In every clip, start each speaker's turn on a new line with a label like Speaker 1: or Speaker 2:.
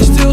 Speaker 1: still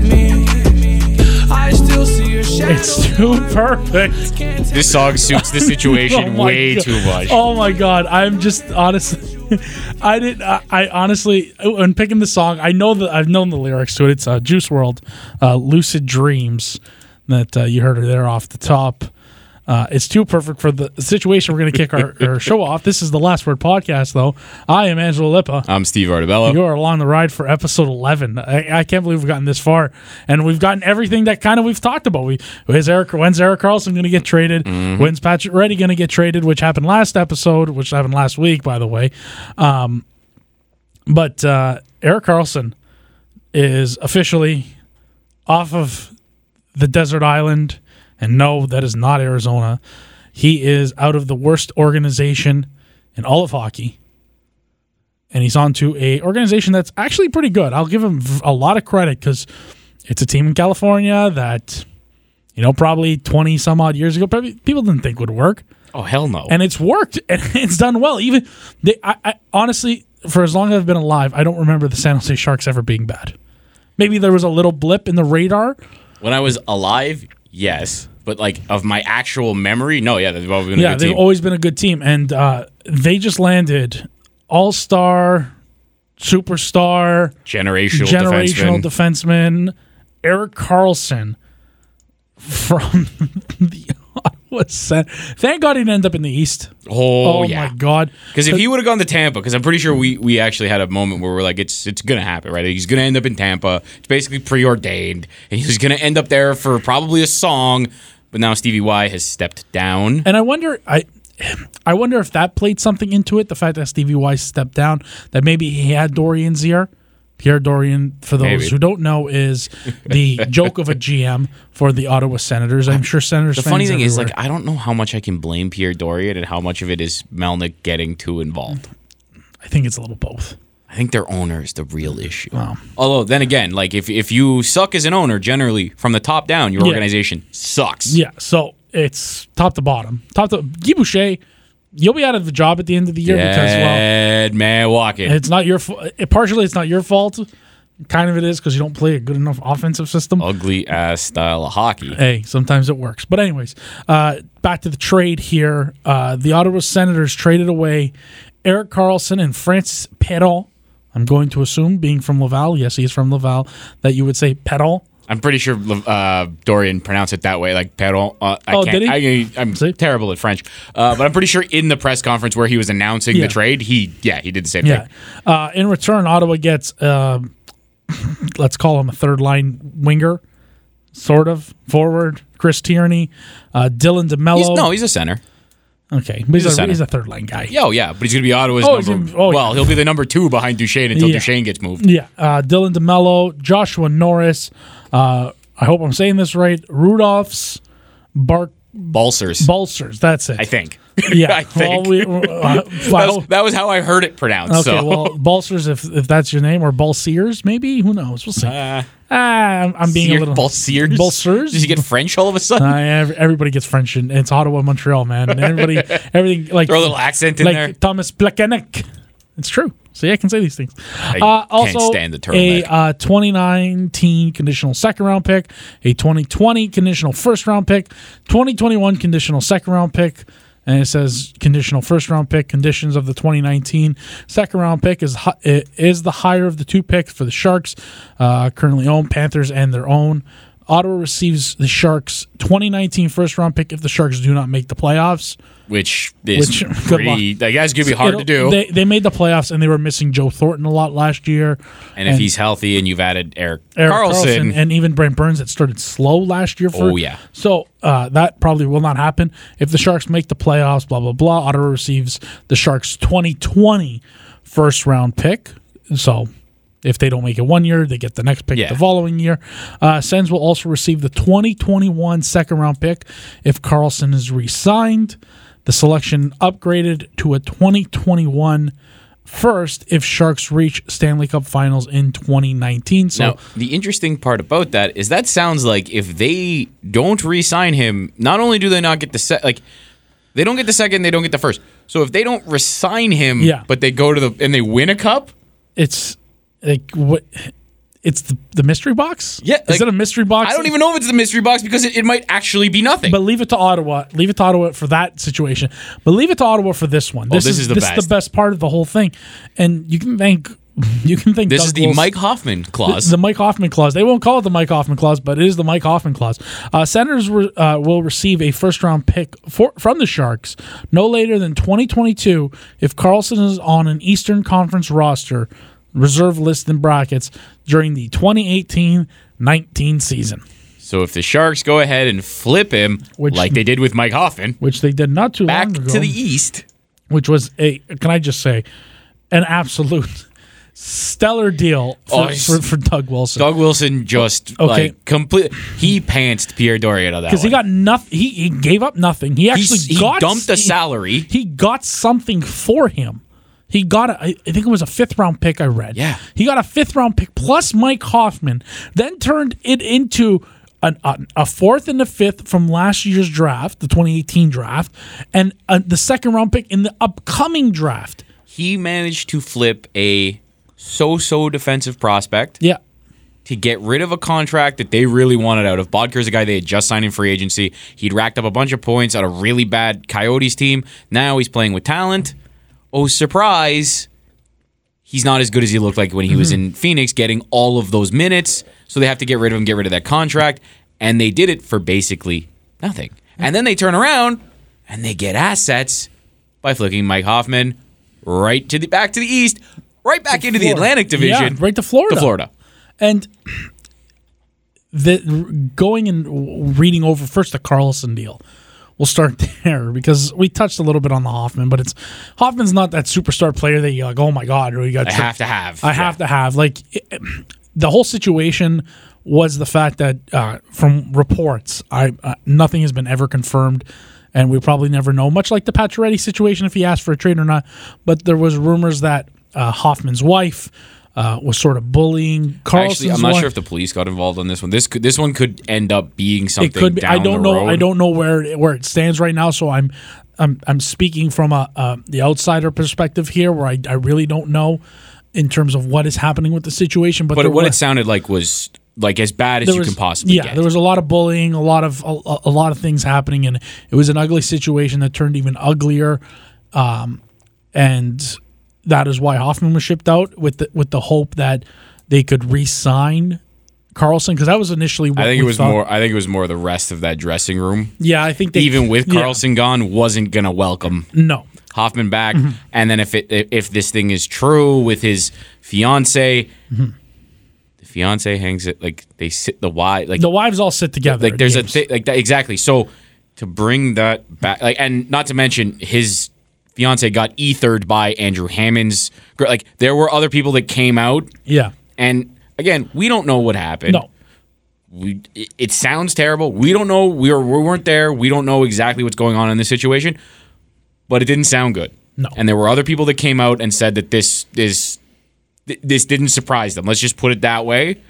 Speaker 1: me. I still see your shadows.
Speaker 2: It's too perfect.
Speaker 1: Can't take
Speaker 3: This song suits the
Speaker 2: Oh
Speaker 3: situation
Speaker 2: my
Speaker 3: way
Speaker 2: God.
Speaker 3: too much.
Speaker 2: Oh my god, I'm just honestly, I did. I, I honestly, when picking the song, I know that I've known the lyrics to it. It's uh, Juice World, uh, "Lucid Dreams," that uh, you heard there off the top. Uh, it's too perfect for the situation we're going to kick our, our show off. This is the Last Word podcast, though. I am Angelo Lippa.
Speaker 3: I'm Steve Artabello.
Speaker 2: You are along the ride for episode 11. I, I can't believe we've gotten this far, and we've gotten everything that kind of we've talked about. We is Eric when's Eric Carlson going to get traded? When's Patrick Reddy going to get traded? Which happened last episode, which happened last week, by the way. Um, but uh, Eric Carlson is officially off of the desert island, and no, that is not Arizona. He is out of the worst organization in all of hockey and he's on to a organization that's actually pretty good. I'll give him v- a lot of credit because it's a team in California that, you know, probably twenty some odd years ago, probably people didn't think would work,
Speaker 3: Oh hell no!
Speaker 2: and it's worked and it's done well. Even they, I, I honestly, for as long as I've been alive, I don't remember the San Jose Sharks ever being bad. Maybe there was a little blip in the radar.
Speaker 3: when I was alive, yes, but like of my actual memory, no. Yeah, they've always been
Speaker 2: yeah,
Speaker 3: a good
Speaker 2: they've
Speaker 3: team.
Speaker 2: always been a good team, and uh, they just landed all star, superstar.
Speaker 3: generational,
Speaker 2: generational
Speaker 3: defenseman.
Speaker 2: defenseman Eric Carlson from the Ottawa Sen- Thank God he didn't end up in the East.
Speaker 3: oh,
Speaker 2: Oh,
Speaker 3: yeah,
Speaker 2: my God.
Speaker 3: because if he would have gone to Tampa, because I'm pretty sure we we actually had a moment where we're like, it's it's gonna happen, right? He's gonna end up in Tampa. It's basically preordained, and he's gonna end up there for probably a song. But now Stevie Y has stepped down.
Speaker 2: And I wonder, I. I wonder if that played something into it. The fact that Stevie Y stepped down, that maybe he had Dorian's ear. Pierre Dorian, for those
Speaker 3: Maybe.
Speaker 2: who don't know, is the joke of a GM for the Ottawa Senators. I'm sure Senators.
Speaker 3: The funny thing is, like, I don't know how much I can blame Pierre Dorian and how much of it is Melnick getting too involved.
Speaker 2: I think it's a little both.
Speaker 3: I think their owner is the real issue. Although, then again, like, if, if you suck as an owner, generally from the top down, your
Speaker 2: Yeah.
Speaker 3: organization sucks.
Speaker 2: Yeah, so it's top to bottom. Top to Guy Boucher, you'll be out of the job at the end of the year because well,
Speaker 3: Dead man walking.
Speaker 2: it's not your fa- it, partially it's not your fault. Kind of it is because you don't play a good enough offensive system.
Speaker 3: Ugly ass style of hockey.
Speaker 2: Hey, sometimes it works. But anyways, uh, back to the trade here. Uh, the Ottawa Senators traded away Eric Carlson and Francis Perron. I'm going to assume, being from Laval, yes, he's from Laval, that you would say Perron.
Speaker 3: I'm pretty sure uh, Dorian pronounced it that way, like Perron. Uh, I
Speaker 2: Oh,
Speaker 3: can't,
Speaker 2: did
Speaker 3: I, I'm
Speaker 2: See?
Speaker 3: terrible at French, uh, but I'm pretty sure in the press conference where he was announcing
Speaker 2: Yeah.
Speaker 3: the trade, he yeah he did the same
Speaker 2: Yeah.
Speaker 3: thing.
Speaker 2: Uh, in return, Ottawa gets, um let's call him a third line winger, sort of forward. Chris Tierney, uh, Dylan
Speaker 3: He's,
Speaker 2: DeMello.
Speaker 3: no, he's a center.
Speaker 2: okay, but he's,
Speaker 3: he's a
Speaker 2: a,
Speaker 3: center.
Speaker 2: he's a third line guy.
Speaker 3: Yeah, oh, yeah, but he's gonna be Ottawa's
Speaker 2: Oh, he's
Speaker 3: number.
Speaker 2: gonna- oh,
Speaker 3: well,
Speaker 2: yeah.
Speaker 3: he'll be the number two behind Duchesne until
Speaker 2: Yeah.
Speaker 3: Duchesne gets moved.
Speaker 2: Yeah. Uh, Dylan DeMello, Joshua Norris. Uh, I hope I'm saying this right. Rudolph's Bark
Speaker 3: Balsers,
Speaker 2: Balsers. That's it.
Speaker 3: I think.
Speaker 2: yeah.
Speaker 3: I think.
Speaker 2: Well, we, uh,
Speaker 3: That
Speaker 2: well,
Speaker 3: was, that was how I heard it pronounced.
Speaker 2: Okay,
Speaker 3: so.
Speaker 2: well, Balsers, if, if that's your name, or Balsiers, maybe? Who knows? We'll see.
Speaker 3: uh,
Speaker 2: ah, I'm, I'm being
Speaker 3: Sear-
Speaker 2: a little.
Speaker 3: Balsers.
Speaker 2: Balsers?
Speaker 3: Did you get French all of a sudden?
Speaker 2: Uh, ev- everybody gets French, and it's Ottawa, Montreal, man. And everybody, everything like
Speaker 3: Throw a little accent in
Speaker 2: like
Speaker 3: there.
Speaker 2: Thomas Plekanec. It's true. See, I can say these things. I
Speaker 3: can't stand the
Speaker 2: a
Speaker 3: turtleneck.
Speaker 2: uh, 2019 conditional second round pick, a 2020 conditional first round pick, 2021 conditional second round pick, and it says conditional first round pick. Conditions of the 2019 second round pick is hi- it is the higher of the two picks for the Sharks, uh, currently own Panthers and their own. Ottawa receives the Sharks 2019 first round pick if the Sharks do not make the playoffs.
Speaker 3: Which is
Speaker 2: Which- good
Speaker 3: pretty. Like, that's gonna be hard to
Speaker 2: It'll-
Speaker 3: do.
Speaker 2: They, they made the playoffs and they were missing Joe Thornton a lot last year.
Speaker 3: and if he's healthy, and you've added Eric,
Speaker 2: Eric
Speaker 3: Carlson,
Speaker 2: and even Brent Burns that started slow last year. For,
Speaker 3: Oh, yeah.
Speaker 2: So uh, that probably will not happen if the Sharks make the playoffs. Blah blah blah. Ottawa receives the Sharks 2020 first round pick. So. If they don't make it one year, they get the next pick
Speaker 3: Yeah.
Speaker 2: the following year. Uh, Sens will also receive the 2021 second round pick if Carlson is re signed. The selection upgraded to a 2021 first if Sharks reach Stanley Cup Finals in 2019. So
Speaker 3: Now, the interesting part about that is that sounds like if they don't re-sign him, not only do they not get the set, like they don't get the second, they don't get the first. So if they don't resign him,
Speaker 2: Yeah.
Speaker 3: but they go to the and they win a cup,
Speaker 2: it's like what it's the, the mystery box.
Speaker 3: Yeah,
Speaker 2: is
Speaker 3: like,
Speaker 2: it a mystery box?
Speaker 3: I don't even know if it's the mystery box because it, it might actually be nothing.
Speaker 2: But leave it to Ottawa. Leave it to Ottawa for that situation. But leave it to Ottawa for this one. This,
Speaker 3: Oh, this
Speaker 2: is,
Speaker 3: is the
Speaker 2: this is the
Speaker 3: best.
Speaker 2: best part of the whole thing, and you can thank you can thank
Speaker 3: this
Speaker 2: Doug
Speaker 3: is the
Speaker 2: Wilson-
Speaker 3: Mike Hoffman clause.
Speaker 2: The Mike Hoffman clause. They won't call it the Mike Hoffman clause, but it is the Mike Hoffman clause. Uh, senators re- uh, will receive a first round pick for, from the Sharks no later than 2022 if Carlson is on an Eastern Conference roster, reserve list in brackets, during the 2018 19 season,
Speaker 3: so if the Sharks go ahead and flip him,
Speaker 2: Which-
Speaker 3: like they did with Mike Hoffman,
Speaker 2: which they did not too
Speaker 3: back
Speaker 2: long ago.
Speaker 3: to the E East.
Speaker 2: which was a can I just say, an absolute stellar deal for,
Speaker 3: Oh, he's-
Speaker 2: for, for Doug Wilson.
Speaker 3: Doug Wilson just
Speaker 2: Okay.
Speaker 3: like complete. He pantsed Pierre Dorian on that
Speaker 2: because he
Speaker 3: one.
Speaker 2: got nothing, he, he gave up nothing. He actually
Speaker 3: He's- he
Speaker 2: got
Speaker 3: dumped a
Speaker 2: he-
Speaker 3: salary.
Speaker 2: He got something for him. He got a, I I think it was a fifth round pick. I read.
Speaker 3: Yeah.
Speaker 2: he got a fifth round pick plus Mike Hoffman, then turned it into an, a, a fourth and a fifth from last year's draft, the 2018 draft, and uh, the second round pick in the upcoming draft.
Speaker 3: he managed to flip a so-so defensive prospect
Speaker 2: Yeah,
Speaker 3: to get rid of a contract that they really wanted out of. Bodker's a guy they had just signed in free agency. He'd racked up a bunch of points on a really bad Coyotes team. Now he's playing with talent. Oh, surprise. He's not as good as he looked like when he
Speaker 2: Mm-hmm.
Speaker 3: was in Phoenix getting all of those minutes. So they have to get rid of him, get rid of that contract. And they did it for basically nothing. And then they turn around and they get assets by flicking Mike Hoffman right to the back to the east, right back into the
Speaker 2: Florida.
Speaker 3: Atlantic division.
Speaker 2: Yeah, right to Florida.
Speaker 3: To Florida.
Speaker 2: and the going and reading over first the Carlson deal. We'll start there because we touched a little bit on the Hoffman, but it's Hoffman's not that superstar player that you're like, oh my god, we got.
Speaker 3: I have to have.
Speaker 2: I have to have. Like it- the whole situation was the fact that uh, from reports, I uh, nothing has been ever confirmed, and we probably never know. Much like the Pacioretty situation, if he asked for a trade or not, but there was rumors that uh, Hoffman's wife. Uh, was sort of bullying Carlson's
Speaker 3: Actually, I'm not
Speaker 2: wife.
Speaker 3: sure if the police got involved on this one. This could, this one could end up being something.
Speaker 2: it could be.
Speaker 3: Down
Speaker 2: I don't
Speaker 3: the
Speaker 2: know.
Speaker 3: Road.
Speaker 2: I don't know where it, where it stands right now. So I'm I'm I'm speaking from a uh, the outsider perspective here, where I, I really don't know in terms of what is happening with the situation. But,
Speaker 3: But
Speaker 2: there
Speaker 3: what
Speaker 2: wa-
Speaker 3: it sounded like was like as bad as
Speaker 2: there
Speaker 3: you
Speaker 2: was-
Speaker 3: can possibly
Speaker 2: yeah,
Speaker 3: get.
Speaker 2: there was a lot of bullying, a lot of a, a- a lot of things happening, and it was an ugly situation that turned even uglier. Um, and that is why Hoffman was shipped out with the, with the hope that they could re-sign Carlson because that was initially. What
Speaker 3: I think
Speaker 2: we
Speaker 3: it was
Speaker 2: thought.
Speaker 3: more. I think it was more the rest of that dressing room,
Speaker 2: Yeah, I think they,
Speaker 3: even with
Speaker 2: yeah,
Speaker 3: Carlson gone, wasn't gonna welcome
Speaker 2: no,
Speaker 3: Hoffman back.
Speaker 2: Mm-hmm.
Speaker 3: And then if it if this thing is true with his fiance,
Speaker 2: Mm-hmm.
Speaker 3: the fiance hangs it like they sit the wide like
Speaker 2: the wives all sit together.
Speaker 3: like
Speaker 2: at
Speaker 3: there's
Speaker 2: games.
Speaker 3: a thing like that exactly so to bring that back like and not to mention his fiance got ethered by andrew hammond's gr- like there were other people that came out
Speaker 2: yeah.
Speaker 3: and again we don't know what happened
Speaker 2: No,
Speaker 3: we, it, it sounds terrible we don't know we, were, we weren't there we don't know exactly what's going on in this situation but it didn't sound good
Speaker 2: No.
Speaker 3: and there were other people that came out and said that this is th- this didn't surprise them let's just put it that way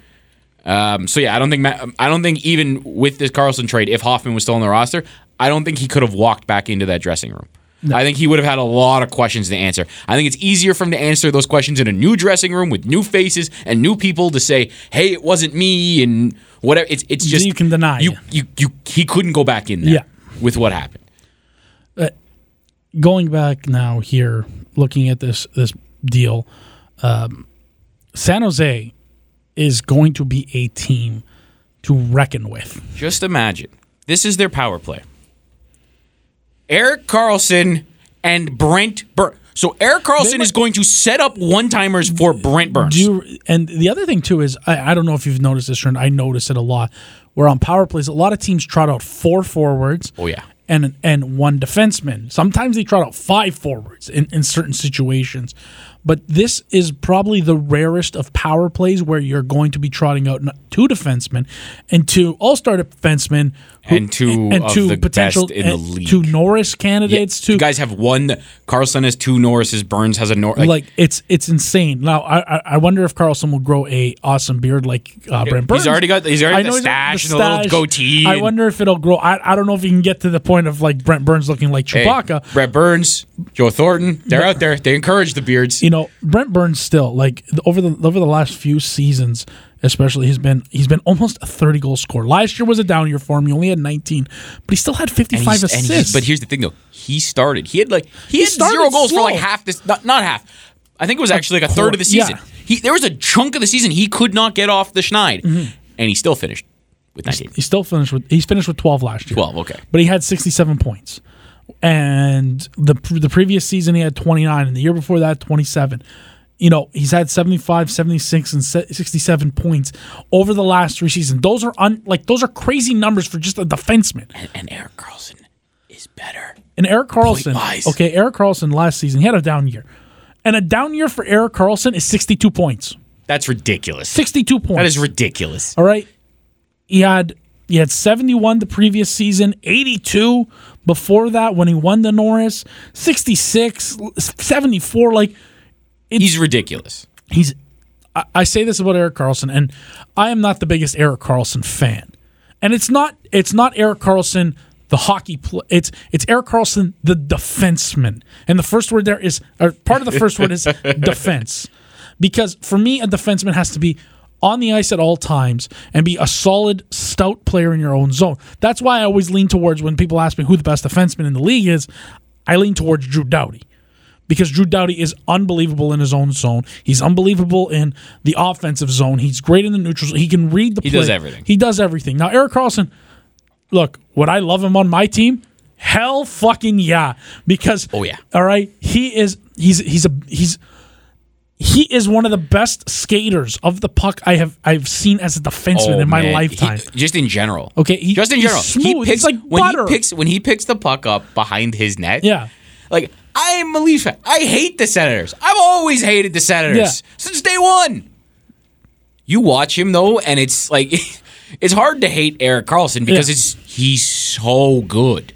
Speaker 3: um, so yeah, I don't think Matt, I don't think even with this Carlson trade, if Hoffman was still on the roster, I don't think he could have walked back into that dressing room. I think he would have had a lot of questions to answer. I think it's easier for him to answer those questions in a new dressing room with new faces and new people to say, "Hey, it wasn't me," and whatever. It's it's just
Speaker 2: You can deny.
Speaker 3: you you, you he couldn't go back in there
Speaker 2: Yeah.
Speaker 3: with what happened.
Speaker 2: going back now here, looking at this this deal, um, San Jose is going to be a team to reckon with.
Speaker 3: Just imagine this is their power play. Eric Carlson and Brent Burns. So Eric Carlson
Speaker 2: might-
Speaker 3: is going to set up one timers for Brent Burns.
Speaker 2: Do you, and the other thing too is I, I don't know if you've noticed this trend. I notice it a lot. Where on power plays, a lot of teams trot out four forwards.
Speaker 3: Oh, yeah.
Speaker 2: and and one defenseman. Sometimes they trot out five forwards in, in certain situations, But this is probably the rarest of power plays where you're going to be trotting out n- two defensemen and two all star defensemen who-
Speaker 3: And two of the best in the
Speaker 2: and
Speaker 3: league.
Speaker 2: two Norris candidates.
Speaker 3: you
Speaker 2: two
Speaker 3: guys have one. Carlson has two Norrises. Burns has a Norris. Like,
Speaker 2: like, it's it's insane. Now I I- I wonder if Carlson will grow a awesome beard like uh, Brent Burns.
Speaker 3: He's already got- he's already
Speaker 2: I
Speaker 3: got
Speaker 2: know
Speaker 3: the
Speaker 2: he's already
Speaker 3: stash
Speaker 2: got
Speaker 3: and the little goatee
Speaker 2: I
Speaker 3: and-
Speaker 2: wonder if it'll grow. I, I don't know if he can get to the point of like Brent Burns looking like
Speaker 3: hey,
Speaker 2: Chewbacca.
Speaker 3: Brett Burns, Joe Thornton. They're out there. They encourage the beards.
Speaker 2: You know Brent Burns still like th- over the over the last few seasons, especially he's been he's been almost a thirty goal scorer. Last year was a down year for him. He only had nineteen, but he still had fifty
Speaker 3: And
Speaker 2: five
Speaker 3: he's- and
Speaker 2: assists.
Speaker 3: he- but here's the thing, though. He started. He had like he, had
Speaker 2: started
Speaker 3: zero goals
Speaker 2: slow.
Speaker 3: for like half this. Not, not half. I think it was actually like a
Speaker 2: quarter,
Speaker 3: third of the season.
Speaker 2: yeah.
Speaker 3: He there was a chunk of the season he could not get off the schneid,
Speaker 2: Mm-hmm.
Speaker 3: and he still finished with 19.
Speaker 2: he still finished with he's finished with 12 last year
Speaker 3: 12, okay.
Speaker 2: but he had 67 points and the the previous season he had 29 and the year before that 27 you know he's had 75 76 and se- 67 points over the last three seasons those are un, like those are crazy numbers for just a defenseman
Speaker 3: And, and Eric Carlson is better.
Speaker 2: and Eric Carlson
Speaker 3: wise.
Speaker 2: okay Eric Carlson last season he had a down year and a down year for Eric Carlson is 62 points
Speaker 3: That's ridiculous.
Speaker 2: 62 points
Speaker 3: That is ridiculous.
Speaker 2: all right. He had he had 71 the previous season, 82 before that when he won the Norris, 66, 74 like
Speaker 3: He's ridiculous.
Speaker 2: he's I, I say this about Eric Carlson and I am not the biggest Eric Carlson fan. And it's not it's not Eric Carlson the hockey pl- it's it's Eric Carlson the defenseman. And the first word there is or part of the first word is defense. Because for me a defenseman has to be on the ice at all times and be a solid stout player in your own zone. That's why I always lean towards when people ask me who the best defenseman in the league is, I lean towards Drew Doughty because Drew Doughty is unbelievable in his own zone. He's unbelievable in the offensive zone. He's great in the neutral zone. He can read the he
Speaker 3: does everything.
Speaker 2: He does everything. Now, Eric Carlson, look, would I love him on my team? Hell fucking yeah. Because
Speaker 3: Oh, yeah.
Speaker 2: All right. He is he's he's a he's he is one of the best skaters of the puck I have I've seen as a defenseman
Speaker 3: Oh,
Speaker 2: in my
Speaker 3: man.
Speaker 2: lifetime.
Speaker 3: He- just in general.
Speaker 2: Okay, he-
Speaker 3: just in
Speaker 2: he's
Speaker 3: general.
Speaker 2: smooth.
Speaker 3: He
Speaker 2: He's
Speaker 3: picks
Speaker 2: like
Speaker 3: when
Speaker 2: butter.
Speaker 3: he picks when he picks the puck up behind his net.
Speaker 2: Yeah.
Speaker 3: Like I am a Leafs fan. I hate the Senators. I've always hated the Senators
Speaker 2: Yeah.
Speaker 3: since day one. You watch him though, and it's like it's hard to hate Eric Carlson because
Speaker 2: Yeah.
Speaker 3: it's he's so good.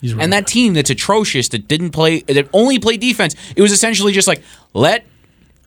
Speaker 2: He's really
Speaker 3: And that team that's atrocious that didn't play that only played defense. It was essentially just like let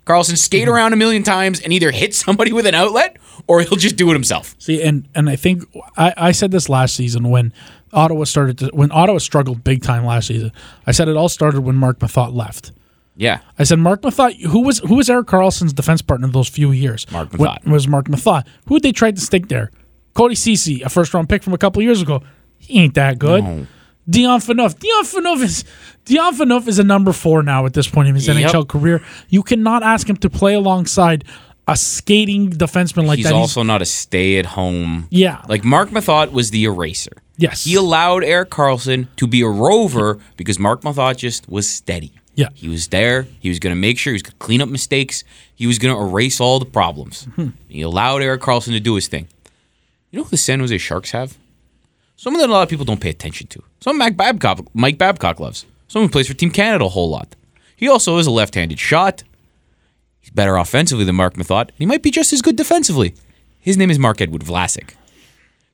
Speaker 3: Carlson skate
Speaker 2: Mm-hmm.
Speaker 3: around a million times and either hit somebody with an outlet or he'll just do it himself.
Speaker 2: See, and and I think I, I said this last season when Ottawa started to, when Ottawa struggled big time last season. I said it all started when Mark Mathot left.
Speaker 3: Yeah.
Speaker 2: I said Mark Mathot, who was who was Eric Carlson's defense partner those few years?
Speaker 3: Mark
Speaker 2: When-
Speaker 3: Mathot.
Speaker 2: was Mark Mathot. Who would they try to stick there? Cody Ceci, a first round pick from a couple years ago. He ain't that good. Dion Phaneuf. Dion Phaneuf is Dion Phaneuf is a number four now at this point in his
Speaker 3: Yep.
Speaker 2: NHL career. You cannot ask him to play alongside a skating defenseman like
Speaker 3: he's
Speaker 2: that. He's-
Speaker 3: also not a stay at home.
Speaker 2: Yeah.
Speaker 3: Like Mark Mathot was the eraser.
Speaker 2: Yes.
Speaker 3: He allowed Eric Carlson to be a rover because Mark Mathot just was steady.
Speaker 2: Yeah.
Speaker 3: He was there. He was going to make sure he was going to clean up mistakes. He was going to erase all the problems.
Speaker 2: Hmm.
Speaker 3: He allowed Eric Carlson to do his thing. You know who the San Jose Sharks have? Someone that a lot of people don't pay attention to. Someone Mike Babcock, Mike Babcock loves. Someone who plays for Team Canada a whole lot. He also is a left-handed shot. He's better offensively than Mark Mathot. and He might be just as good defensively. His name is Mark Edward Vlasic.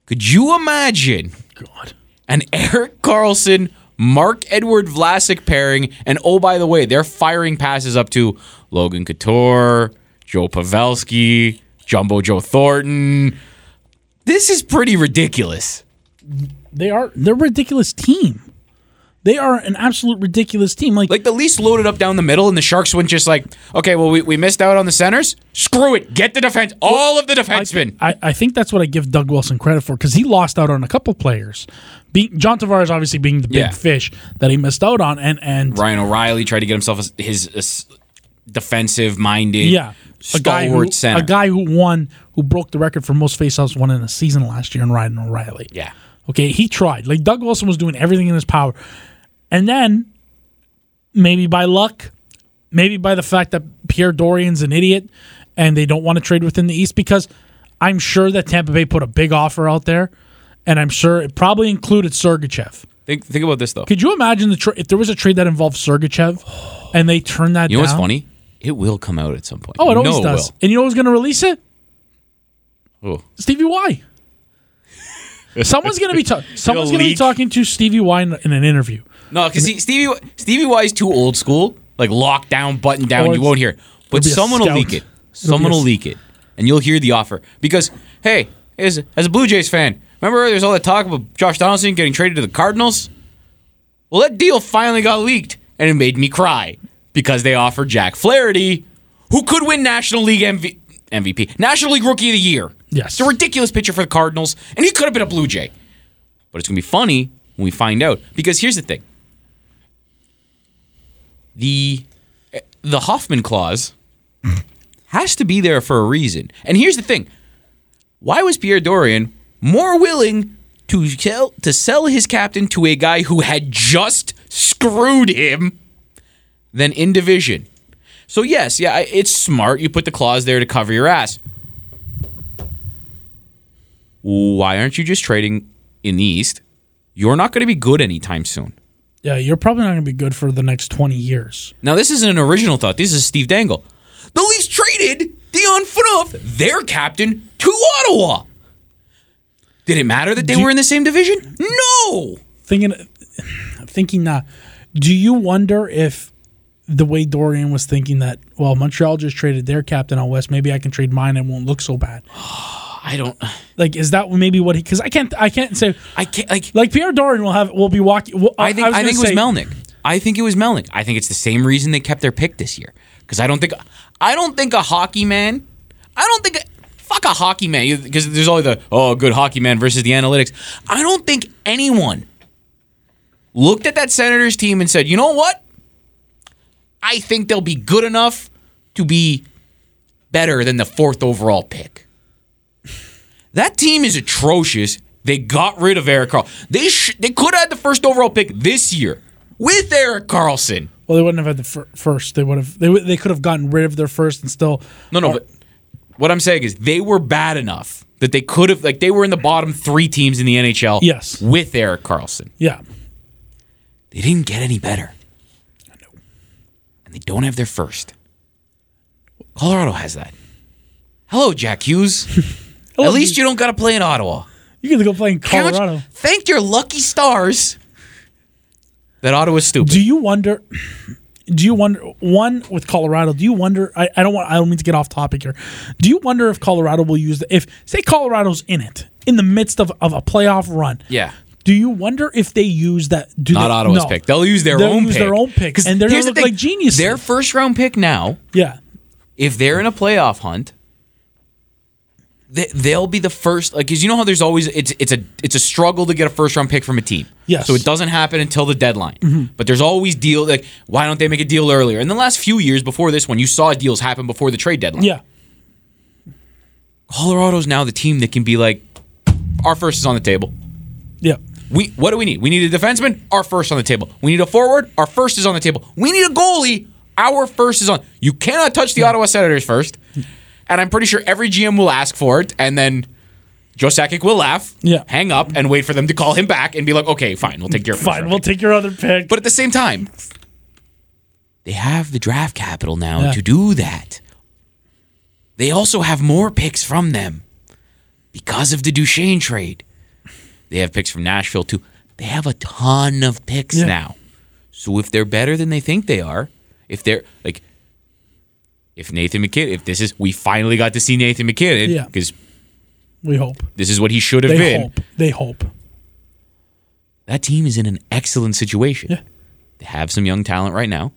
Speaker 3: Could you imagine
Speaker 2: God.
Speaker 3: an Eric Carlson, Mark Edward Vlasic pairing? And oh, by the way, they're firing passes up to Logan Couture, Joe Pavelski, Jumbo Joe Thornton. This is pretty ridiculous.
Speaker 2: They are they're a ridiculous team. They are an absolute ridiculous team. Like,
Speaker 3: Like the Leafs loaded up down the middle, and the Sharks went just like, okay, well, we, we missed out on the centers. Screw it. Get the defense. All of the defensemen.
Speaker 2: I, I think that's what I give Doug Wilson credit for because he lost out on a couple players. Be, John Tavares obviously being the big
Speaker 3: Yeah.
Speaker 2: fish that he missed out on, and and
Speaker 3: Ryan O'Reilly tried to get himself a, his a s defensive minded,
Speaker 2: yeah, a
Speaker 3: stalwart
Speaker 2: guy who
Speaker 3: center.
Speaker 2: a guy who won who broke the record for most faceoffs won in a season last year, and Ryan O'Reilly.
Speaker 3: yeah,
Speaker 2: Okay, he tried. Like Doug Wilson was doing everything in his power. And then maybe by luck, maybe by the fact that Pierre Dorian's an idiot and they don't want to trade within the East because I'm sure that Tampa Bay put a big offer out there and I'm sure it probably included Sergachev.
Speaker 3: think think about this though.
Speaker 2: Could you imagine the tra- if there was a trade that involved Sergachev and they turned that
Speaker 3: you know
Speaker 2: down?
Speaker 3: what's funny? It will come out at some point.
Speaker 2: Oh, it
Speaker 3: You
Speaker 2: always
Speaker 3: know
Speaker 2: does. And you know who's going to release it?
Speaker 3: Will. Oh. Ooh.
Speaker 2: Stevie Y. Someone's going to be ta- someone's going to be
Speaker 3: leak.
Speaker 2: talking to Stevie Y in, in an interview.
Speaker 3: No, because Stevie Stevie Y's too old school. Like locked down, buttoned down.
Speaker 2: Or
Speaker 3: You won't hear. it.
Speaker 2: there'll
Speaker 3: But
Speaker 2: be a
Speaker 3: someone will
Speaker 2: scout.
Speaker 3: leak it.
Speaker 2: There'll
Speaker 3: Someone
Speaker 2: be a
Speaker 3: will
Speaker 2: s-
Speaker 3: leak it, and you'll hear the offer. Because hey, as, as a Blue Jays fan, remember there's all that talk about Josh Donaldson getting traded to the Cardinals. Well, that deal finally got leaked, and it made me cry because they offered Jack Flaherty, who could win National League MV- MVP, National League Rookie of the Year.
Speaker 2: Yes.
Speaker 3: it's a ridiculous pitcher for the Cardinals, and he could have been a Blue Jay. But it's gonna be funny when we find out. Because here's the thing: the eh, the Hoffman clause has to be there for a reason. And here's the thing: why was Pierre Dorian more willing to sell to sell his captain to a guy who had just screwed him than in division? So yes, yeah, I- it's smart. You put the clause there to cover your ass. Why aren't you just trading in the East? You're not going to be good anytime soon.
Speaker 2: Yeah, you're probably not going to be good for the next 20 years.
Speaker 3: Now, this isn't an original thought. This is Steve Dangle. The Leafs traded Dion Phaneuf, their captain, to Ottawa. Did it matter that they
Speaker 2: Do-
Speaker 3: were in the same division? No.
Speaker 2: Thinking thinking that do you wonder if the way Dorian was thinking that well, Montreal just traded their captain out west, maybe I can trade mine and it won't look so bad.
Speaker 3: I don't.
Speaker 2: Like is that maybe what he cuz I can't I can't say
Speaker 3: I can't. Like,
Speaker 2: like Pierre Dorian will have will be walking will,
Speaker 3: I think.
Speaker 2: was
Speaker 3: I,
Speaker 2: gonna
Speaker 3: think it was
Speaker 2: say-
Speaker 3: Melnick. I think it was Melnick. I think it's the same reason they kept their pick this year because I don't think. I don't think a hockey man. I don't think. Fuck a hockey man because there's only the oh good hockey man versus the analytics. I don't think anyone looked at that Senators team and said, you know what? I think they'll be good enough to be better than the fourth overall pick. That team is atrocious. They got rid of Eric Carl. They sh- they could have had the first overall pick this year with Eric Carlson.
Speaker 2: Well, they wouldn't have had the fir- first. They would have. They would- they could have gotten rid of their first and still.
Speaker 3: No, no.
Speaker 2: Or-
Speaker 3: But what I'm saying is they were bad enough that they could have like they were in the bottom three teams in the NHL.
Speaker 2: Yes.
Speaker 3: with Eric Carlson,
Speaker 2: yeah,
Speaker 3: they didn't get any better. And they don't have their first. Colorado has that. Hello, Jack Hughes. At least you don't got to play in Ottawa.
Speaker 2: you could go play in
Speaker 3: Count-
Speaker 2: Colorado.
Speaker 3: thank your lucky stars that Ottawa's stupid.
Speaker 2: Do you wonder? Do you wonder one with Colorado? Do you wonder? I, I don't want. I don't mean to get off topic here. Do you wonder if Colorado will use the if say Colorado's in it in the midst of, of a playoff run?
Speaker 3: Yeah.
Speaker 2: Do you wonder if they use that? Do
Speaker 3: Not
Speaker 2: they-
Speaker 3: Ottawa's
Speaker 2: no.
Speaker 3: pick. They'll use their
Speaker 2: They'll
Speaker 3: own
Speaker 2: use
Speaker 3: pick.
Speaker 2: their own pick,
Speaker 3: 'Cause
Speaker 2: and they're gonna
Speaker 3: here's the
Speaker 2: look like
Speaker 3: thing,
Speaker 2: geniuses.
Speaker 3: Their first round pick now,
Speaker 2: Yeah.
Speaker 3: if they're in a playoff hunt, they, they'll be the first. Like, cause you know how there's always it's it's a it's a struggle to get a first round pick from a team.
Speaker 2: Yes. Mm-hmm.
Speaker 3: So it doesn't happen until the deadline. But there's always deal like why don't they make a deal earlier? In the last few years before this one, you saw deals happen before the trade deadline.
Speaker 2: Yeah.
Speaker 3: Colorado's now the team that can be like, our first is on the table.
Speaker 2: Yeah.
Speaker 3: We what do we need? We need a defenseman. Our first on the table. We need a forward. Our first is on the table. We need a goalie. Our first is on. You cannot touch the Ottawa Senators first, and I'm pretty sure every GM will ask for it, and then Joe Sakic will laugh,
Speaker 2: Yeah.
Speaker 3: hang up, and wait for them to call him back and be like, "Okay, fine, we'll take your first
Speaker 2: Fine.
Speaker 3: round
Speaker 2: We'll
Speaker 3: pick."
Speaker 2: take your other pick.
Speaker 3: But at the same time, they have the draft capital now
Speaker 2: Yeah.
Speaker 3: to do that. They also have more picks from them because of the Duchesne trade. They have picks from Nashville too. They have a ton of picks
Speaker 2: Yeah.
Speaker 3: now. So if they're better than they think they are, if they're like if Nathan McKinnon, if this is we finally got to see Nathan
Speaker 2: Yeah.
Speaker 3: McKinnon because
Speaker 2: we hope.
Speaker 3: this is what he should have
Speaker 2: They
Speaker 3: been.
Speaker 2: hope. They hope.
Speaker 3: that team is in an excellent situation.
Speaker 2: Yeah.
Speaker 3: They have some young talent right now.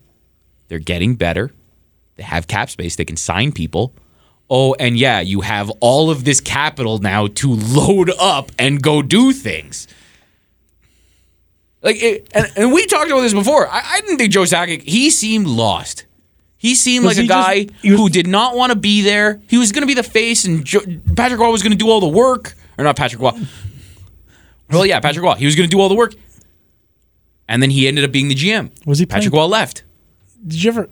Speaker 3: They're getting better. They have cap space. They can sign people. Oh, and yeah, you have all of this capital now to load up and go do things. Like, it, and, and we talked about this before. I, I didn't think Joe Sakic. He seemed lost. He seemed
Speaker 2: Was
Speaker 3: like a
Speaker 2: he just-
Speaker 3: guy
Speaker 2: he was-
Speaker 3: who did not want to be there. He was going to be the face, and jo- Patrick Waugh was going to do all the work, or not Patrick Waugh. Well, yeah, Patrick Waugh. He was going to do all the work, and then he ended up being the GM.
Speaker 2: Was he
Speaker 3: Patrick
Speaker 2: playing-
Speaker 3: Waugh left?
Speaker 2: Did you ever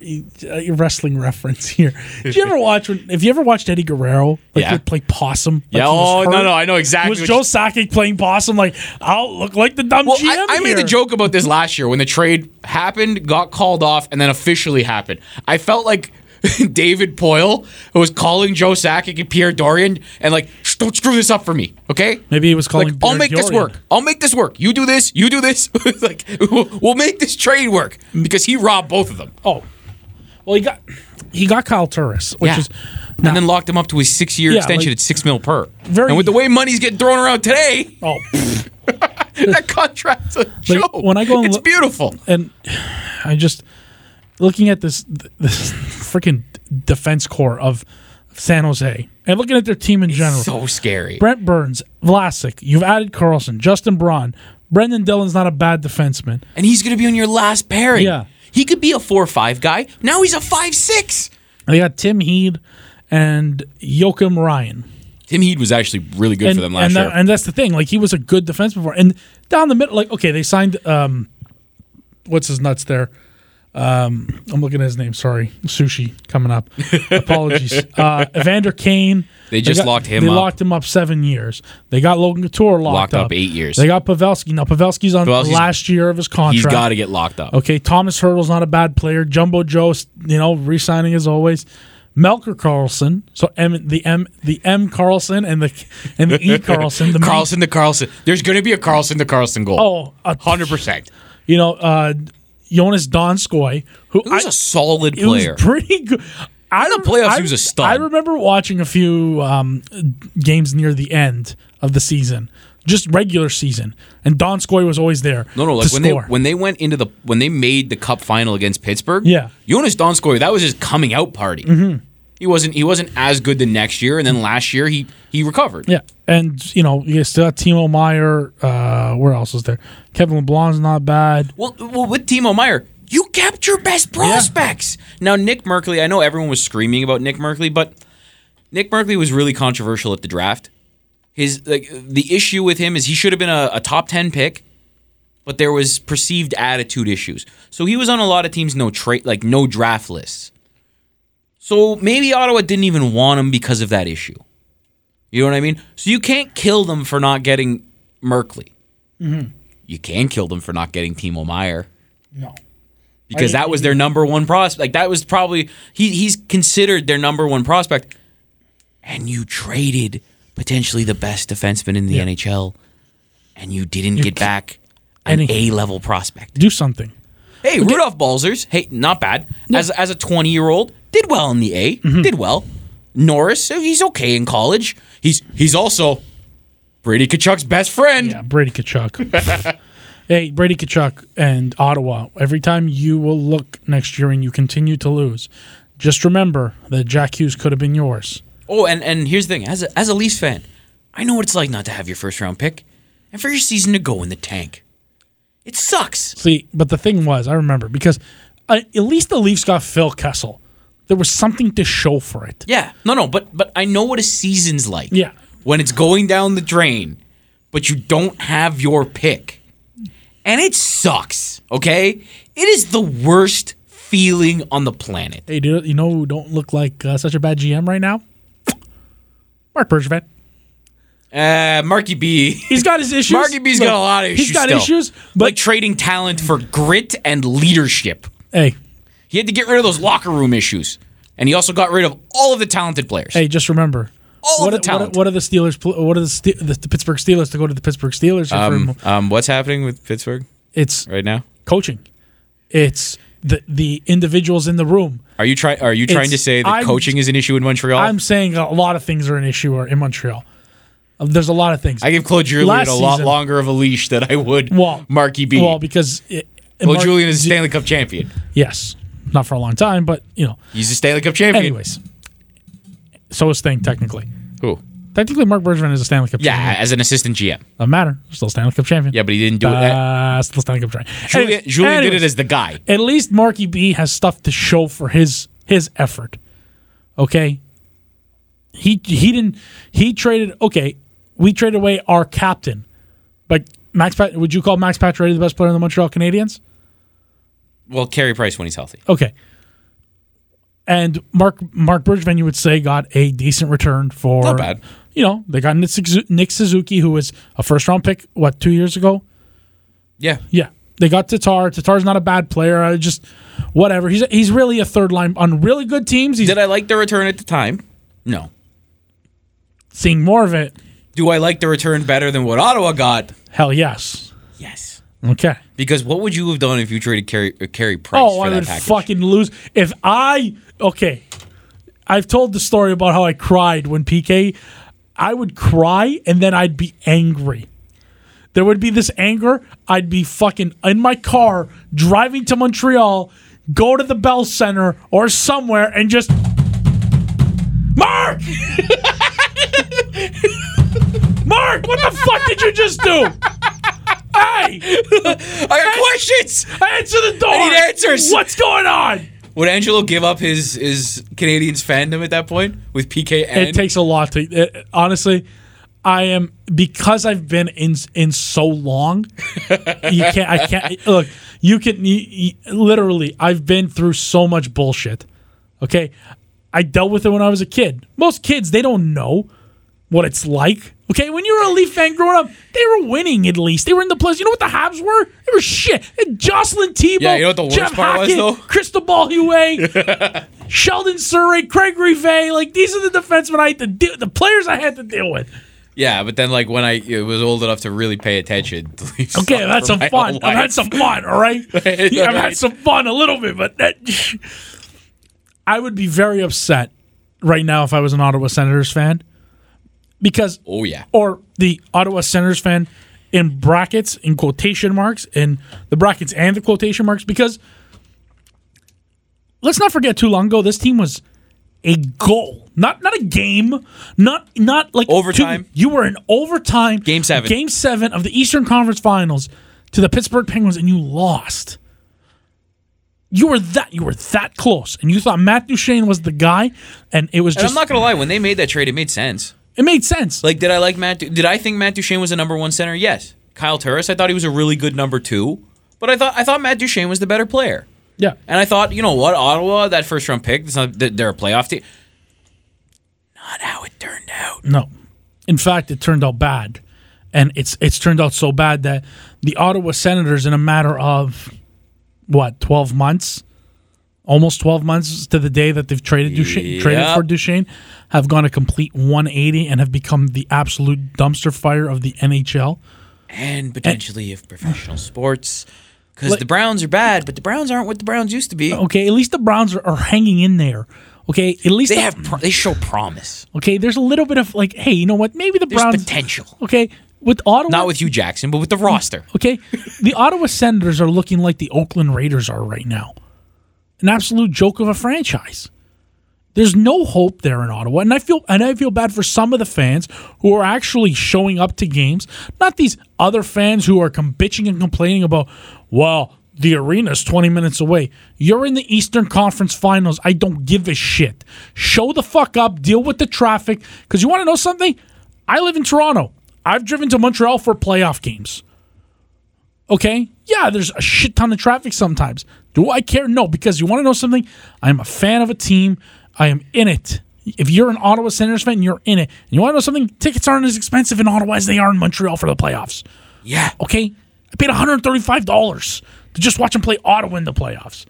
Speaker 2: uh, wrestling reference here? Did you ever watch when? If you ever watched Eddie Guerrero, like
Speaker 3: Yeah.
Speaker 2: he'd play possum. Like
Speaker 3: Yeah,
Speaker 2: he was
Speaker 3: oh, no,
Speaker 2: hurt?
Speaker 3: no, I know exactly
Speaker 2: Was
Speaker 3: what
Speaker 2: Joe
Speaker 3: you-
Speaker 2: Sakic playing possum? Like I'll look like the dumb
Speaker 3: Well,
Speaker 2: GM.
Speaker 3: I, I made the
Speaker 2: here.
Speaker 3: joke about this last year when the trade happened, got called off, and then officially happened. I felt like David Poyle, who was calling Joe Sakic and Pierre Dorian, and like, "Shh, don't screw this up for me, okay?
Speaker 2: Maybe he was calling.
Speaker 3: Like, I'll
Speaker 2: Bjorn
Speaker 3: make this
Speaker 2: Bjorn.
Speaker 3: work. I'll make this work. You do this. You do this. like, we'll, we'll make this trade work because he robbed both of them
Speaker 2: Oh, well, he got he got Kyle Turris, which
Speaker 3: Yeah.
Speaker 2: is now,
Speaker 3: and then locked him up to his six-year
Speaker 2: Yeah,
Speaker 3: extension
Speaker 2: like-
Speaker 3: at six mil per.
Speaker 2: Very-
Speaker 3: and with the way money's getting thrown around today,
Speaker 2: oh,
Speaker 3: that contract's a joke.
Speaker 2: when I go and
Speaker 3: it's
Speaker 2: look-
Speaker 3: beautiful.
Speaker 2: and I just looking at this this freaking defense core of San Jose and looking at their team in general.
Speaker 3: So scary.
Speaker 2: Brent Burns, Vlasic, you've added Carlson, Justin Braun, Brendan Dillon's not a bad defenseman.
Speaker 3: and he's going to be on your last pairing.
Speaker 2: Yeah.
Speaker 3: He could be a four-five guy. Now he's a five-six.
Speaker 2: They got Tim Heed and Joachim Ryan.
Speaker 3: Tim Heed was actually really good for them last
Speaker 2: and
Speaker 3: year.
Speaker 2: that- and that's the thing. Like he was a good defenseman before. And down the middle, like okay, they signed um, what's his nuts there. Um, I'm looking at his name. Sorry, sushi coming up. Apologies. uh, Evander Kane.
Speaker 3: They just
Speaker 2: got-
Speaker 3: locked him
Speaker 2: They
Speaker 3: up.
Speaker 2: locked him up seven years. They got Logan Couture locked,
Speaker 3: Locked up eight years.
Speaker 2: They got Pavelski. Now Pavelski's on the
Speaker 3: Pavelski's-
Speaker 2: last year of his contract.
Speaker 3: he's got to get locked up.
Speaker 2: Okay, Thomas Hurdle's not a bad player. Jumbo Joe, you know, re-signing as always. Melker Carlson, so M the M the M Carlson and the and the E Carlson, the main-
Speaker 3: Carlson to Carlson. There's going to be a Carlson to Carlson goal.
Speaker 2: oh, a,
Speaker 3: 100%.
Speaker 2: you know, uh, Jonas Donskoy, who
Speaker 3: He was
Speaker 2: I-
Speaker 3: a solid
Speaker 2: he was
Speaker 3: player.
Speaker 2: pretty good. I
Speaker 3: the playoffs, he was a
Speaker 2: star.
Speaker 3: stud.
Speaker 2: I remember watching a few um, games near the end of the season, just regular season, and Donskoy was always there.
Speaker 3: no, no, like
Speaker 2: to
Speaker 3: when
Speaker 2: score.
Speaker 3: they when they went into the when they made the cup final against Pittsburgh,
Speaker 2: Yeah. Mm-hmm.
Speaker 3: Jonas Donskoy, that was his coming out party. He wasn't he wasn't as good the next year, and then last year he he recovered.
Speaker 2: Yeah, and you know you still got Timo Meyer. Uh, where else is there? Kevin LeBlanc's not bad.
Speaker 3: Well, well, with Timo Meyer, you kept your best prospects. Now, Nick Merkley, I know everyone was screaming about Nick Merkley, but Nick Merkley was really controversial at the draft. His like the issue with him is he should have been a, a top ten pick, but there was perceived attitude issues. So he was on a lot of teams no trade like no draft lists. So maybe Ottawa didn't even want him because of that issue. You know what I mean? So you can't kill them for not getting Merkley.
Speaker 2: Mm-hmm.
Speaker 3: You can kill them for not getting Timo Meyer
Speaker 2: No,
Speaker 3: because that was their number one prospect. Like that was probably he he's considered their number one prospect. And you traded potentially the best defenseman in the NHL, and you didn't get back an
Speaker 2: Any-
Speaker 3: A level prospect.
Speaker 2: do something.
Speaker 3: Hey, Rudolph Balzers, hey, not bad. As as a twenty year old, did well in the A, did well. Norris, so he's okay in college. He's he's also Brady Kachuk's best friend.
Speaker 2: Yeah, Brady Kachuk. hey, Brady Kachuk and Ottawa. Every time you will look next year and you continue to lose, just remember that Jack Hughes could have been yours.
Speaker 3: Oh, and and here's the thing: as a, as a Leafs fan, I know what it's like not to have your first round pick, and for your season to go in the tank. It sucks.
Speaker 2: See, but the thing was, I remember because uh, at least the Leafs got Phil Kessel. There was something to show for it.
Speaker 3: Yeah, no, no, but but I know what a season's like.
Speaker 2: Yeah.
Speaker 3: when it's going down the drain, but you don't have your pick, and it sucks. Okay, it is the worst feeling on the planet.
Speaker 2: Hey, dude, you know who don't look like uh, such a bad GM right now? Mark Bergevin.
Speaker 3: Uh, Marky B.
Speaker 2: He's got his issues.
Speaker 3: Marky B's got a lot of issues.
Speaker 2: He's got
Speaker 3: still.
Speaker 2: issues, but
Speaker 3: like trading talent for grit and leadership.
Speaker 2: hey,
Speaker 3: He had to get rid of those locker room issues, and he also got rid of all of the talented players.
Speaker 2: hey, just remember.
Speaker 3: All
Speaker 2: what,
Speaker 3: of the
Speaker 2: what-
Speaker 3: talent.
Speaker 2: What, are the Steelers? pl- What are the, Ste- the, the Pittsburgh Steelers to go to the Pittsburgh Steelers? Um,
Speaker 3: Um, what's happening with Pittsburgh
Speaker 2: it's
Speaker 3: right now?
Speaker 2: coaching. It's the the individuals in the room.
Speaker 3: Are you trying? Are you trying
Speaker 2: It's-
Speaker 3: to say that
Speaker 2: I'm-
Speaker 3: coaching is an issue in Montreal?
Speaker 2: I'm saying a lot of things are an issue or in Montreal. Uh, There's a lot of things.
Speaker 3: I give Claude Julien
Speaker 2: Last
Speaker 3: a lot
Speaker 2: season-
Speaker 3: longer of a leash than I would
Speaker 2: well,
Speaker 3: Marky B.
Speaker 2: Well,
Speaker 3: Well,
Speaker 2: because it, Mark-
Speaker 3: Julian is a Stanley Cup champion.
Speaker 2: Yes, not for a long time, but you know.
Speaker 3: He's a Stanley Cup champion.
Speaker 2: Anyways, so is Thing technically.
Speaker 3: Who?
Speaker 2: Technically, Mark Bergevin is a Stanley Cup.
Speaker 3: Yeah,
Speaker 2: champion.
Speaker 3: as an assistant GM.
Speaker 2: doesn't matter. Still Stanley Cup champion.
Speaker 3: Yeah, but he didn't do it. Eh,
Speaker 2: Uh, still Stanley Cup champion.
Speaker 3: Julian,
Speaker 2: Anyways-
Speaker 3: Julian did
Speaker 2: anyways,
Speaker 3: it as the guy.
Speaker 2: at least Marky B has stuff to show for his his effort. Okay. He he didn't he traded okay, we traded away our captain. But Max Pat would you call Max Pacioretty the best player in the Montreal Canadiens?
Speaker 3: Well, Carey Price when he's healthy.
Speaker 2: Okay. And Mark Mark Bergevin, you would say, got a decent return for
Speaker 3: Not bad.
Speaker 2: You know, they got Nick Suzu- Nick Suzuki, who was a first round pick, what, two years ago?
Speaker 3: Yeah.
Speaker 2: Yeah. They got Tatar. Tatar's not a bad player. I just whatever. He's he's really a third line on really good teams. He's
Speaker 3: Did I like the return at the time? No.
Speaker 2: seeing more of it.
Speaker 3: Do I like the return better than what Ottawa got?
Speaker 2: Hell yes.
Speaker 3: Yes.
Speaker 2: Okay.
Speaker 3: Because what would you have done if you traded Carey, uh, Carey Price
Speaker 2: Oh,
Speaker 3: for
Speaker 2: I
Speaker 3: that
Speaker 2: would
Speaker 3: package?
Speaker 2: fucking lose if I. Okay, I've told the story about how I cried when PK. I would cry and then I'd be angry. There would be this anger. I'd be fucking in my car driving to Montreal, go to the Bell Center or somewhere and just Mark. Mark, what the fuck did you just do? Hey,
Speaker 3: I got questions.
Speaker 2: answer the door.
Speaker 3: need answers.
Speaker 2: What's going on?
Speaker 3: Would Angelo give up his his Canadians fandom at that point with PK and
Speaker 2: it takes a lot to it, honestly i am because i've been in in so long you can't i can't look you can you, you- literally i've been through so much bullshit okay i dealt with it when i was a kid most kids they don't know what it's like okay when you were a leaf fan growing up they were winning at least they were in the plus you know what the habs were they were shit and jocelyn tebow
Speaker 3: Yeah, you know what the worst
Speaker 2: Jeff
Speaker 3: part was,
Speaker 2: Hockett,
Speaker 3: though?
Speaker 2: cristobal huey Sheldon Surrey, Craig Rive, like these are the defensemen I had to deal the players I had to deal with.
Speaker 3: yeah? But then like when I it was old enough to really pay attention, the Leafs
Speaker 2: Okay,
Speaker 3: sucked
Speaker 2: I've had
Speaker 3: for
Speaker 2: some
Speaker 3: my
Speaker 2: fun.
Speaker 3: whole
Speaker 2: I've had
Speaker 3: life.
Speaker 2: some fun, all right? Yeah, I've had
Speaker 3: Right.
Speaker 2: some fun a little bit, but that I would be very upset right now if I was an Ottawa Senators fan. Because
Speaker 3: Oh yeah,
Speaker 2: or the Ottawa Senators fan in brackets, in quotation marks, in the brackets and the quotation marks, because let's not forget too long ago, this team was a goal. Not not a game. Not not like
Speaker 3: Overtime.
Speaker 2: two- you were in overtime.
Speaker 3: Game seven.
Speaker 2: Game seven of the Eastern Conference Finals to the Pittsburgh Penguins and you lost. You were that you were that close. And you thought Matt Duchene was the guy and it was
Speaker 3: and
Speaker 2: just
Speaker 3: I'm not gonna lie. When they made that trade, it made sense.
Speaker 2: it made sense.
Speaker 3: Like, did I like Matt? Du- Did I think Matt Duchene was the number one center? Yes. Kyle Turris, I thought he was a really good number two, but I thought I thought Matt Duchene was the better player.
Speaker 2: yeah.
Speaker 3: And I thought, you know what, Ottawa, that first round pick, it's not, th- they're a playoff team. Not how it turned out.
Speaker 2: No. In fact, it turned out bad. And it's it's turned out so bad that the Ottawa Senators in a matter of what, 12 months, almost 12 months to the day that they've traded Duchesne, traded
Speaker 3: Yep.
Speaker 2: for Duchesne, have gone a complete 180 and have become the absolute dumpster fire of the NHL.
Speaker 3: And potentially of professional sports. Because the Browns are bad, but the Browns aren't what the Browns used to be.
Speaker 2: Okay, at least the Browns are, are hanging in there. Okay, at least
Speaker 3: They
Speaker 2: the-
Speaker 3: have pro- they show promise.
Speaker 2: Okay, there's a little bit of like, hey, you know what? Maybe the
Speaker 3: There's
Speaker 2: Browns
Speaker 3: potential.
Speaker 2: Okay, with Ottawa
Speaker 3: Not with you, Jackson, but with the roster.
Speaker 2: Okay, the Ottawa Senators are looking like the Oakland Raiders are right now. An absolute joke of a franchise. There's no hope there in Ottawa, and I feel and I feel bad for some of the fans who are actually showing up to games, not these other fans who are com- bitching and complaining about, well, the arena's 20 minutes away. You're in the Eastern Conference Finals. I don't give a shit. Show the fuck up. Deal with the traffic. Because you want to know something? I live in Toronto. I've driven to Montreal for playoff games. Okay? Yeah, there's a shit ton of traffic sometimes. Do I care? No, because you want to know something? I'm a fan of a team. I am in it. If you're an Ottawa Senators fan, you're in it. And you want to know something? Tickets aren't as expensive in Ottawa as they are in Montreal for the playoffs.
Speaker 3: Yeah.
Speaker 2: Okay? I paid $135 to just watch them play Ottawa in the playoffs.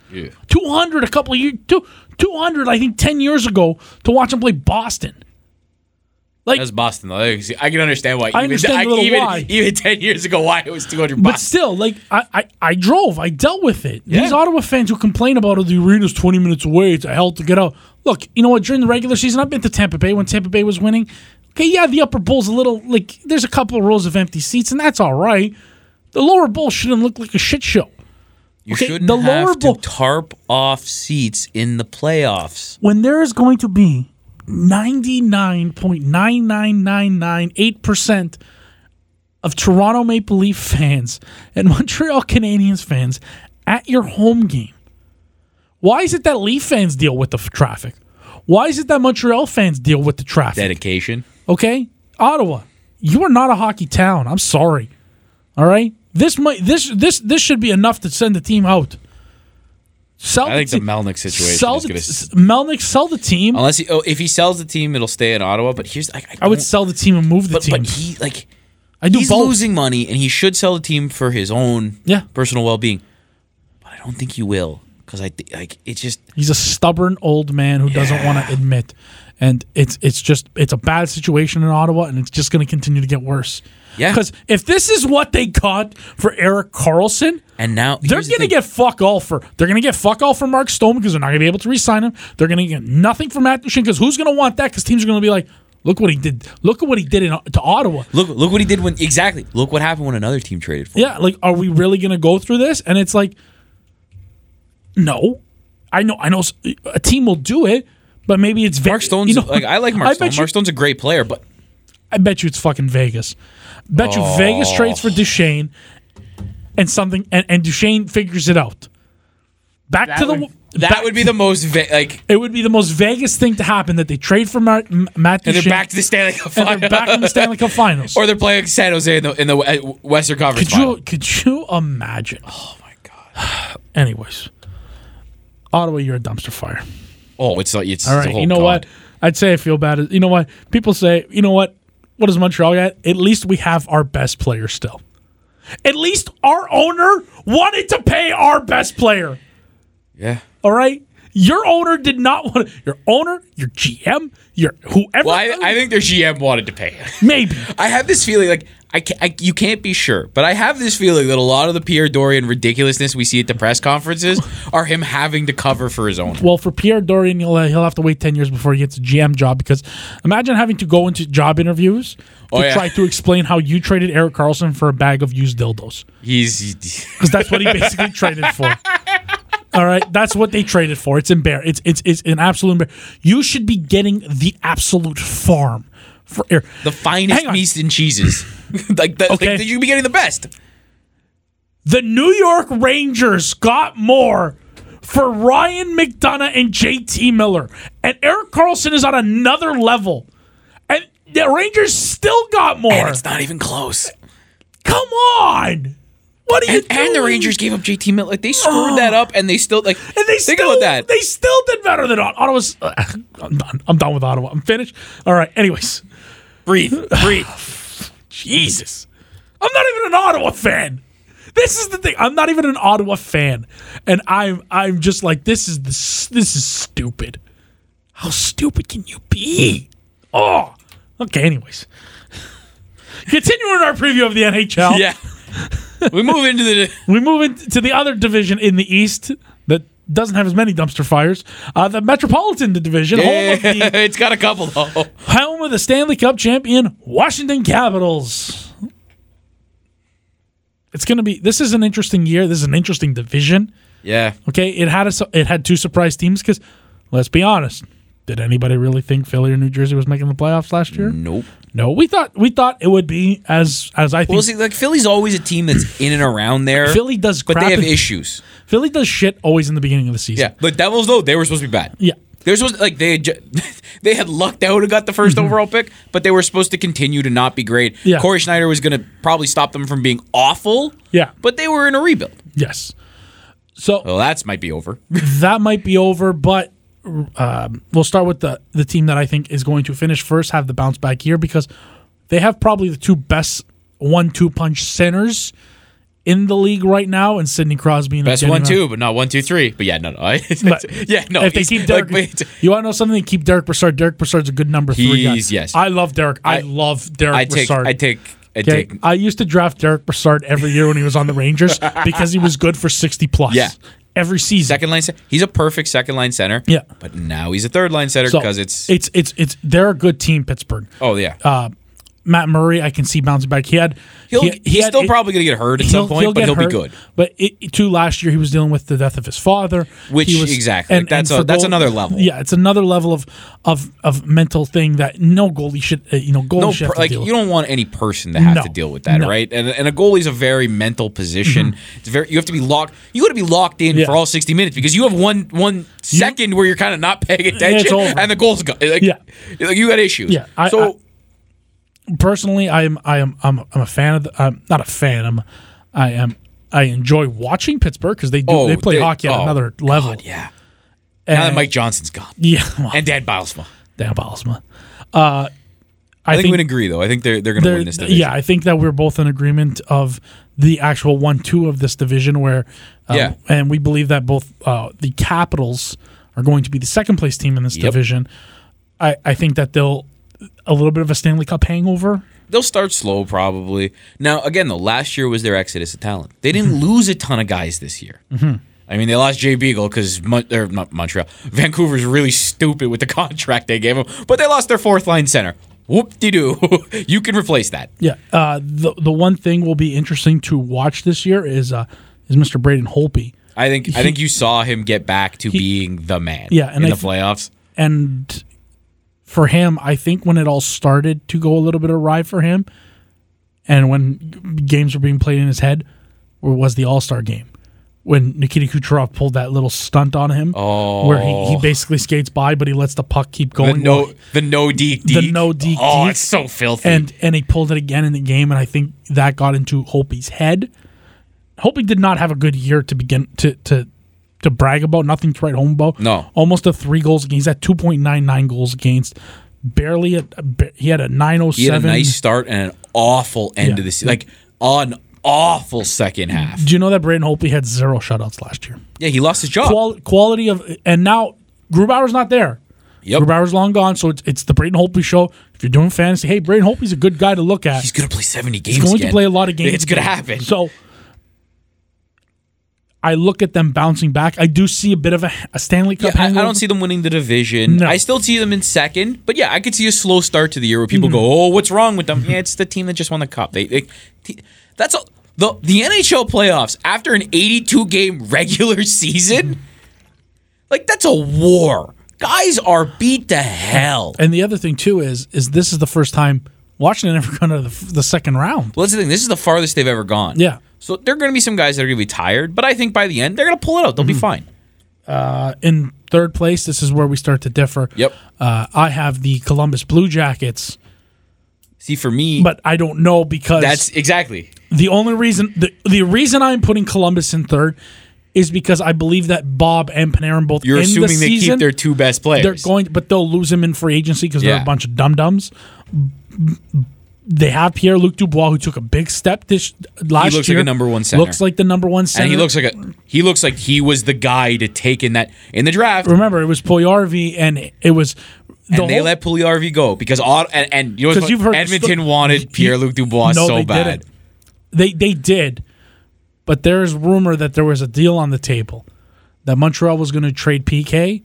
Speaker 2: 200 a couple of years, two, 200 I think 10 years ago to watch them play Boston.
Speaker 3: That's Boston, though. Like, see, I can understand why. Even,
Speaker 2: understand a little
Speaker 3: even,
Speaker 2: why.
Speaker 3: even 10 years ago, why it was 200
Speaker 2: But
Speaker 3: bucks.
Speaker 2: still, like I, I, I drove, I dealt with it.
Speaker 3: Yeah.
Speaker 2: These Ottawa fans who complain about oh, the arena's twenty minutes away, it's a hell to get out. Look, you know what? During the regular season, I've been to Tampa Bay when Tampa Bay was winning. Okay, yeah, the upper bowl's a little like there's a couple of rows of empty seats, and that's all right. The lower bowl shouldn't look like a shit show.
Speaker 3: You
Speaker 2: Okay,
Speaker 3: shouldn't
Speaker 2: the
Speaker 3: have
Speaker 2: lower
Speaker 3: to
Speaker 2: bowl-
Speaker 3: tarp off seats in the playoffs.
Speaker 2: When there is going to be ninety nine point nine nine nine nine eight percent of Toronto Maple Leaf fans and Montreal Canadiens fans at your home game. Why is it that Leaf fans deal with the f- traffic? Why is it that Montreal fans deal with the traffic?
Speaker 3: Dedication.
Speaker 2: Okay, Ottawa, you are not a hockey town. I'm sorry. All right, this might this this this should be enough to send the team out. Sell
Speaker 3: I think the
Speaker 2: te-
Speaker 3: Melnick situation
Speaker 2: Sell
Speaker 3: is
Speaker 2: the,
Speaker 3: gonna Oh.
Speaker 2: s- Melnick, sell the team.
Speaker 3: Unless he, oh, if he sells the team, it'll stay in Ottawa. But here's I, I,
Speaker 2: I would
Speaker 3: don't-
Speaker 2: sell the team and move the
Speaker 3: but
Speaker 2: team.
Speaker 3: but he like
Speaker 2: I do
Speaker 3: he's
Speaker 2: both.
Speaker 3: losing money and he should sell the team for his own
Speaker 2: Yeah.
Speaker 3: personal well-being but i don't think he will because i th- like it's just
Speaker 2: He's a stubborn old man who doesn't want to admit. And it's it's just it's a bad situation in Ottawa, and it's just going to continue to get worse.
Speaker 3: Yeah.
Speaker 2: Because if this is what they got for Eric Carlson,
Speaker 3: and now
Speaker 2: they're
Speaker 3: here's the
Speaker 2: going to
Speaker 3: thing.
Speaker 2: get fuck all for they're going to get fuck all for Mark Stone because they're not going to be able to re-sign him. They're going to get nothing from Matt Duchene because who's going to want that? Because teams are going to be like, look what he did, look at what he did in, to Ottawa.
Speaker 3: look look what he did when exactly look what happened when another team traded for him.
Speaker 2: Yeah, like are we really going to go through this? And it's like no. I know I know s- a team will do it, but maybe it's Ve-
Speaker 3: mark stone's
Speaker 2: you know,
Speaker 3: like i like mark
Speaker 2: I
Speaker 3: stone
Speaker 2: bet you-
Speaker 3: mark stone's a great player but
Speaker 2: I bet you it's fucking Vegas. Bet you
Speaker 3: Oh.
Speaker 2: Vegas trades for Duchesne and something and, and Duchesne figures it out. Back to the
Speaker 3: would- that would be the most va- like
Speaker 2: it would be the most Vegas thing to happen that they trade for Mar- M- Matt
Speaker 3: and they're
Speaker 2: Duchene
Speaker 3: back to the Stanley Cup
Speaker 2: and
Speaker 3: final.
Speaker 2: they're back in the Stanley Cup Finals.
Speaker 3: or they're playing San Jose in the in the uh, Western Conference
Speaker 2: could
Speaker 3: final.
Speaker 2: you could you imagine? Oh my god. Anyways, Ottawa, you're a dumpster fire.
Speaker 3: Oh, it's like it's
Speaker 2: All
Speaker 3: it's a
Speaker 2: right.
Speaker 3: whole
Speaker 2: You know
Speaker 3: god.
Speaker 2: what? I'd say I feel bad. You know what? People say, you know what? What does Montreal get? At least we have our best player still. At least our owner wanted to pay our best player.
Speaker 3: Yeah.
Speaker 2: All right. Your owner did not want your owner, your GM, your whoever.
Speaker 3: Well, I, I think their GM wanted to pay.
Speaker 2: maybe.
Speaker 3: I have this feeling like I, ca I you can't be sure, but I have this feeling that a lot of the Pierre Dorian ridiculousness we see at the press conferences are him having to cover for his own.
Speaker 2: Well, for Pierre Dorian, he'll, uh, he'll have to wait 10 years before he gets a GM job because imagine having to go into job interviews to
Speaker 3: Oh, yeah.
Speaker 2: try to explain how you traded Eric Carlson for a bag of used dildos.
Speaker 3: He's he-
Speaker 2: because that's what he basically traded for. All right, that's what they traded for. It's embar. It's it's it's an absolute. Embar- you should be getting the absolute farm for air.
Speaker 3: the finest
Speaker 2: Hang on.
Speaker 3: meats and cheeses. like the,
Speaker 2: Okay.
Speaker 3: like, you'd be getting the best.
Speaker 2: The New York Rangers got more for Ryan McDonough and JT Miller, and Eric Carlson is on another level, and the Rangers still got more.
Speaker 3: And it's not even close.
Speaker 2: Come on, what are you
Speaker 3: And, and the
Speaker 2: doing?
Speaker 3: Rangers gave up JT Miller. Like they screwed that up, and they still like.
Speaker 2: And they
Speaker 3: think
Speaker 2: still,
Speaker 3: about that.
Speaker 2: They still did better than Ottawa. Ottawa's. uh, I'm done. I'm done with Ottawa. I'm finished. All right. Anyways,
Speaker 3: breathe, breathe.
Speaker 2: Jesus, I'm not even an Ottawa fan. This is the thing. I'm not even an Ottawa fan, and I'm I'm just like this is this this is stupid. How stupid can you be? Oh, okay. Anyways, continuing our preview of the NHL.
Speaker 3: Yeah. we move into the.
Speaker 2: We move into the other division in the East that doesn't have as many dumpster fires. Uh, the Metropolitan Division, home of the
Speaker 3: it's got a couple though.
Speaker 2: home of the Stanley Cup champion Washington Capitals. It's going to be this is an interesting year. This is an interesting division.
Speaker 3: Yeah.
Speaker 2: Okay, it had a su- it had two surprise teams cuz let's be honest. Did anybody really think Philly or New Jersey was making the playoffs last year?
Speaker 3: Nope.
Speaker 2: No, we thought we thought it would be as as I think
Speaker 3: Well, see, like Philly's always a team that's in and around there.
Speaker 2: Philly does
Speaker 3: but
Speaker 2: crap.
Speaker 3: they have
Speaker 2: in-
Speaker 3: issues.
Speaker 2: Philly does shit always in the beginning of the season.
Speaker 3: Yeah, the Devils though they were supposed to be bad.
Speaker 2: Yeah.
Speaker 3: They're supposed to, like they had ju- they had lucked out and got the 1st overall pick, but they were supposed to continue to not be great.
Speaker 2: Mm-hmm. Yeah.
Speaker 3: Corey Schneider was going to probably stop them from being awful.
Speaker 2: Yeah.
Speaker 3: but they were in a rebuild.
Speaker 2: Yes. So
Speaker 3: Well, that's might be over.
Speaker 2: that might be over, but um, we'll start with the the team that I think is going to finish first, have the bounce back here because they have probably the two best one-two punch centers in the league right now, and Sidney Crosby and
Speaker 3: Best
Speaker 2: Evgeny
Speaker 3: one
Speaker 2: Malkin.
Speaker 3: two, but not one two three. But yeah, no, no, I,
Speaker 2: But
Speaker 3: yeah, no.
Speaker 2: If they
Speaker 3: he's-
Speaker 2: keep Derek,
Speaker 3: like, wait,
Speaker 2: you want to know something? They keep Derek Brassard. Derek Brassard's a good number three guy.
Speaker 3: He's- yes.
Speaker 2: I love Derek. I,
Speaker 3: I-
Speaker 2: love Derek
Speaker 3: I take,
Speaker 2: Brassard.
Speaker 3: I take, I
Speaker 2: Okay,
Speaker 3: take.
Speaker 2: I used to draft Derek Brassard every year when he was on the Rangers because he was good for sixty plus.
Speaker 3: Yeah.
Speaker 2: every season.
Speaker 3: Second line, ce- he's a perfect second line center.
Speaker 2: Yeah.
Speaker 3: but now he's a third line center
Speaker 2: So,
Speaker 3: because it's,
Speaker 2: it's it's it's they're a good team, Pittsburgh.
Speaker 3: Oh yeah,
Speaker 2: Matt Murray, I can see bouncing back. He had
Speaker 3: he'll,
Speaker 2: uh, he, he
Speaker 3: he's
Speaker 2: had-
Speaker 3: still
Speaker 2: it-
Speaker 3: probably going to get hurt at some point, but
Speaker 2: get
Speaker 3: he'll
Speaker 2: hurt,
Speaker 3: be good.
Speaker 2: But it, too, last year he was dealing with the death of his father,
Speaker 3: Which-
Speaker 2: He was,
Speaker 3: exactly. Like, that's a-
Speaker 2: for
Speaker 3: that's another level.
Speaker 2: Yeah, it's another level of of of mental thing that no goalie should uh, you know goalie
Speaker 3: No,
Speaker 2: should have
Speaker 3: per,
Speaker 2: to
Speaker 3: like
Speaker 2: deal
Speaker 3: you
Speaker 2: with.
Speaker 3: don't want any person to have
Speaker 2: No,
Speaker 3: to deal with that,
Speaker 2: no. Mm-hmm.
Speaker 3: right? And, and a goalie's a very mental position. It's very you have to be locked. You got to be locked in
Speaker 2: Yeah.
Speaker 3: for all sixty minutes because you have one one second where you're kind of not paying attention,
Speaker 2: over.
Speaker 3: and the goal's gone. Like,
Speaker 2: Yeah.
Speaker 3: like, you got issues.
Speaker 2: Yeah, I-
Speaker 3: so
Speaker 2: Personally, I am I am I'm, I'm a fan of the, I'm not a fan. I'm I am I enjoy watching Pittsburgh because they do
Speaker 3: Oh,
Speaker 2: they play
Speaker 3: they-
Speaker 2: hockey at
Speaker 3: oh,
Speaker 2: another level.
Speaker 3: yeah,
Speaker 2: and,
Speaker 3: now that Mike Johnson's gone
Speaker 2: yeah, well,
Speaker 3: and Dan Bilesma,
Speaker 2: Dan Balsma. Uh, I,
Speaker 3: I think, we'd agree, though. I think they're they're going to
Speaker 2: there-
Speaker 3: win this division.
Speaker 2: Yeah, I think that we're both in agreement of the actual one-two of this division, where um,
Speaker 3: Yeah.
Speaker 2: and we believe that both uh, the Capitals are going to be the second-place team in this
Speaker 3: Yep.
Speaker 2: division. I, I think that they'll a little bit of a Stanley Cup hangover.
Speaker 3: They'll start slow, probably. Now, again, though, last year was their exodus of talent. They didn't
Speaker 2: Mm-hmm.
Speaker 3: lose a ton of guys this year. I mean, they lost Jay Beagle because Mon- or not Montreal, Vancouver's really stupid with the contract they gave him, but they lost their fourth line center. Whoop de doo. you can replace that.
Speaker 2: Yeah, uh, the the one thing will be interesting to watch this year is uh, is Mr. Braden Holpe.
Speaker 3: I think I think you saw him get back to being the man.
Speaker 2: Yeah, and
Speaker 3: in
Speaker 2: I
Speaker 3: the
Speaker 2: th-
Speaker 3: playoffs.
Speaker 2: and for him, I think when it all started to go a little bit awry for him, and when games were being played in his head, was the All Star game when Nikita Kucherov pulled that little stunt on him, where he, he basically skates by, but he lets the puck keep
Speaker 3: The
Speaker 2: going.
Speaker 3: no, the no deke
Speaker 2: Oh, The
Speaker 3: deke.
Speaker 2: no deke
Speaker 3: Oh,
Speaker 2: deke.
Speaker 3: it's so filthy.
Speaker 2: and and he pulled it again in the game, and I think that got into Holpe's head. Holpe did not have a good year to begin to to to brag about. Nothing to write home about.
Speaker 3: No.
Speaker 2: almost a three goals against. He's at two point nine nine goals against. Barely at ba- he had a nine oh
Speaker 3: he had a
Speaker 2: seven.
Speaker 3: nice start and an awful end of the season. Like an awful second half.
Speaker 2: Do you know that Braden Holpe had zero shutouts last year?
Speaker 3: Yeah, he lost his job.
Speaker 2: Qual- quality of and now Grubauer's not there.
Speaker 3: Yep.
Speaker 2: Grubauer's long gone, so it's it's the Braden Holpe show. If you're doing fantasy, hey, Braden Holpe's a good guy to look at.
Speaker 3: He's gonna play seventy games.
Speaker 2: He's going
Speaker 3: again.
Speaker 2: to play a lot of games.
Speaker 3: It's gonna
Speaker 2: again.
Speaker 3: happen.
Speaker 2: So I look at them bouncing back. I do see a bit of a, a Stanley
Speaker 3: Yeah,
Speaker 2: Cup.
Speaker 3: I, I
Speaker 2: hangover.
Speaker 3: don't see them winning the division.
Speaker 2: No.
Speaker 3: I still see them in second, but yeah, I could see a slow start to the year where people
Speaker 2: Mm-hmm.
Speaker 3: go, "Oh, what's wrong with them?" Yeah, it's the team that just won the cup. They, they t- that's all, the the NHL playoffs after an 82 game regular season. Like that's a war. Guys are beat to hell.
Speaker 2: And the other thing too is is this is the first time Washington ever gone to the, the second round.
Speaker 3: Well, that's the thing. This is the farthest they've ever gone.
Speaker 2: Yeah.
Speaker 3: So there are going to be some guys that are going to be tired, but I think by the end they're going to pull it out. They'll
Speaker 2: Mm-hmm.
Speaker 3: be fine.
Speaker 2: In third place, this is where we start to differ.
Speaker 3: Yep.
Speaker 2: Uh, I have the Columbus Blue Jackets,
Speaker 3: See, for me,
Speaker 2: but I don't know because
Speaker 3: that's exactly.
Speaker 2: the only reason the, the reason I'm putting Columbus in third is because I believe that Bob and Panarin both
Speaker 3: You're
Speaker 2: in the
Speaker 3: assuming they
Speaker 2: season-
Speaker 3: keep their two best players.
Speaker 2: They're going, but they'll lose him in free agency because they're
Speaker 3: Yeah.
Speaker 2: a bunch of dum dums. They have Pierre Luc Dubois, who took a big step this last
Speaker 3: looks like
Speaker 2: year.
Speaker 3: a number one center.
Speaker 2: Looks like the number one center.
Speaker 3: and he looks like a he looks like he was the guy to take in that in the draft.
Speaker 2: Remember, it was Poyarvi, and it was the
Speaker 3: and they
Speaker 2: whole-
Speaker 3: let Pugliarvi go because all and, and you know what's
Speaker 2: 'Cause you've heard the sto-
Speaker 3: Edmonton wanted Pierre Luc Dubois
Speaker 2: No,
Speaker 3: so
Speaker 2: they
Speaker 3: bad.
Speaker 2: didn't. they they did, but there is rumor that there was a deal on the table that Montreal was going to trade PK,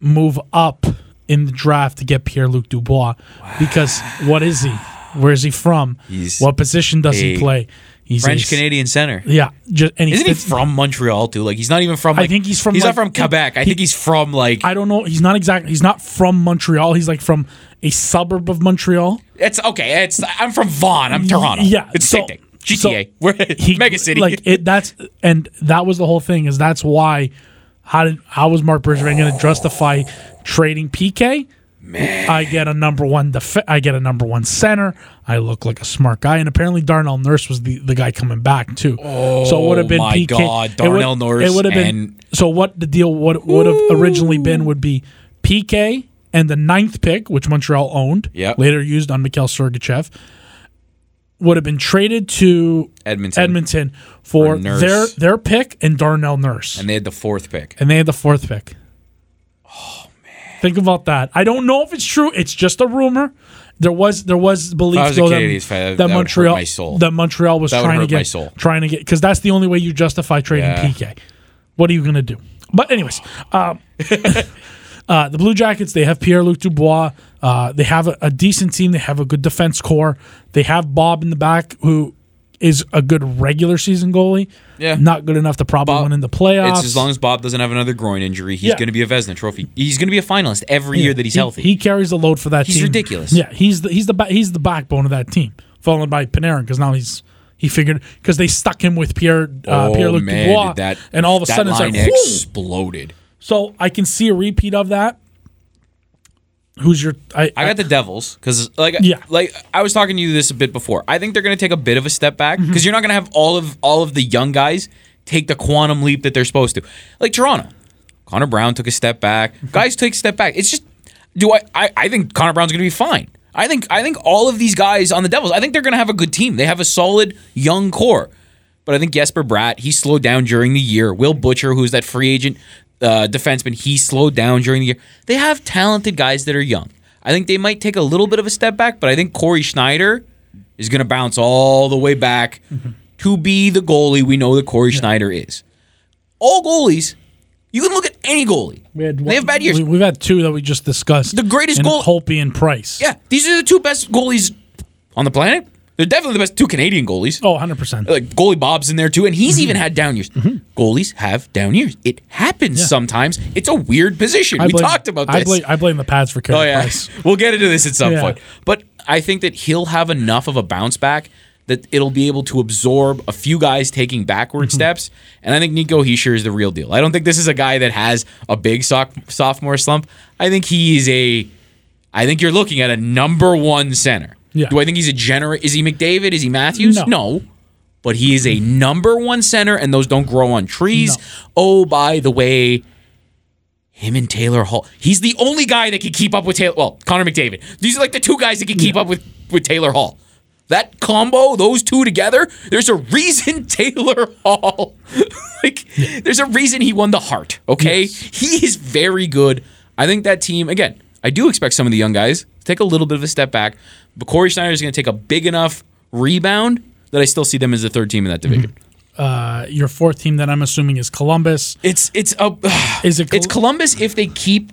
Speaker 2: move up in the draft to get Pierre Luc Dubois because what is he? Where is he from?
Speaker 3: He's
Speaker 2: what position does he
Speaker 3: a
Speaker 2: play? He's a-
Speaker 3: French Canadian center.
Speaker 2: Yeah, just and he's,
Speaker 3: Isn't he from Montreal too? Like he's not even from.
Speaker 2: I
Speaker 3: Like,
Speaker 2: think he's from,
Speaker 3: He's
Speaker 2: like-
Speaker 3: not from Quebec. I
Speaker 2: he-
Speaker 3: think he's from like.
Speaker 2: I don't know. He's not exactly. He's not from Montreal. He's like from a suburb of Montreal.
Speaker 3: it's okay. It's I'm from Vaughan. I'm Toronto.
Speaker 2: Yeah,
Speaker 3: it's
Speaker 2: so-
Speaker 3: same thing. GTA. We're
Speaker 2: He-
Speaker 3: mega city.
Speaker 2: Like it, that's and that was the whole thing. Is that's why how did how was Mark Bergevin going to justify trading PK? I get a number one def- I get a number one center. I look like a smart guy, and apparently Darnell Nurse was the, the guy coming back too. Oh, so it would have been
Speaker 3: my
Speaker 2: PK.
Speaker 3: God,
Speaker 2: it would-
Speaker 3: Darnell Nurse
Speaker 2: It would have
Speaker 3: and-
Speaker 2: been so. What the deal would would have originally been would be PK and the ninth pick, which Montreal owned,
Speaker 3: Yep.
Speaker 2: later used on Mikhail Sergachev, would have been traded to
Speaker 3: Edmonton.
Speaker 2: Edmonton for
Speaker 3: For Nurse.
Speaker 2: their their pick and Darnell Nurse, and,
Speaker 3: and they had the fourth pick.
Speaker 2: they had the fourth pick. Oh man! Think about that. I don't know if it's true. It's just a rumor. There was there was belief
Speaker 3: was a
Speaker 2: though that,
Speaker 3: Canadians fan, that-
Speaker 2: that,
Speaker 3: that would hurt
Speaker 2: Montreal
Speaker 3: my soul.
Speaker 2: that Montreal was
Speaker 3: That would
Speaker 2: trying to
Speaker 3: hurt my
Speaker 2: get
Speaker 3: soul.
Speaker 2: trying to get because that's the only way you justify trading
Speaker 3: Yeah.
Speaker 2: PK. What are you gonna do? But anyways, um, uh, the Blue Jackets they have Pierre Luc Dubois. Uh, they have a, a decent team. They have a good defense core. They have Bob in the back who is a good regular season goalie.
Speaker 3: Yeah.
Speaker 2: not good enough to probably
Speaker 3: Bob-
Speaker 2: win in the playoffs.
Speaker 3: It's as long as Bob doesn't have another groin injury, he's
Speaker 2: Yeah.
Speaker 3: going to be a Vesna Trophy. He's going to be a finalist every year that he's
Speaker 2: he,
Speaker 3: healthy.
Speaker 2: He carries the load for that
Speaker 3: He's
Speaker 2: team.
Speaker 3: ridiculous.
Speaker 2: Yeah, he's the he's the ba- he's the backbone of that team, followed by Panarin because now he's he figured because they stuck him with Pierre uh,
Speaker 3: oh
Speaker 2: Pierre Luc
Speaker 3: man,
Speaker 2: Dubois,
Speaker 3: did that
Speaker 2: and all of a
Speaker 3: that
Speaker 2: sudden it's
Speaker 3: line
Speaker 2: like whoo!
Speaker 3: exploded.
Speaker 2: so I can see a repeat of that. Who's your? I,
Speaker 3: I got the Devils because, like,
Speaker 2: Yeah.
Speaker 3: like I was talking to you this a bit before. I think they're going to take a bit of a step back because you're not going to have all of all of the young guys take the quantum leap that they're supposed to. Like Toronto, Connor Brown took a step back. Guys take a step back. It's just do I? I, I think Connor Brown's going to be fine. I think I think all of these guys on the Devils, I think they're going to have a good team. They have a solid young core. But I think Jesper Bratt, he slowed down during the year. Will Butcher, who's that free agent uh, defenseman, he slowed down during the year. They have talented guys that are young. I think they might take a little bit of a step back, but I think Corey Schneider is going to bounce all the way back to be the goalie we know that Corey Schneider is. All goalies, you can look at any goalie. they have bad years.
Speaker 2: We, we've had two that we just discussed.
Speaker 3: The greatest
Speaker 2: in
Speaker 3: goal-
Speaker 2: Holpe and Price.
Speaker 3: Yeah, these are the two best goalies on the planet. They're definitely the best two Canadian goalies.
Speaker 2: Oh, 100 percent.
Speaker 3: Like goalie Bob's in there too, and
Speaker 2: Mm-hmm.
Speaker 3: he's even had down years. Goalies have down years. It happens
Speaker 2: Yeah.
Speaker 3: sometimes. It's a weird position. we talked about this.
Speaker 2: I blame, I blame the pads for Carey
Speaker 3: oh yeah,
Speaker 2: Price.
Speaker 3: we'll get into this at some
Speaker 2: Yeah.
Speaker 3: point. But I think that he'll have enough of a bounce back that it'll be able to absorb a few guys taking backward
Speaker 2: Mm-hmm.
Speaker 3: steps. And I think Nico Heischer is the real deal. I don't think this is a guy that has a big soc- sophomore slump. I think he is a. I think you're looking at a number one center.
Speaker 2: Yeah.
Speaker 3: Do I think he's a generous? Is he McDavid? Is he Matthews?
Speaker 2: No.
Speaker 3: But he is a number one center, and those don't grow on trees.
Speaker 2: No.
Speaker 3: Oh, by the way, him and Taylor Hall. He's the only guy that can keep up with Taylor. Well, Connor McDavid. These are like the two guys that can keep up with with Taylor Hall. That combo, those two together. There's a reason Taylor Hall. like, there's a reason he won the heart. Okay, he is very good. I think that team again. I do expect some of the young guys to take a little bit of a step back, but Corey Schneider is going to take a big enough rebound that I still see them as the third team in that division.
Speaker 2: Uh, your fourth team that I'm assuming is Columbus.
Speaker 3: It's it's a
Speaker 2: Is it Col-
Speaker 3: it's Columbus if they keep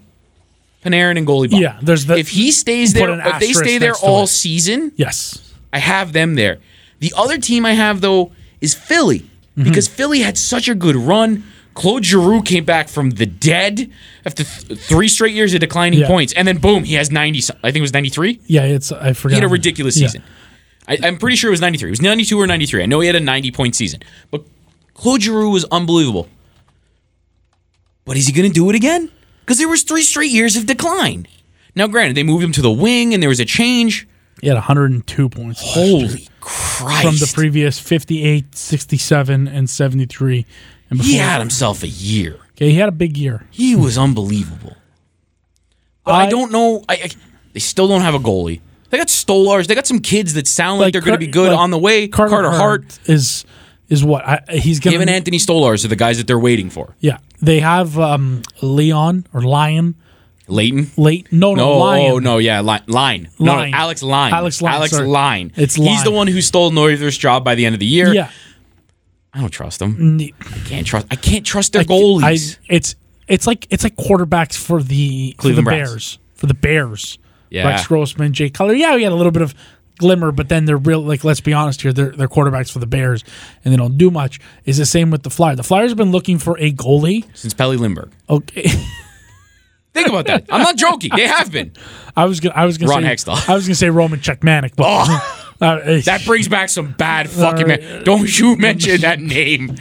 Speaker 3: Panarin and goalie. Bob.
Speaker 2: Yeah, there's the
Speaker 3: if he stays
Speaker 2: put
Speaker 3: there,
Speaker 2: an
Speaker 3: if they
Speaker 2: asterisk
Speaker 3: stay there
Speaker 2: next to
Speaker 3: all
Speaker 2: it.
Speaker 3: season,
Speaker 2: Yes.
Speaker 3: I have them there. The other team I have though is Philly
Speaker 2: Mm-hmm.
Speaker 3: because Philly had such a good run. Claude Giroux came back from the dead after th- three straight years of declining
Speaker 2: Yeah.
Speaker 3: points, and then boom, he has ninety. some- I think it was ninety three.
Speaker 2: Yeah, it's I
Speaker 3: He
Speaker 2: forgot.
Speaker 3: had a ridiculous
Speaker 2: Yeah.
Speaker 3: season. I, I'm pretty sure it was 93. It was 92 or 93. I know he had a 90 point season, but Claude Giroux was unbelievable. But is he going to do it again? Because there was three straight years of decline. Now, granted, they moved him to the wing, and there was a change.
Speaker 2: He had 102 points.
Speaker 3: Holy Christ!
Speaker 2: from the previous 58, 67, and 73. And before,
Speaker 3: he had himself a year.
Speaker 2: Okay, he had a big year.
Speaker 3: He was unbelievable. But I,
Speaker 2: I-
Speaker 3: don't know. I, I they still don't have a goalie. They got Stolars. They got some kids that sound like, they're going
Speaker 2: Car-
Speaker 3: to be good
Speaker 2: like
Speaker 3: on the way. Carter, Hart,
Speaker 2: is is what I, he's going
Speaker 3: him and Anthony Stolars are the guys that they're waiting for.
Speaker 2: Yeah, they have um, Leon or Lion
Speaker 3: Leighton.
Speaker 2: late. No, no,
Speaker 3: No,
Speaker 2: Lion.
Speaker 3: oh no, yeah, line, line. No,
Speaker 2: Line.
Speaker 3: no, Alex Line,
Speaker 2: Alex Line,
Speaker 3: Alex
Speaker 2: sorry.
Speaker 3: Line.
Speaker 2: It's
Speaker 3: He's
Speaker 2: Line.
Speaker 3: the one who stole Northern's job by the end of the year.
Speaker 2: Yeah,
Speaker 3: I don't trust him.
Speaker 2: Ne-
Speaker 3: I can't trust. I can't trust their
Speaker 2: I-
Speaker 3: goalies.
Speaker 2: I, it's it's like it's like quarterbacks for the
Speaker 3: Cleveland
Speaker 2: for the
Speaker 3: Browns.
Speaker 2: Bears for the Bears.
Speaker 3: Yeah.
Speaker 2: Rex Grossman, Jay Cutler. Yeah, we had a little bit of glimmer, but then they're real. Like let's be honest here, they're they're quarterbacks for the Bears, and they don't do much. Is the same with the Flyers. The Flyers have been looking for a goalie.
Speaker 3: since Pelly Lindbergh.
Speaker 2: Okay,
Speaker 3: Think about that. I'm not joking. They have been.
Speaker 2: I was gonna I was gonna
Speaker 3: Ron
Speaker 2: say,
Speaker 3: Hextall.
Speaker 2: I was gonna say Roman Czechmanic, but uh,
Speaker 3: Oh, That brings back some bad fucking.
Speaker 2: Sorry.
Speaker 3: Man. Don't you mention that name.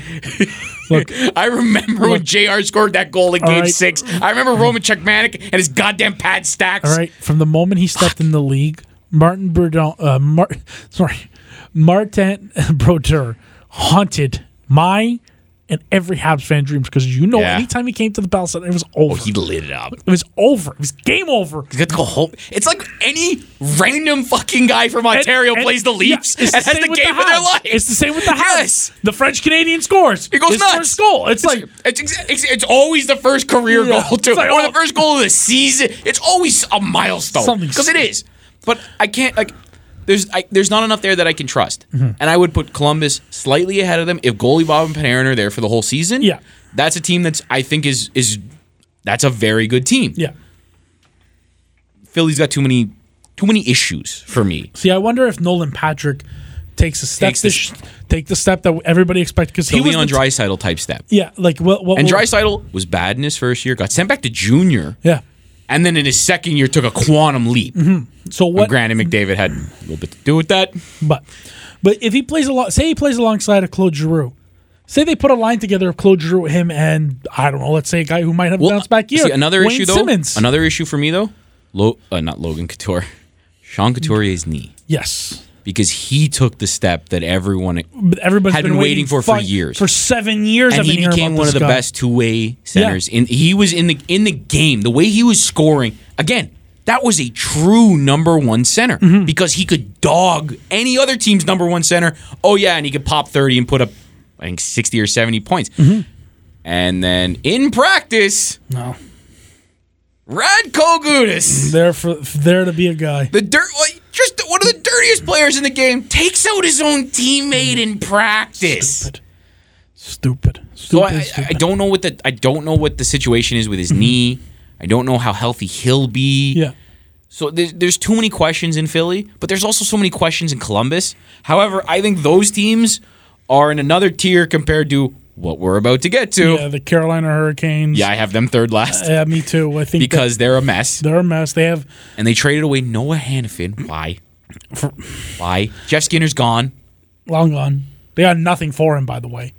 Speaker 2: look,
Speaker 3: I remember when Jr. scored that goal in Game
Speaker 2: right.
Speaker 3: Six. I remember Roman Czechmanic and his goddamn pad stacks.
Speaker 2: All right. From the moment he stepped in the league, Martin Brodeur, uh, Mar- sorry, Martin Brodeur haunted my and every Habs fan dreams because you know,
Speaker 3: Yeah. Oh,
Speaker 2: anytime he came to the Palace, it was over.
Speaker 3: He lit it up.
Speaker 2: it was over. It was game over.
Speaker 3: He's got to go home. It's like any random fucking guy from Ontario
Speaker 2: And-
Speaker 3: plays the
Speaker 2: yeah,
Speaker 3: Leafs
Speaker 2: it's
Speaker 3: and has
Speaker 2: same
Speaker 3: the
Speaker 2: with
Speaker 3: game of their
Speaker 2: Habs.
Speaker 3: life.
Speaker 2: It's the same with the Habs.
Speaker 3: Yes.
Speaker 2: The French Canadian scores.
Speaker 3: It goes
Speaker 2: His
Speaker 3: nuts.
Speaker 2: First goal. It's like
Speaker 3: it's, exa- it's it's always the first career
Speaker 2: Yeah.
Speaker 3: goal too,
Speaker 2: It's like,
Speaker 3: or
Speaker 2: oh.
Speaker 3: the first goal of the season. It's always a milestone
Speaker 2: Something-
Speaker 3: because it is. But I can't like. There's I, there's not enough there that I can trust,
Speaker 2: Mm-hmm.
Speaker 3: and I would put Columbus slightly ahead of them if goalie Bob and Panarin are there for the whole season.
Speaker 2: Yeah.
Speaker 3: that's a team that's I think is is that's a very good team.
Speaker 2: yeah.
Speaker 3: Philly's got too many too many issues for me.
Speaker 2: See, I wonder if Nolan Patrick takes a step
Speaker 3: Takes
Speaker 2: to
Speaker 3: the-
Speaker 2: sh- take the step that everybody expects because
Speaker 3: The
Speaker 2: he was
Speaker 3: Leon
Speaker 2: the t-
Speaker 3: Drysidle type step.
Speaker 2: yeah like what what
Speaker 3: And
Speaker 2: will-
Speaker 3: Drysidle was bad in his first year, got sent back to junior,
Speaker 2: yeah
Speaker 3: and then in his second year took a quantum leap.
Speaker 2: Mm-hmm. so what
Speaker 3: Granted, McDavid had a little bit to do with that.
Speaker 2: But but if he plays a lot, say he plays alongside of Claude Giroux. Say they put a line together of Claude Giroux, him, and I don't know. Let's say a guy who might have bounced back
Speaker 3: see,
Speaker 2: year.
Speaker 3: another
Speaker 2: Wayne
Speaker 3: issue though.
Speaker 2: Simmons.
Speaker 3: Another issue for me though. Lo- uh, not Logan Couture, Sean Couturier's knee
Speaker 2: yes,
Speaker 3: because he took the step that everyone
Speaker 2: but everybody's
Speaker 3: Had
Speaker 2: been,
Speaker 3: been waiting for for
Speaker 2: fi-
Speaker 3: years.
Speaker 2: For seven years, I've
Speaker 3: and
Speaker 2: been
Speaker 3: he
Speaker 2: hearing
Speaker 3: became
Speaker 2: about
Speaker 3: one
Speaker 2: this
Speaker 3: of the
Speaker 2: guy.
Speaker 3: best two way centers. In he was in the in the game. The way he was scoring again, That was a true number one center because he could dog any other team's number one center. Oh yeah, and he could pop thirty and put up I think sixty or seventy points. And then in practice,
Speaker 2: No,
Speaker 3: Radko Gudas.
Speaker 2: there for there to be a guy.
Speaker 3: The dirt, like, just one of the dirtiest players in the game, takes out his own teammate in practice.
Speaker 2: Stupid, stupid, stupid.
Speaker 3: So I, I-
Speaker 2: stupid.
Speaker 3: I don't know what the I don't know what the situation is with his knee. I don't know how healthy he'll be.
Speaker 2: Mm-hmm. yeah.
Speaker 3: So there's, there's too many questions in Philly, but there's also so many questions in Columbus. However, I think those teams are in another tier compared to what we're about to get to.
Speaker 2: Yeah, the Carolina Hurricanes.
Speaker 3: Yeah, I have them third last
Speaker 2: yeah, me too. I think that
Speaker 3: because they're a mess,
Speaker 2: they're a mess. They have
Speaker 3: and they traded away Noah Hannafin. Why? Why? Jeff Skinner's gone.
Speaker 2: long gone. They got nothing for him, by the way.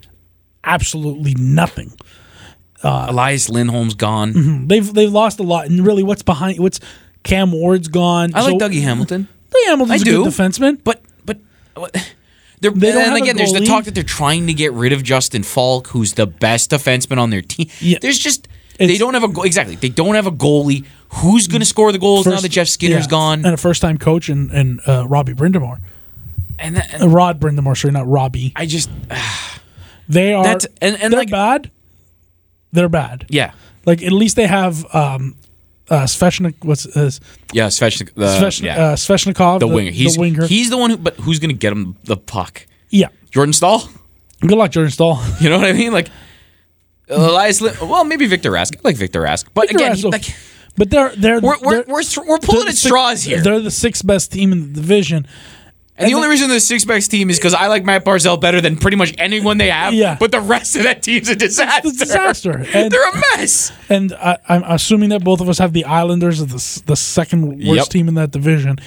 Speaker 2: Absolutely nothing. Uh,
Speaker 3: Elias Lindholm's gone.
Speaker 2: They've they've lost a lot, and really, what's behind? What's Cam Ward's gone.
Speaker 3: I like
Speaker 2: So-
Speaker 3: Dougie Hamilton,
Speaker 2: Dougie Hamilton's
Speaker 3: I
Speaker 2: a
Speaker 3: do.
Speaker 2: good defenseman.
Speaker 3: but but what- they're,
Speaker 2: They don't
Speaker 3: and
Speaker 2: have a
Speaker 3: again, there's the
Speaker 2: goalie.
Speaker 3: talk that they're trying to get rid of Justin Falk, who's the best defenseman on their team.
Speaker 2: Yeah.
Speaker 3: There's just they
Speaker 2: It's-
Speaker 3: don't have a go- exactly. They don't have a goalie. Who's going to score the goals now
Speaker 2: First-
Speaker 3: that Jeff Skinner's
Speaker 2: yeah,
Speaker 3: gone?
Speaker 2: and a first-time coach and and uh, Robbie Brindamore,
Speaker 3: And, that, and
Speaker 2: uh, Rod Brindamore, sorry, not Robbie.
Speaker 3: I just
Speaker 2: They are
Speaker 3: That's- and- and
Speaker 2: they're
Speaker 3: like-
Speaker 2: bad. They're bad.
Speaker 3: yeah
Speaker 2: Like at least they have um, uh, Sveshnik. What's his?
Speaker 3: yeah Sveshnik, the,
Speaker 2: Sveshn-
Speaker 3: yeah,
Speaker 2: uh, Sveshnikov,
Speaker 3: the winger. He's
Speaker 2: the winger.
Speaker 3: he's the one who. But who's going to get him the puck?
Speaker 2: yeah.
Speaker 3: Jordan Stahl.
Speaker 2: Good luck, Jordan Stahl.
Speaker 3: You know what I mean? Like Elias. Lin- well, maybe Victor Rask. I like Victor Rask, but
Speaker 2: Victor
Speaker 3: again,
Speaker 2: Rask,
Speaker 3: he-
Speaker 2: okay.
Speaker 3: like.
Speaker 2: but they're they're
Speaker 3: We're we're,
Speaker 2: they're-
Speaker 3: we're, th- we're pulling
Speaker 2: they're the
Speaker 3: at
Speaker 2: six-
Speaker 3: straws here.
Speaker 2: They're the sixth best team in the division.
Speaker 3: And, the
Speaker 2: And
Speaker 3: only reason the six backs team is because I like Matt Barzell better than pretty much anyone they have.
Speaker 2: Yeah.
Speaker 3: But the rest of that team's a disaster.
Speaker 2: It's a disaster. And-
Speaker 3: They're a mess.
Speaker 2: And I, I'm assuming that both of us have the Islanders as the, s- the second worst
Speaker 3: Yep.
Speaker 2: team in that division.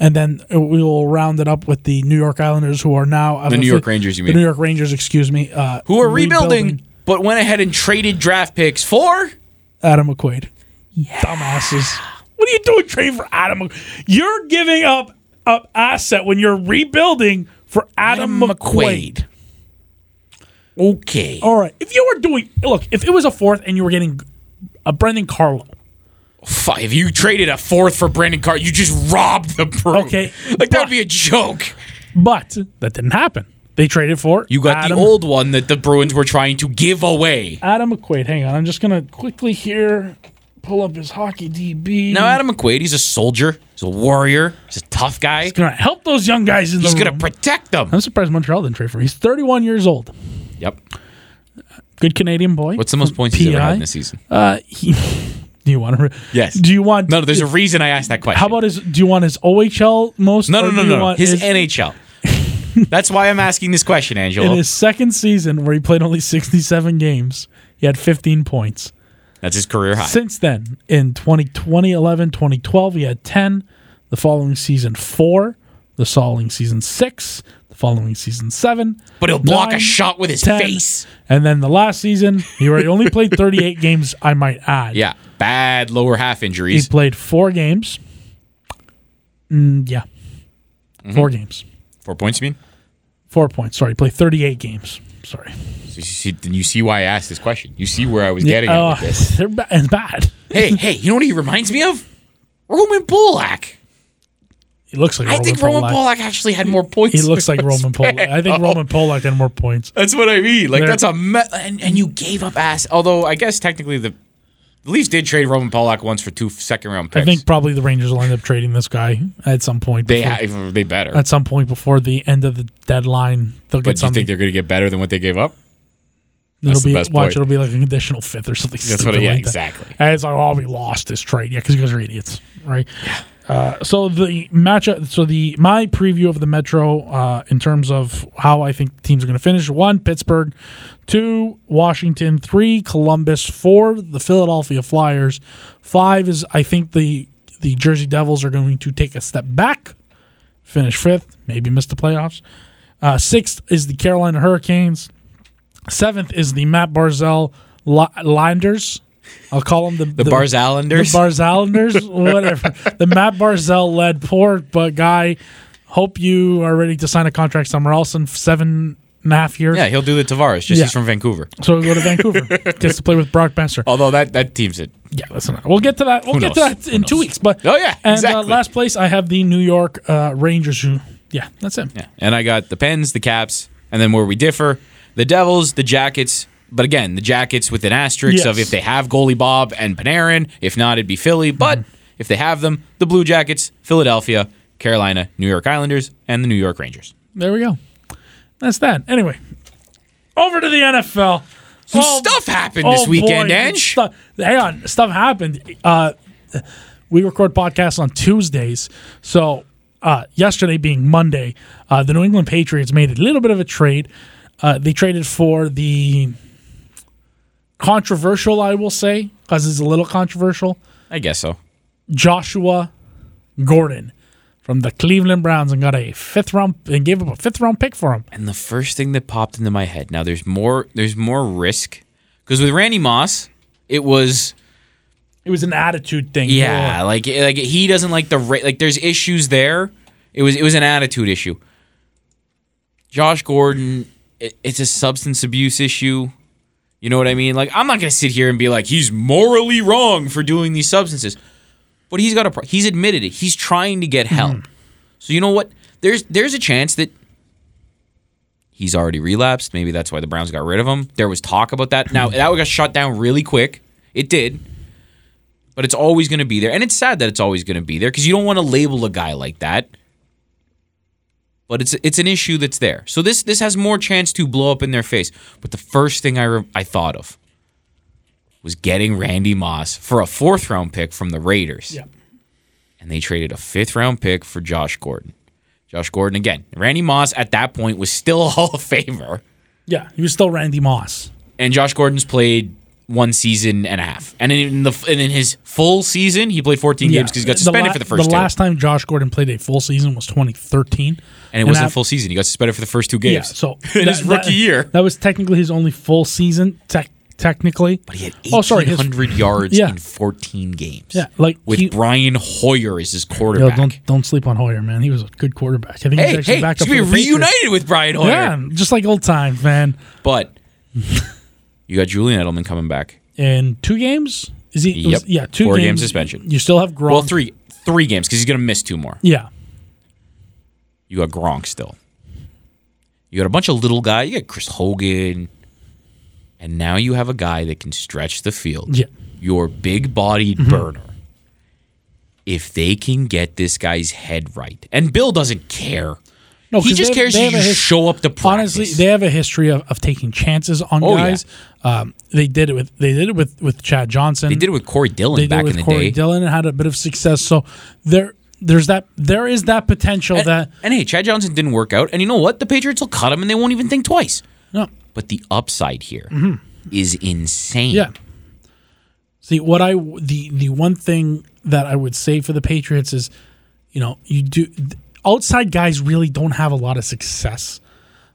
Speaker 2: And then we will round it up with the New York Islanders, who are now
Speaker 3: The New York Rangers, you mean.
Speaker 2: the New York Rangers? Excuse me, uh,
Speaker 3: Who are rebuilding, but went ahead and traded draft picks for
Speaker 2: Adam McQuaid. Dumbasses! What are you doing trading for Adam? Mc- You're giving up up asset when you're rebuilding for Adam, McQuaid.
Speaker 3: Okay.
Speaker 2: All right, if you were doing look, if it was a fourth and you were getting a Brendan Carlo,
Speaker 3: Fuck, if you traded a fourth for Brandon Carr, you just robbed the Bruins.
Speaker 2: Okay,
Speaker 3: Like, that would
Speaker 2: but-
Speaker 3: be a joke.
Speaker 2: but that didn't happen. They traded for
Speaker 3: You got
Speaker 2: Adam
Speaker 3: the old one that the Bruins were trying to give away.
Speaker 2: Adam McQuaid. Hang on, I'm just gonna quickly here pull up his hockey DB.
Speaker 3: Now, Adam McQuaid, he's a soldier. He's a warrior. He's a tough guy.
Speaker 2: gonna help those young guys in
Speaker 3: He's
Speaker 2: the
Speaker 3: going to
Speaker 2: room.
Speaker 3: protect them.
Speaker 2: I'm surprised Montreal didn't trade for. him. He's 31 years old.
Speaker 3: Yep.
Speaker 2: Good Canadian boy.
Speaker 3: What's the most points he's ever had in this season?
Speaker 2: Uh, he, do you want to? Re-
Speaker 3: Yes.
Speaker 2: Do you want?
Speaker 3: No, no, there's a reason I asked that question.
Speaker 2: How about his? Do you want his OHL most?
Speaker 3: no,
Speaker 2: or
Speaker 3: no,
Speaker 2: do
Speaker 3: no,
Speaker 2: you
Speaker 3: no, no.
Speaker 2: want
Speaker 3: his
Speaker 2: his
Speaker 3: NHL? That's why I'm asking this question,
Speaker 2: in
Speaker 3: Angelo.
Speaker 2: his second season where he played only 67 games, he had 15 points.
Speaker 3: That's his career high.
Speaker 2: Since then, in 2020, 11, 2012, he had 10. The following season, 4. The following season, 6. The following season, 7.
Speaker 3: But he'll block a
Speaker 2: nine,
Speaker 3: shot with his
Speaker 2: 10.
Speaker 3: face.
Speaker 2: And then the last season, he already only played 38 games, I might add.
Speaker 3: Yeah, bad lower half
Speaker 2: He
Speaker 3: injuries.
Speaker 2: played 4 games. Mm, yeah.
Speaker 3: Mm-hmm.
Speaker 2: 4 games.
Speaker 3: Four points, you mean?
Speaker 2: 4 points. Sorry, he played 38 games. Sorry.
Speaker 3: So you see, then you see why I asked this question. You see where I was getting at with
Speaker 2: Oh,
Speaker 3: this.
Speaker 2: They're ba- and bad.
Speaker 3: hey, hey, you know what he reminds me of? Roman Polak.
Speaker 2: It looks like
Speaker 3: I
Speaker 2: Roman
Speaker 3: think Roman
Speaker 2: Polak.
Speaker 3: Polak actually had more points.
Speaker 2: He looks
Speaker 3: than
Speaker 2: like
Speaker 3: us.
Speaker 2: Roman Polak. I
Speaker 3: Oh.
Speaker 2: think Roman Polak had more points.
Speaker 3: That's what I mean. Like
Speaker 2: They're-
Speaker 3: that's a me- and, and you gave up ass. Although I guess technically the, the Leafs did trade Roman Polak once for two second round picks.
Speaker 2: I think probably the Rangers will end up trading this guy at some point.
Speaker 3: They
Speaker 2: before,
Speaker 3: ha- they better.
Speaker 2: at some point before the end of the deadline, they'll get
Speaker 3: but do you
Speaker 2: something.
Speaker 3: think they're going to get better than what they gave up?
Speaker 2: it'll
Speaker 3: the
Speaker 2: be
Speaker 3: best
Speaker 2: watch.
Speaker 3: point.
Speaker 2: It'll be like an additional fifth or something.
Speaker 3: what-
Speaker 2: stupid
Speaker 3: yeah,
Speaker 2: like that.
Speaker 3: exactly.
Speaker 2: And it's like, oh, we lost this trade. Yeah, because you guys are idiots, right? Yeah. Uh, so the matchup. So the my preview of the Metro uh, in terms of how I think teams are going to finish: one, Pittsburgh; two, Washington; three, Columbus; four, the Philadelphia Flyers; five is I think the the Jersey Devils are going to take a step back, finish fifth, maybe miss the playoffs. Uh, sixth is the Carolina Hurricanes. Seventh is the Matt Barzell Li- Linders. I'll call him the,
Speaker 3: The, Bars Allanders.
Speaker 2: the Barzellanders, whatever. The Matt Barzell led poor but guy. Hope you are ready to sign a contract somewhere else in seven and a half years.
Speaker 3: Yeah, he'll do the Tavares. Just
Speaker 2: Yeah.
Speaker 3: he's from Vancouver.
Speaker 2: So we go to Vancouver. Gets to play with Brock Besser.
Speaker 3: Although that that team's it.
Speaker 2: Yeah, listen, we'll get to that. We'll
Speaker 3: Oh. Who
Speaker 2: get
Speaker 3: knows?
Speaker 2: to that in two weeks. But
Speaker 3: Oh, yeah,
Speaker 2: and uh,
Speaker 3: exactly.
Speaker 2: last place I have the New York uh, Rangers. Who, yeah, that's him.
Speaker 3: Yeah. And I got the Pens, the Caps, and then where we differ, the Devils, the Jackets. But again, the Jackets with an asterisk
Speaker 2: Yes.
Speaker 3: of if they have goalie Bob and Panarin. If not, it'd be Philly. But if they have them, the Blue Jackets, Philadelphia, Carolina, New York Islanders, and the New York Rangers.
Speaker 2: There we go. That's that. Anyway, over to the NFL. Some
Speaker 3: stuff happened
Speaker 2: oh,
Speaker 3: this weekend, Ange.
Speaker 2: hang on, stuff happened. Uh, we record podcasts on Tuesdays, so uh, yesterday being Monday, uh, the New England Patriots made a little bit of a trade. Uh, they traded for the controversial, I will say, because it's a little controversial,
Speaker 3: I guess so.
Speaker 2: Joshua Gordon from the Cleveland Browns and got a fifth round and gave up a fifth round pick for him.
Speaker 3: And the first thing that popped into my head. Now there's more. There's more risk because with Randy Moss, it was
Speaker 2: It was an attitude thing.
Speaker 3: Yeah, like like he doesn't like the ra- like. There's issues there. It was it was an attitude issue. Josh Gordon, it, it's a substance abuse issue. You know what I mean? Like I'm not gonna sit here and be like he's morally wrong for doing these substances, but he's got a pro- he's admitted it. He's trying to get help. So you know what? There's there's a chance that he's already relapsed. Maybe that's why the Browns got rid of him. There was talk about that. Now that got shut down really quick. It did but it's always going to be there. And it's sad that it's always going to be there because you don't want to label a guy like that. But it's it's an issue that's there. So this this has more chance to blow up in their face. But the first thing I re- I thought of was getting Randy Moss for a fourth round pick from the Raiders.
Speaker 2: Yeah.
Speaker 3: And they traded a fifth round pick for Josh Gordon. Josh Gordon again. Randy Moss at that point was still a Hall of Famer.
Speaker 2: Yeah, he was still Randy Moss.
Speaker 3: and Josh Gordon's played one season and a half, and in the and in his full season, he played 14 games because he got suspended
Speaker 2: la-
Speaker 3: for the first
Speaker 2: The
Speaker 3: two,
Speaker 2: last time Josh Gordon played a full season was 2013,
Speaker 3: and it wasn't
Speaker 2: that-
Speaker 3: a full season. He got suspended for the first two
Speaker 2: Yeah,
Speaker 3: games.
Speaker 2: so
Speaker 3: in
Speaker 2: that-
Speaker 3: his rookie
Speaker 2: that-
Speaker 3: year,
Speaker 2: that was technically his only full season. Tech technically, but
Speaker 3: he had
Speaker 2: oh sorry, his,
Speaker 3: 1,800 yards
Speaker 2: yeah.
Speaker 3: in 14 games.
Speaker 2: Yeah, like
Speaker 3: with
Speaker 2: he-
Speaker 3: Brian Hoyer as his
Speaker 2: yo,
Speaker 3: quarterback.
Speaker 2: don't don't sleep on Hoyer, man. He was a good quarterback. I think he's
Speaker 3: hey,
Speaker 2: actually
Speaker 3: hey,
Speaker 2: back
Speaker 3: should
Speaker 2: up.
Speaker 3: be
Speaker 2: for the Patriots.
Speaker 3: reunited with Brian Hoyer.
Speaker 2: Yeah, just like old times, man.
Speaker 3: But you got Julian Edelman coming back.
Speaker 2: In two games, is he? it was-
Speaker 3: Yep.
Speaker 2: yeah, two
Speaker 3: Four-game
Speaker 2: games
Speaker 3: suspension.
Speaker 2: You still have Gronk.
Speaker 3: Well, three three games because he's going to miss two more.
Speaker 2: Yeah,
Speaker 3: You got Gronk still. You got a bunch of little guy. You got Chris Hogan. And now you have a guy that can stretch the field.
Speaker 2: Yeah. Mm-hmm.
Speaker 3: Your big bodied burner. If they can get this guy's head right, and Bill doesn't care.
Speaker 2: no, Oh,
Speaker 3: he
Speaker 2: 'cause
Speaker 3: just
Speaker 2: they-
Speaker 3: cares
Speaker 2: they
Speaker 3: that
Speaker 2: have
Speaker 3: you
Speaker 2: a his-
Speaker 3: show up to practice.
Speaker 2: honestly, they have a history of, of taking chances on
Speaker 3: Oh, yeah.
Speaker 2: guys. Um, they did it with they did it with with Chad Johnson.
Speaker 3: They did it with Corey Dillon
Speaker 2: They did
Speaker 3: back
Speaker 2: it with
Speaker 3: in the
Speaker 2: Corey
Speaker 3: day.
Speaker 2: Dillon and had a bit of success. So there there's that there is that potential
Speaker 3: And-
Speaker 2: that
Speaker 3: and hey, Chad Johnson didn't work out. And you know what? The Patriots will cut him and they won't even think twice.
Speaker 2: no
Speaker 3: But the upside here is insane.
Speaker 2: Mm-hmm. yeah. See what I the the one thing that I would say for the Patriots is, you know, you do outside guys really don't have a lot of success.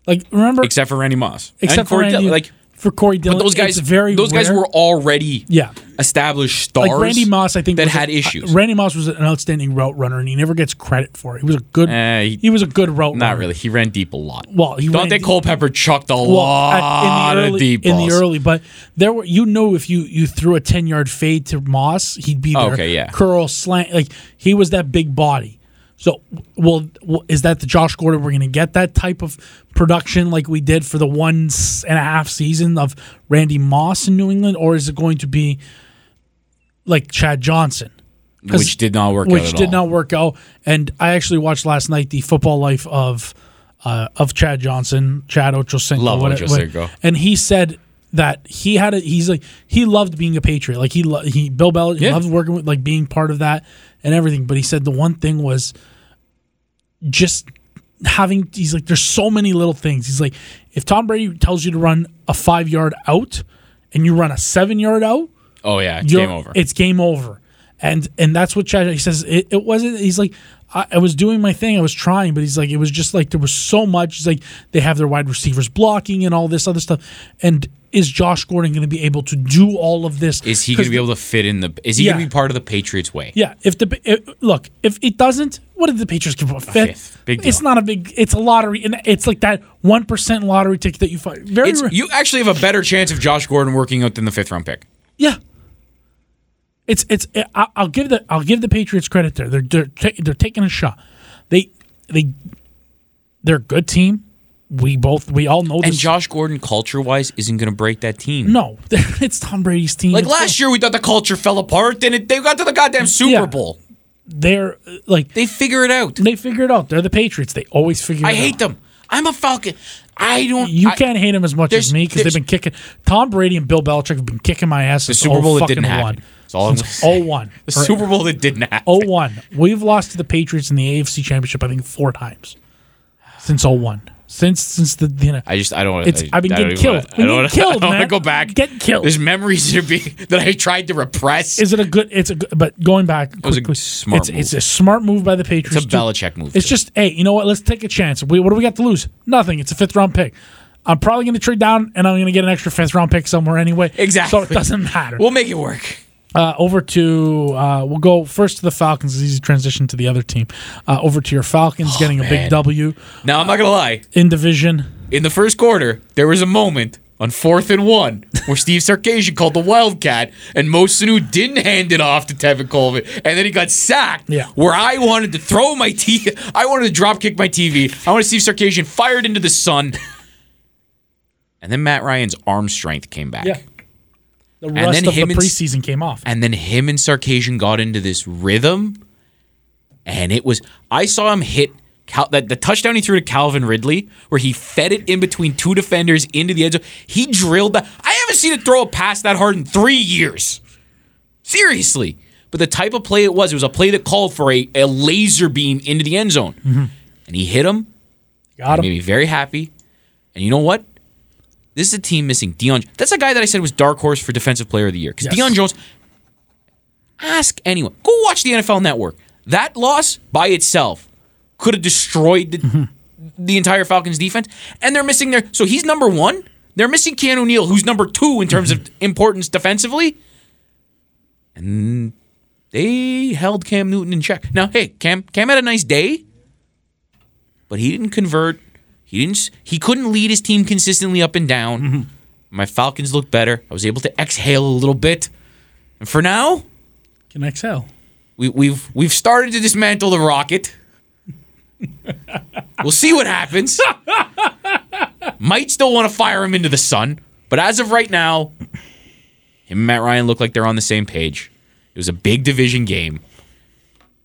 Speaker 2: Like remember
Speaker 3: Except for Randy Moss. And
Speaker 2: except for
Speaker 3: Corey
Speaker 2: Randy,
Speaker 3: Dillon, like
Speaker 2: for Corey Dillon,
Speaker 3: But those guys,
Speaker 2: it's very
Speaker 3: those guys
Speaker 2: rare.
Speaker 3: were already
Speaker 2: Yeah.
Speaker 3: established stars.
Speaker 2: Like Randy Moss, I think
Speaker 3: that
Speaker 2: was a-
Speaker 3: had issues.
Speaker 2: uh, Randy Moss was an outstanding route runner, and he never gets credit for it. He was a good.
Speaker 3: Eh,
Speaker 2: he,
Speaker 3: he-
Speaker 2: was a good route.
Speaker 3: Not
Speaker 2: runner.
Speaker 3: really. He ran deep a lot.
Speaker 2: Well, he ran
Speaker 3: Dante
Speaker 2: deep-
Speaker 3: Culpepper chucked a
Speaker 2: Well, at- in
Speaker 3: lot
Speaker 2: the
Speaker 3: of
Speaker 2: early,
Speaker 3: deep
Speaker 2: in
Speaker 3: balls.
Speaker 2: the early, but there were you know if you you threw a ten yard fade to Moss, he'd be
Speaker 3: Oh,
Speaker 2: there.
Speaker 3: okay, yeah.
Speaker 2: curl slant, like he was that big body. So, well, well, is that the Josh Gordon we're going to get that type of production like we did for the one s- and a half season of Randy Moss in New England, or is it going to be like Chad Johnson? 'Cause-
Speaker 3: which did not work out
Speaker 2: which
Speaker 3: at
Speaker 2: did
Speaker 3: all.
Speaker 2: not work out. And I actually watched last night the football life of uh, of Chad Johnson, Chad Ochocinco.
Speaker 3: Love
Speaker 2: what-
Speaker 3: Ochocinco.
Speaker 2: what- and he said that he had a he's like he loved being a patriot. Like he lo- he Bill Belichick
Speaker 3: Yeah.
Speaker 2: loved working with like being part of that and everything. But he said the one thing was just having he's like there's so many little things. He's like if Tom Brady tells you to run a 5 yard out and you run a 7 yard out,
Speaker 3: oh yeah, it's
Speaker 2: you're-
Speaker 3: game over.
Speaker 2: It's game over. And and that's what Chad he says. It, it wasn't. He's like, I, I was doing my thing. I was trying, but he's like, it was just like there was so much. He's like, they have their wide receivers blocking and all this other stuff. And is Josh Gordon going to be able to do all of this?
Speaker 3: is he going to be able to fit in the? Is he
Speaker 2: Yeah.
Speaker 3: going to be part of the Patriots way?
Speaker 2: Yeah. If the it, look, if it doesn't, what did the Patriots give up? Fifth.
Speaker 3: fifth. Big deal.
Speaker 2: It's not a big. It's a lottery, and it's like that one percent lottery ticket that you find. Very.
Speaker 3: It's,
Speaker 2: rare.
Speaker 3: you actually have a better chance of Josh Gordon working out than the fifth round pick.
Speaker 2: yeah. It's it's. eh, I- I'll give the I'll give the Patriots credit there. They're they're, ta- they're taking a shot. They they they're a good team. We both we all know
Speaker 3: And
Speaker 2: this.
Speaker 3: Josh Gordon, culture wise, isn't going to break that team.
Speaker 2: no, it's Tom Brady's team.
Speaker 3: Like
Speaker 2: It's-
Speaker 3: last year, we thought the culture fell apart, then it, they got to the goddamn Super
Speaker 2: Yeah.
Speaker 3: Bowl.
Speaker 2: they're uh, like
Speaker 3: They figure it out.
Speaker 2: they figure it out. They're the Patriots. They always figure.
Speaker 3: I
Speaker 2: it
Speaker 3: hate
Speaker 2: out.
Speaker 3: them. I'm a Falcon. I don't.
Speaker 2: You
Speaker 3: I-
Speaker 2: can't hate them as much as
Speaker 3: there's-
Speaker 2: me because they've
Speaker 3: there's-
Speaker 2: been kicking. Tom Brady and Bill Belichick have been kicking my ass
Speaker 3: The
Speaker 2: since
Speaker 3: Super Bowl, it didn't
Speaker 2: 01.
Speaker 3: happen. That's all I'm gonna
Speaker 2: Since
Speaker 3: say.
Speaker 2: 01.
Speaker 3: The Super Bowl that didn't happen.
Speaker 2: 01. We've lost to the Patriots in the AFC Championship, I think, four times since 01. Since since the you know,
Speaker 3: I just I don't want
Speaker 2: It's- I've been getting killed.
Speaker 3: I
Speaker 2: We're
Speaker 3: don't, wanna-
Speaker 2: getting
Speaker 3: I
Speaker 2: killed,
Speaker 3: don't want to
Speaker 2: man.
Speaker 3: go back.
Speaker 2: Getting killed.
Speaker 3: There's memories that, are being, that I tried to repress.
Speaker 2: is it a good? It's a good, but going back. Quickly,
Speaker 3: was a smart
Speaker 2: it's,
Speaker 3: move.
Speaker 2: it's a smart move by the Patriots.
Speaker 3: It's a
Speaker 2: to-
Speaker 3: Belichick move,
Speaker 2: It's
Speaker 3: too.
Speaker 2: just hey, you know what? Let's take a chance. We, what do we got to lose? Nothing. It's a fifth round pick. I'm probably going to trade down, and I'm going to get an extra fifth round pick somewhere anyway.
Speaker 3: Exactly.
Speaker 2: So it doesn't matter.
Speaker 3: we'll make it work.
Speaker 2: Uh, over to uh, we'll go first to the Falcons. It's easy transition to the other team. Uh, over to your Falcons, getting a
Speaker 3: Oh, man.
Speaker 2: big W
Speaker 3: Now I'm not gonna lie.
Speaker 2: in division.
Speaker 3: In the first quarter, there was a moment on fourth and one where Steve Sarkisian called the Wildcat, and Mo Sanu didn't hand it off to Tevin Colvin, and then he got sacked.
Speaker 2: Yeah.
Speaker 3: Where I wanted to throw my t, I wanted to drop kick my TV. I wanted Steve Sarkisian fired into the sun. And then Matt Ryan's arm strength came back.
Speaker 2: the rest
Speaker 3: then
Speaker 2: of the
Speaker 3: him and-
Speaker 2: preseason came off.
Speaker 3: And then him and Sarkisian got into this rhythm, and it was I saw him hit Cal, that the touchdown he threw to Calvin Ridley, where he fed it in between two defenders into the end zone. He drilled that. I haven't seen it throw a pass that hard in three years. Seriously. But the type of play it was, it was a play that called for a, a laser beam into the end zone. And he hit him,
Speaker 2: Got
Speaker 3: made
Speaker 2: him.
Speaker 3: me very happy. And you know what? This is a team missing Deion. That's a guy that I said was dark horse for defensive player of the year
Speaker 2: Yes.
Speaker 3: because Deion Jones. Ask anyone. Go watch the NFL Network. That loss by itself could have destroyed the, the entire Falcons defense, and they're missing their. So he's number one. They're missing Keanu Neal, who's number two in terms of importance defensively. And they held Cam Newton in check. Now, hey, Cam, Cam had a nice day but he didn't convert. He didn't. s- He couldn't lead his team consistently up and down. My Falcons looked better. I was able to exhale a little bit, and for now,
Speaker 2: Can exhale.
Speaker 3: we, we've we've started to dismantle the rocket. we'll see what happens. Might still want to fire him into the sun, but as of right now, him and Matt Ryan look like they're on the same page. It was a big division game.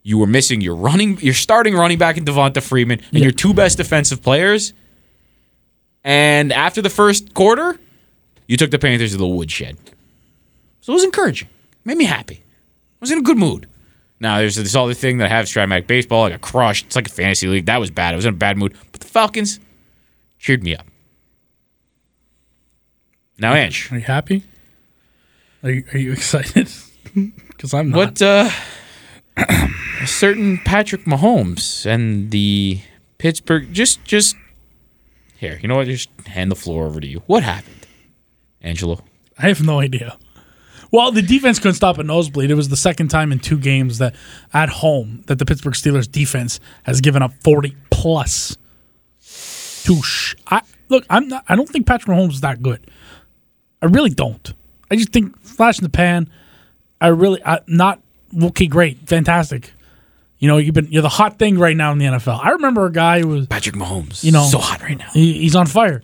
Speaker 3: You were missing your running, your starting running back in Devonta Freeman, and your two best defensive players. And after the first quarter, you took the Panthers to the woodshed. So it was encouraging. Made me happy. I was in a good mood. Now there's this other thing that I have Stramac baseball. I got crushed. It's like a fantasy league. That was bad. I was in a bad mood. But the Falcons cheered me up. Now, Ange,
Speaker 2: Are you happy? Are you, are you excited? Because I'm not.
Speaker 3: what uh, a certain Patrick Mahomes and the Pittsburgh just just here. You know what? Just hand the floor over to you. What happened, Angelo?
Speaker 2: I have no idea. Well, the defense couldn't stop a nosebleed. It was the second time in two games that at home that the Pittsburgh Steelers defense has given up 40 plus. Touche. I look, I'm not I don't think Patrick Mahomes is that good. I really don't. I just think flash in the pan. I really I not okay, great, fantastic. You know, you've been you're the hot thing right now in the NFL. I remember a guy who was
Speaker 3: Patrick Mahomes.
Speaker 2: You know-
Speaker 3: so hot right now.
Speaker 2: he, he's on fire.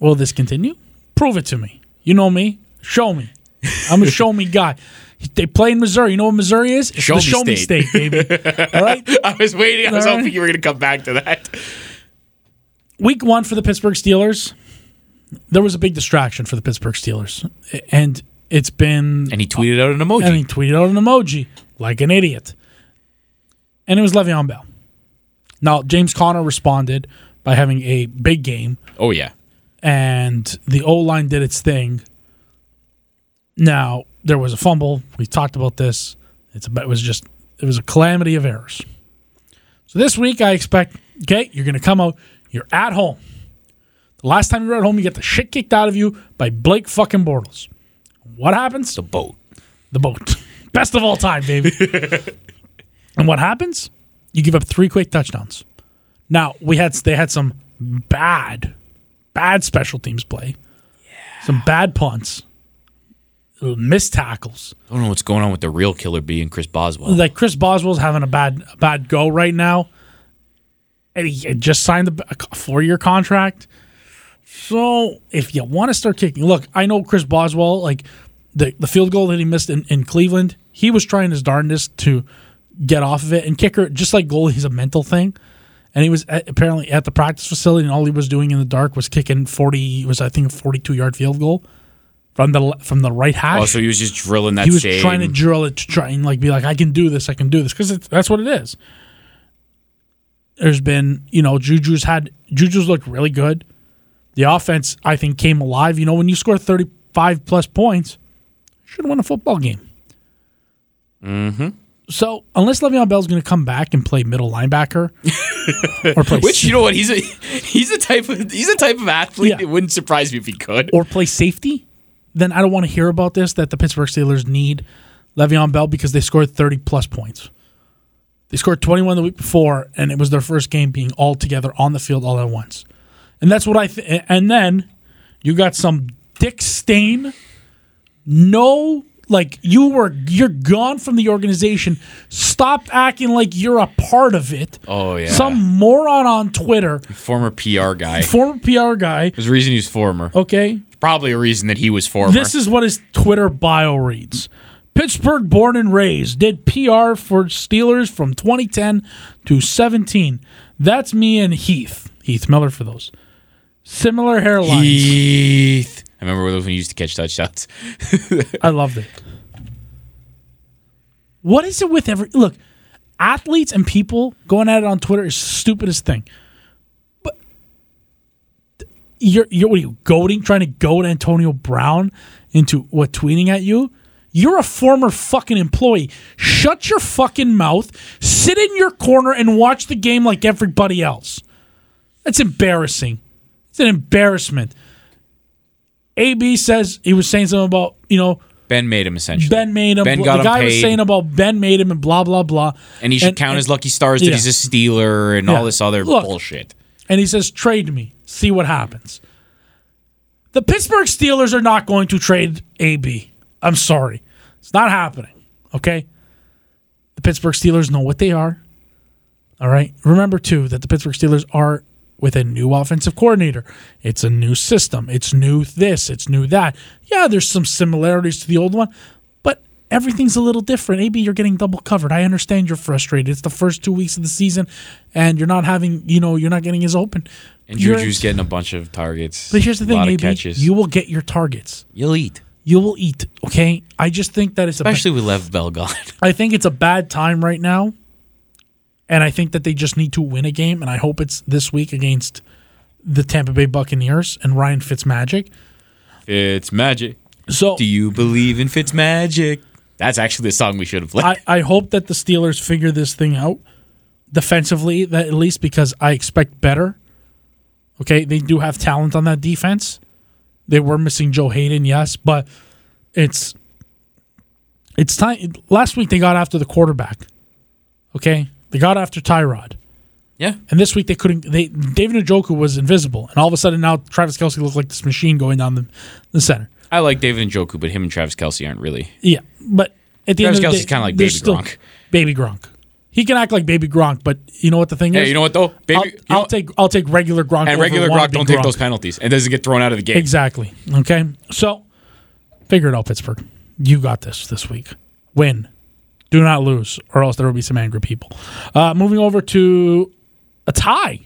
Speaker 2: Will this continue? Prove it to me. You know me. Show me. I'm a show me guy. They play in Missouri. You know what Missouri is? It's
Speaker 3: Show
Speaker 2: the
Speaker 3: me
Speaker 2: show me
Speaker 3: state.
Speaker 2: state, baby. All right.
Speaker 3: I was waiting. I was
Speaker 2: All right.
Speaker 3: hoping you were going to come back to that.
Speaker 2: Week one for the Pittsburgh Steelers. There was a big distraction for the Pittsburgh Steelers, and it's been
Speaker 3: And he tweeted out an emoji.
Speaker 2: and he tweeted out an emoji like an idiot. And it was Le'Veon Bell. Now James Conner responded by having a big game.
Speaker 3: oh yeah.
Speaker 2: and the O line did its thing. Now there was a fumble. We talked about this. It's about, it was just it was a calamity of errors. So this week I expect okay, you're going to come out. You're at home. The last time you were at home, you get the shit kicked out of you by Blake fucking Bortles. What happens?
Speaker 3: The boat.
Speaker 2: the boat. Best of all time, baby. and what happens? You give up three quick touchdowns. Now we had they had some bad, bad special teams play, some bad punts, missed tackles.
Speaker 3: I don't know what's going on with the real killer B and Chris Boswell.
Speaker 2: Like Chris Boswell's having a bad a bad go right now, and he had just signed a- a four year contract. So if you want to start kicking, look, I know Chris Boswell, like the the field goal that he missed in, in Cleveland, he was trying his darndest to get off of it. And kicker, just like goalie, he's a mental thing. And he was at, apparently at the practice facility, and all he was doing in the dark was kicking forty was I think a forty two yard field goal from the le- from the right hash
Speaker 3: Oh, so he was just drilling that
Speaker 2: he was
Speaker 3: same.
Speaker 2: trying to drill it to try and like be like i can do this i can do this because that's what it is there's been you know juju's had juju's looked really good the offense i think came alive you know when you score 35 plus points you should win a football game mm-hmm. so unless Le'Veon Bell's going to come back and play middle linebacker or play
Speaker 3: which
Speaker 2: sa-
Speaker 3: you know what he's a he's a type of he's a type of athlete.
Speaker 2: Yeah.
Speaker 3: It wouldn't surprise me if he could.
Speaker 2: or play safety, then I don't want to hear about this that the Pittsburgh Steelers need Le'Veon Bell because they scored 30 plus points. They scored 21 the week before, and it was their first game being all together on the field all at once. And that's what I th- and then you got some dick stain. No, like you were you're gone from the organization. Stop acting like you're a part of it.
Speaker 3: Oh, yeah.
Speaker 2: Some moron on Twitter,
Speaker 3: Former PR guy.
Speaker 2: former PR guy.
Speaker 3: There's a reason he's former.
Speaker 2: Okay,
Speaker 3: Probably a reason that he was former.
Speaker 2: Oh. This is what his Twitter bio reads. Pittsburgh born and raised, did PR for Steelers from 2010 to 17. That's me and Heath. Heath Miller for those. Similar hairlines.
Speaker 3: Heath. I remember those when you used to catch touchdowns.
Speaker 2: I loved it. What is it with every look? Athletes and people going at it on Twitter is the stupidest thing. But you're you're what are you goading, trying to goad Antonio Brown into what tweeting at you? You're a former fucking employee. Shut your fucking mouth. Sit in your corner and watch the game like everybody else. That's embarrassing. It's an embarrassment. AB says he was saying something about, you know,
Speaker 3: Ben made him essentially.
Speaker 2: Ben made him.
Speaker 3: Ben
Speaker 2: the
Speaker 3: got him
Speaker 2: guy was
Speaker 3: paid.
Speaker 2: saying about Ben made him and blah blah blah.
Speaker 3: and he should count his lucky stars that
Speaker 2: yeah.
Speaker 3: he's a stealer and
Speaker 2: Yeah.
Speaker 3: all this other
Speaker 2: Look.
Speaker 3: bullshit.
Speaker 2: And he says, "Trade me. See what happens." The Pittsburgh Steelers are not going to trade AB. I'm sorry, it's not happening. Okay. The Pittsburgh Steelers know what they are. All right. Remember too that the Pittsburgh Steelers are with a new offensive coordinator. It's a new system. It's new this. It's new that. Yeah, there's some similarities to the old one, but everything's a little different. Maybe you're getting double covered. I understand you're frustrated. It's the first two weeks of the season, and you're not having. You know, you're not getting as open.
Speaker 3: And
Speaker 2: You're-
Speaker 3: Juju's getting a bunch of targets.
Speaker 2: But here's the
Speaker 3: a
Speaker 2: thing,
Speaker 3: lot of
Speaker 2: maybe
Speaker 3: catches.
Speaker 2: you will get your targets.
Speaker 3: You'll eat.
Speaker 2: You will eat. Okay. I just think that it's a.
Speaker 3: Especially with Lev Bell gone.
Speaker 2: I think it's a bad time right now, and I think that they just need to win a game. And I hope it's this week against the Tampa Bay Buccaneers and Ryan Fitzmagic.
Speaker 3: it's magic.
Speaker 2: So
Speaker 3: Do you believe in Fitz magic? That's actually the song we should have played.
Speaker 2: I, I hope that the Steelers figure this thing out defensively, that at least because I expect better. Okay, they do have talent on that defense. They were missing Joe Hayden, yes, but it's it's time. Last week they got after the quarterback. Okay, they got after Tyrod.
Speaker 3: yeah.
Speaker 2: And this week they couldn't. They David Njoku was invisible, and all of a sudden now Travis Kelsey looked like this machine going down the, the center.
Speaker 3: I like David and Joku, but him and Travis Kelsey aren't really.
Speaker 2: Yeah, but at the
Speaker 3: Travis
Speaker 2: end of the
Speaker 3: Kelce's
Speaker 2: day,
Speaker 3: kinda like
Speaker 2: they're
Speaker 3: Baby Gronk.
Speaker 2: Baby Gronk. He can act like Baby Gronk, but you know what the thing
Speaker 3: Hey,
Speaker 2: is.
Speaker 3: you know what though? Baby,
Speaker 2: I'll,
Speaker 3: you
Speaker 2: I'll
Speaker 3: know-
Speaker 2: take I'll take regular Gronk
Speaker 3: and
Speaker 2: over
Speaker 3: regular
Speaker 2: wannabe
Speaker 3: Gronk don't take
Speaker 2: Gronk.
Speaker 3: those penalties and doesn't get thrown out of the game.
Speaker 2: Exactly. Okay. So figure it out, Pittsburgh. You got this this week. Win. Do not lose, or else there will be some angry people. Uh, moving over to a tie.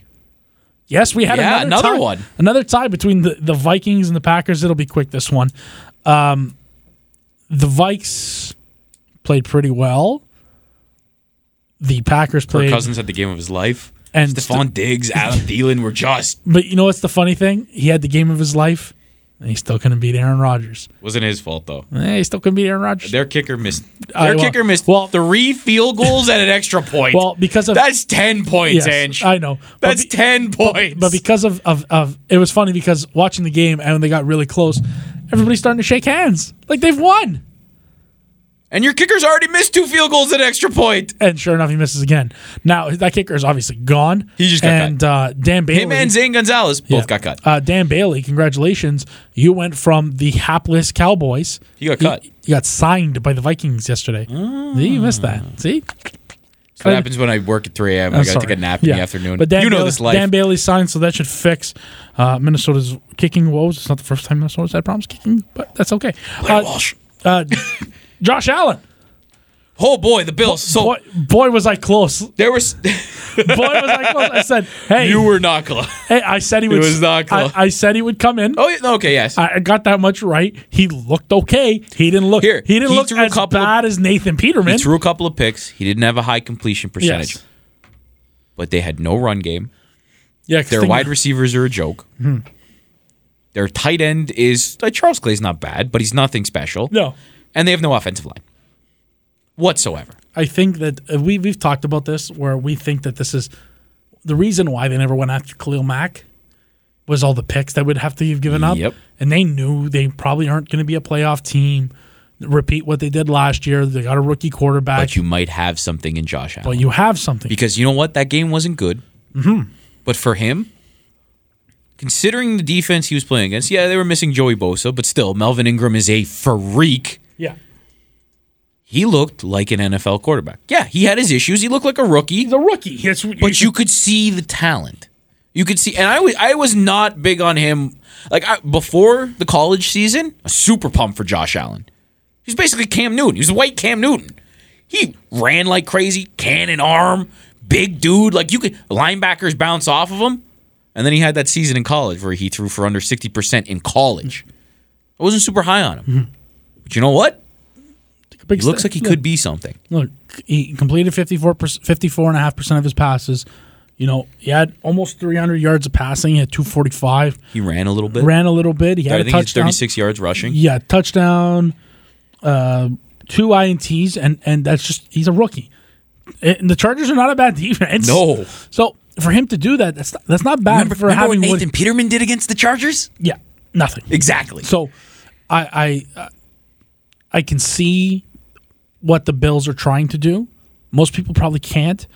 Speaker 2: Yes, we had
Speaker 3: Yeah,
Speaker 2: another,
Speaker 3: another
Speaker 2: tie-
Speaker 3: one.
Speaker 2: Another tie between the, the Vikings and the Packers. It'll be quick, this one. Um, the Vikes played pretty well. The Packers
Speaker 3: Kirk
Speaker 2: played.
Speaker 3: Cousins had the game of his life.
Speaker 2: And
Speaker 3: And Stephon Diggs, Adam Thielen were just
Speaker 2: But you know what's the funny thing? He had the game of his life, and he still couldn't beat Aaron Rodgers.
Speaker 3: wasn't his fault though.
Speaker 2: Eh, he still couldn't beat Aaron Rodgers.
Speaker 3: Their kicker missed.
Speaker 2: I-
Speaker 3: Their
Speaker 2: well-
Speaker 3: kicker missed
Speaker 2: well-
Speaker 3: three field goals and an extra point.
Speaker 2: Well, because of
Speaker 3: that's ten
Speaker 2: yes,
Speaker 3: points, Ange.
Speaker 2: I know. But
Speaker 3: That's
Speaker 2: be-
Speaker 3: ten points.
Speaker 2: But because of, of of it was funny because watching the game and when they got really close, everybody's starting to shake hands like they've won.
Speaker 3: And your kicker's already missed two field goals at extra point.
Speaker 2: and sure enough, he misses again. Now that kicker is obviously gone.
Speaker 3: He just got
Speaker 2: and uh, Dan Bailey.
Speaker 3: Him and Zane Gonzalez both
Speaker 2: Yeah.
Speaker 3: got cut.
Speaker 2: Uh, Dan Bailey, congratulations! You went from the hapless Cowboys.
Speaker 3: He got cut. Ah.
Speaker 2: You got signed by the Vikings yesterday. See, you missed that. See,
Speaker 3: That's what happens when I work at 3 a.m. I
Speaker 2: I'm
Speaker 3: got to take
Speaker 2: sorry.
Speaker 3: a nap
Speaker 2: Yeah.
Speaker 3: in the afternoon.
Speaker 2: But Dan
Speaker 3: you know
Speaker 2: Bailey-
Speaker 3: this life.
Speaker 2: Dan Bailey signed, so that should fix uh, Minnesota's kicking woes. It's not the first time Minnesota's had problems kicking, but that's okay. Uh,
Speaker 3: Walsh.
Speaker 2: uh, Josh Allen.
Speaker 3: oh boy, the Bills. So
Speaker 2: Boy, boy, was I close. Boy,
Speaker 3: there was.
Speaker 2: was I close. I said, "Hey,
Speaker 3: you were not close.
Speaker 2: hey, I said he would.
Speaker 3: was not close.
Speaker 2: I, I said he would come in.
Speaker 3: Oh yeah, no, okay, yes.
Speaker 2: I I got that much right. He looked okay. He didn't look.
Speaker 3: Here,
Speaker 2: he didn't
Speaker 3: he
Speaker 2: look
Speaker 3: threw a
Speaker 2: as
Speaker 3: couple of-
Speaker 2: bad as Nathan Peterman.
Speaker 3: He threw a couple of picks. He didn't have a high completion percentage,
Speaker 2: Yes.
Speaker 3: but they had no run game.
Speaker 2: Yeah, 'cause
Speaker 3: Their
Speaker 2: think-
Speaker 3: wide receivers are a joke.
Speaker 2: Hmm.
Speaker 3: Their tight end is like Charles Clay's not bad, but he's nothing special.
Speaker 2: No,
Speaker 3: And they have no offensive line whatsoever.
Speaker 2: I think that uh, we we've talked about this where we think that this is the reason why they never went after Khalil Mack was all the picks that would have to have given up.
Speaker 3: Yep.
Speaker 2: And they knew they probably aren't going to be a playoff team. Repeat what they did last year. They got a rookie quarterback,
Speaker 3: But you might have something in Josh Allen.
Speaker 2: but you have something.
Speaker 3: because you know what? That game wasn't good. But for him, considering the defense he was playing against, yeah, they were missing Joey Bosa, but still, Melvin Ingram is a freak.
Speaker 2: yeah.
Speaker 3: He looked like an NFL quarterback. Yeah, he had his issues. He looked like a rookie,
Speaker 2: He's a rookie. That's what
Speaker 3: but you could see the talent. You could see, and I was I was not big on him. Like I, before the college season, I was super pumped for Josh Allen. He's basically Cam Newton. He was white Cam Newton. He ran like crazy, cannon arm, big dude. Like you could linebackers bounce off of him. And then he had that season in college where he threw for under sixty percent in college. I wasn't super high on him,
Speaker 2: Mm-hmm.
Speaker 3: but you know what?
Speaker 2: big
Speaker 3: He looks
Speaker 2: step.
Speaker 3: like he could be something.
Speaker 2: look, he completed 54 percent of his passes. You know, he had almost 300 yards of passing. He had 245.
Speaker 3: He ran a little bit.
Speaker 2: Ran a little bit. He
Speaker 3: I
Speaker 2: had a
Speaker 3: think he's
Speaker 2: touchdown.
Speaker 3: 36 yards rushing.
Speaker 2: Yeah, touchdown, uh, two ints, and and that's just he's a rookie. And the Chargers are not a bad defense.
Speaker 3: No.
Speaker 2: So for him to do that, that's not, that's not bad
Speaker 3: Remember,
Speaker 2: for
Speaker 3: remember what
Speaker 2: having
Speaker 3: Nathan
Speaker 2: Wood-
Speaker 3: Peterman did against the Chargers?
Speaker 2: Yeah, nothing.
Speaker 3: Exactly.
Speaker 2: So, I I I can see what the Bills are trying to do. Most people probably can't,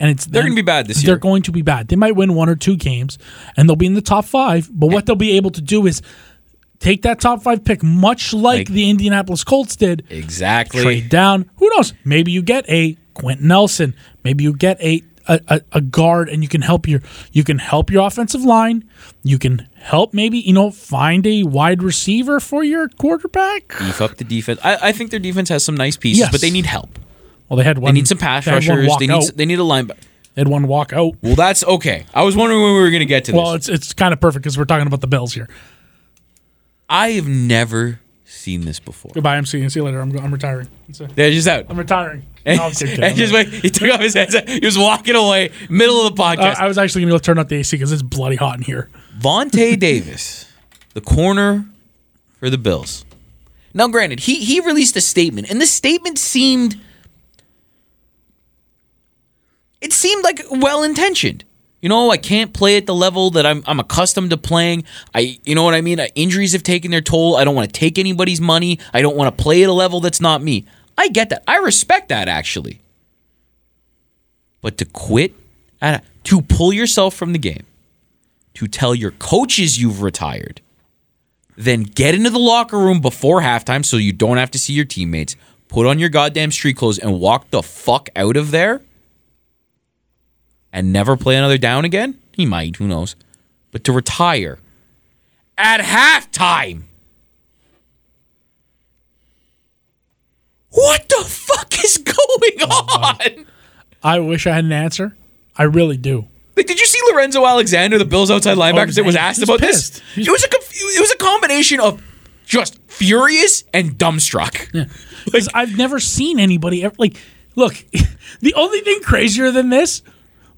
Speaker 2: and it's they're
Speaker 3: gonna be bad this
Speaker 2: They're
Speaker 3: year.
Speaker 2: going to be bad. They might win one or two games, and they'll be in the top five. But what they'll be able to do is take that top five pick, much like,
Speaker 3: Like-
Speaker 2: the Indianapolis Colts did,
Speaker 3: exactly.
Speaker 2: trade down. Who knows? Maybe you get a Quentin Nelson. Maybe you get a. A, a, a guard and you can help your you can help your offensive line you can help maybe you know find a wide receiver for your quarterback
Speaker 3: Beef up the defense. I, I think their defense has some nice pieces,
Speaker 2: Yes.
Speaker 3: but they need help.
Speaker 2: well they had one
Speaker 3: They need some pass
Speaker 2: they had one
Speaker 3: rushers.
Speaker 2: walk
Speaker 3: They
Speaker 2: out.
Speaker 3: need they need a linebacker.
Speaker 2: they had one walk out
Speaker 3: Well, that's okay. I was wondering when we were going to get to this.
Speaker 2: well it's it's kind of perfect because we're talking about the Bills here
Speaker 3: I have never seen this before.
Speaker 2: goodbye I'm seeing see you later I'm go- I'm retiring That's it.
Speaker 3: They're just out.
Speaker 2: I'm retiring
Speaker 3: And,
Speaker 2: No, I'm kidding.
Speaker 3: and just wait, he took off his headset. He was walking away, middle of the
Speaker 2: Uh,
Speaker 3: podcast.
Speaker 2: I was actually gonna go turn up the AC because it's bloody hot in here
Speaker 3: Vontae Davis, the corner for the Bills. Now, granted, he he released a statement, and the statement seemed it seemed like well intentioned. You know, I can't play at the level that I'm I'm accustomed to playing. I you know what I mean? Uh, Injuries have taken their toll. I don't want to take anybody's money. I don't want to play at a level that's not me. I get that. I respect that actually. But to quit, at a- to pull yourself from the game, to tell your coaches you've retired, then get into the locker room before halftime so you don't have to see your teammates, put on your goddamn street clothes and walk the fuck out of there and never play another down again? He might, who knows. But to retire at halftime. What the fuck is going on?
Speaker 2: I wish I had an answer I really do
Speaker 3: Like, did you see Lorenzo Alexander, the Bills outside linebacker, that was
Speaker 2: man,
Speaker 3: asked
Speaker 2: Oh, he's
Speaker 3: about
Speaker 2: pissed.
Speaker 3: this? It was a conf- it was a combination of just furious and dumbstruck.
Speaker 2: Because I've never seen anybody ever like. Look, the only thing crazier than this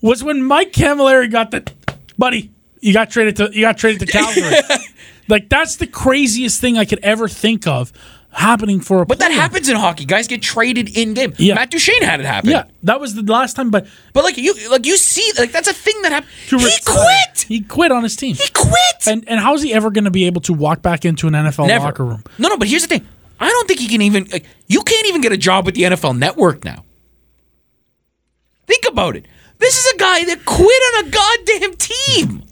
Speaker 2: was when Mike Camilleri got the buddy. You got traded to you got traded to Calgary. like that's the craziest thing I could ever think of happening for a.
Speaker 3: But that happens in hockey. Guys get traded in game.
Speaker 2: Yeah.
Speaker 3: Matt Duchene had it happen.
Speaker 2: Yeah, that was the last time. But
Speaker 3: But like you, like you see, like that's a thing that happened. He
Speaker 2: to retire-
Speaker 3: quit.
Speaker 2: He quit on his team.
Speaker 3: He quit.
Speaker 2: And and how is he ever going to be able to walk back into an NFL
Speaker 3: Never.
Speaker 2: locker room?
Speaker 3: No, no. But here's the thing. I don't think he can even. Like, you can't even get a job with the NFL Network now. Think about it. This is a guy that quit on a goddamn team.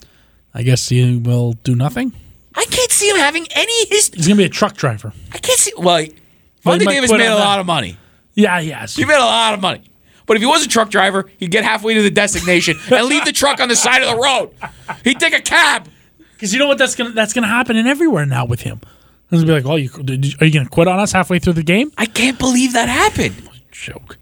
Speaker 2: I guess he will do nothing.
Speaker 3: I can't see him having any. His
Speaker 2: He's gonna be a truck driver.
Speaker 3: I can't see. Well,
Speaker 2: Well, he
Speaker 3: Vontae
Speaker 2: might
Speaker 3: Davis
Speaker 2: quit
Speaker 3: made
Speaker 2: on
Speaker 3: a
Speaker 2: that.
Speaker 3: lot of money.
Speaker 2: Yeah, yes.
Speaker 3: He made a lot of money. But if he was a truck driver, he'd get halfway to the destination and leave the truck on the side of the road. He'd take a cab.
Speaker 2: Because you know what? That's gonna that's gonna happen in everywhere now with him. It's gonna be like, well, you, did you- are you gonna quit on us halfway through the game?
Speaker 3: I can't believe that happened.
Speaker 2: Joke.